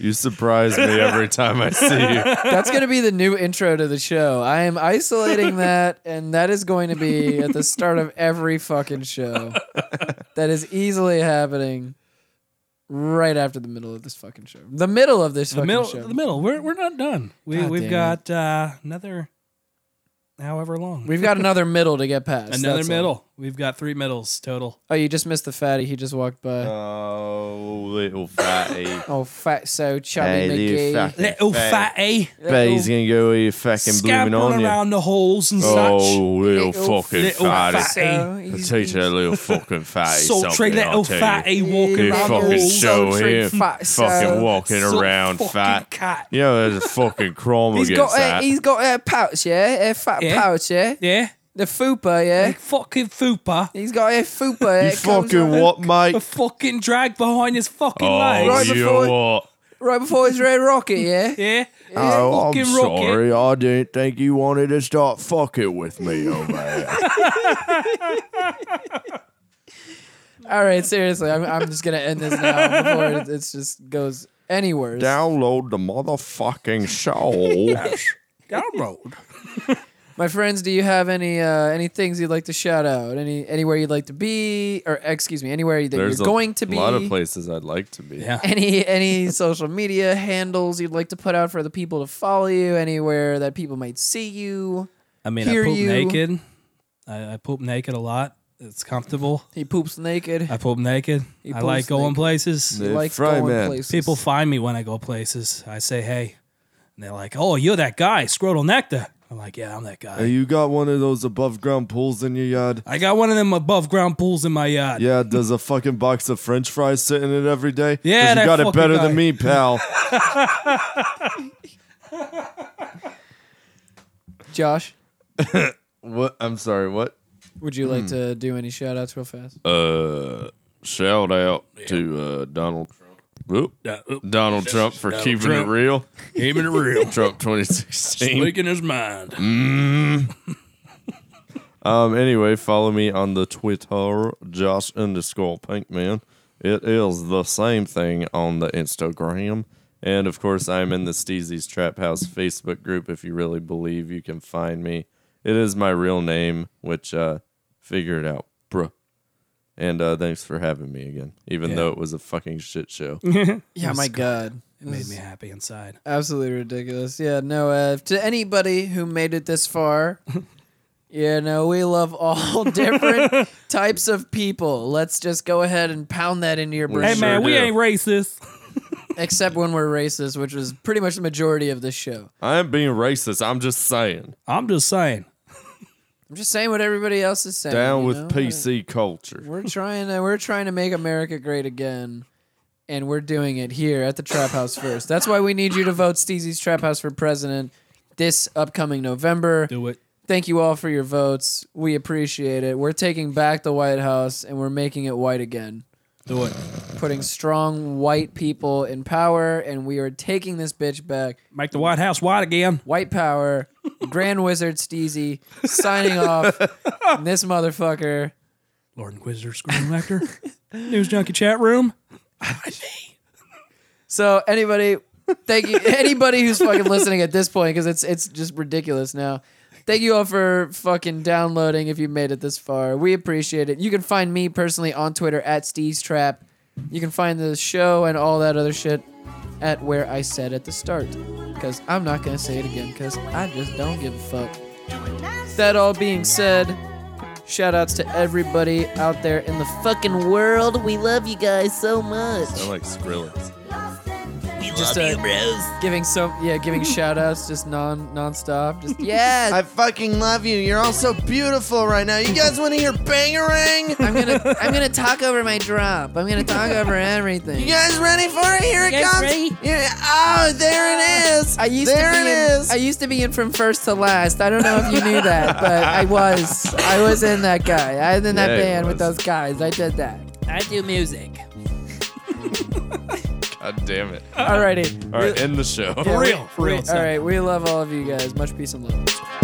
You surprise me every time I see you.
That's going to be the new intro to the show. I am isolating that, and that is going to be at the start of every fucking show. That is easily happening right after the middle of this fucking show. The middle of this
The
fucking
middle,
show.
the middle. We're we're not done. We
God
we've
damn
got uh, another, however long.
We've got another middle to get past.
Another
that's all.
middle. We've got three middles total.
Oh, you just missed the fatty. He just walked by.
Oh, little fatty.
Oh, fat so chubby
Hey,
McGee.
you fucking
Little fatty.
Betty's gonna go eat fucking blooming
Scampering
onion.
around the holes and such.
Oh, little,
Little
fucking
little
fatty.
fatty.
I'll teach you a little fucking fatty.
Sultry
something,
little
I'll tell you.
fatty walking
You
around the
fucking
halls.
show
Sultry
him.
fat
fucking
so-
walking
so
around
fucking
fat.
cat.
You know, there's a fucking crumb
He's
against
got a,
that.
he's got a pouch, yeah, a fat
Yeah.
pouch, yeah,
yeah,
the fupa, yeah,
fucking fupa.
He's got a fupa.
You
it comes
fucking
out-
what, mate?
A fucking drag behind his fucking
oh,
legs.
Right
you
before-
know what?
right before his red rocket, yeah,
yeah.
Oh, I'm
Fucking rocket.
sorry. I didn't think you wanted to start fucking with me
oh,
over there.
All right, seriously, I'm, I'm just gonna end this now before it it's just goes anywhere.
Download the motherfucking show.
Download.
My friends, do you have any uh, any things you'd like to shout out? Any anywhere you'd like to be, or excuse me, anywhere that
There's
you're going to be?
a lot of places I'd like to be.
Yeah.
any any social media handles you'd like to put out for the people to follow you anywhere that people might see you
I mean,
hear
I poop
you.
naked. I, I poop naked a lot. It's comfortable.
he poops naked
I poop naked.
He
I like
poops
going
naked.
places.
He They likes fry going man. places.
People find me when I go places. I say, hey. And they're like, oh, you're that guy, Scrotal Nectar. I'm like, yeah, I'm that guy.
Hey, you got one of those above ground pools in your yard?
I got one of them above ground pools in my yard.
Yeah, does a fucking box of French fries sit in it every day? 'Cause
Yeah, that
you got it
fucking
better
guy.
than me, pal.
josh
what? I'm sorry. What?
would you like
Hmm.
to do any shout outs real fast
Uh, shout out to uh, Donald. Oop, Donald Trump for
Donald
keeping
Trump.
it real.
Keeping it real.
Trump 2016.
Speaking his mind.
Mm. um. Anyway, follow me on the Twitter, Josh underscore Pinkman. It is the same thing on the Instagram. And of course, I'm in the Steezy's Trap House Facebook group. If you really believe you can find me, it is my real name, which uh, figure it out, bruh. And uh, thanks for having me again, even
Yeah.
though it was a fucking shit show.
yeah my god
It made
This
me
is
happy inside.
absolutely ridiculous yeah no uh, to anybody who made it this far yeah no we love all different types of people let's just go ahead and pound that into your brain
hey man, we ain't racist.
except when we're racist which was pretty much the majority of this show
I ain't being racist. I'm just saying.
I'm just saying.
i'm just saying what everybody else is saying
Down
Uh, you
with
know?
PC culture.
We're trying to we're trying to make America great again, and we're doing it here at the Trap House first. That's why we need you to vote Steezy's Trap House for president this upcoming November.
Do it.
Thank you all for your votes. We appreciate it. We're taking back the White House and we're making it white again.
Do it.
Putting strong white people in power, and we are taking this bitch back.
Make the White House white again.
White power. Grand Wizard Steezy signing off. And this motherfucker.
Lord Inquisitor, Screaming Actor, News Junkie Chat Room.
So anybody, thank you anybody who's fucking listening at this point because it's it's just ridiculous now. Thank you all for fucking downloading. If you made it this far, we appreciate it. You can find me personally on Twitter at Steez Trap. You can find the show and all that other shit at where I said at the start because I'm not gonna say it again because I just don't give a fuck. That all being said, shout outs to everybody out there in the fucking world. We love you guys so much.
I like Skrillex.
We
just
Love
uh,
you, bros.
giving so yeah, giving shout outs just non nonstop. Just yeah.
I fucking love you. You're all so beautiful right now. You guys want to hear bangerang?
I'm gonna I'm gonna talk over my drop. I'm gonna talk over everything.
You guys ready for it? Here it
You guys
comes.
ready?
Here- oh, there it is.
Ah. I used
There
to be
it
in,
is.
I used to be in from first to last. I don't know if you knew that, but I was. I was in that guy. I was in that
Yeah, he
band with
was.
those guys. I did that. I do music.
God damn it.
Alrighty.
All right, end the show.
Yeah, we- we- All right, we love all of you guys. Much peace and love.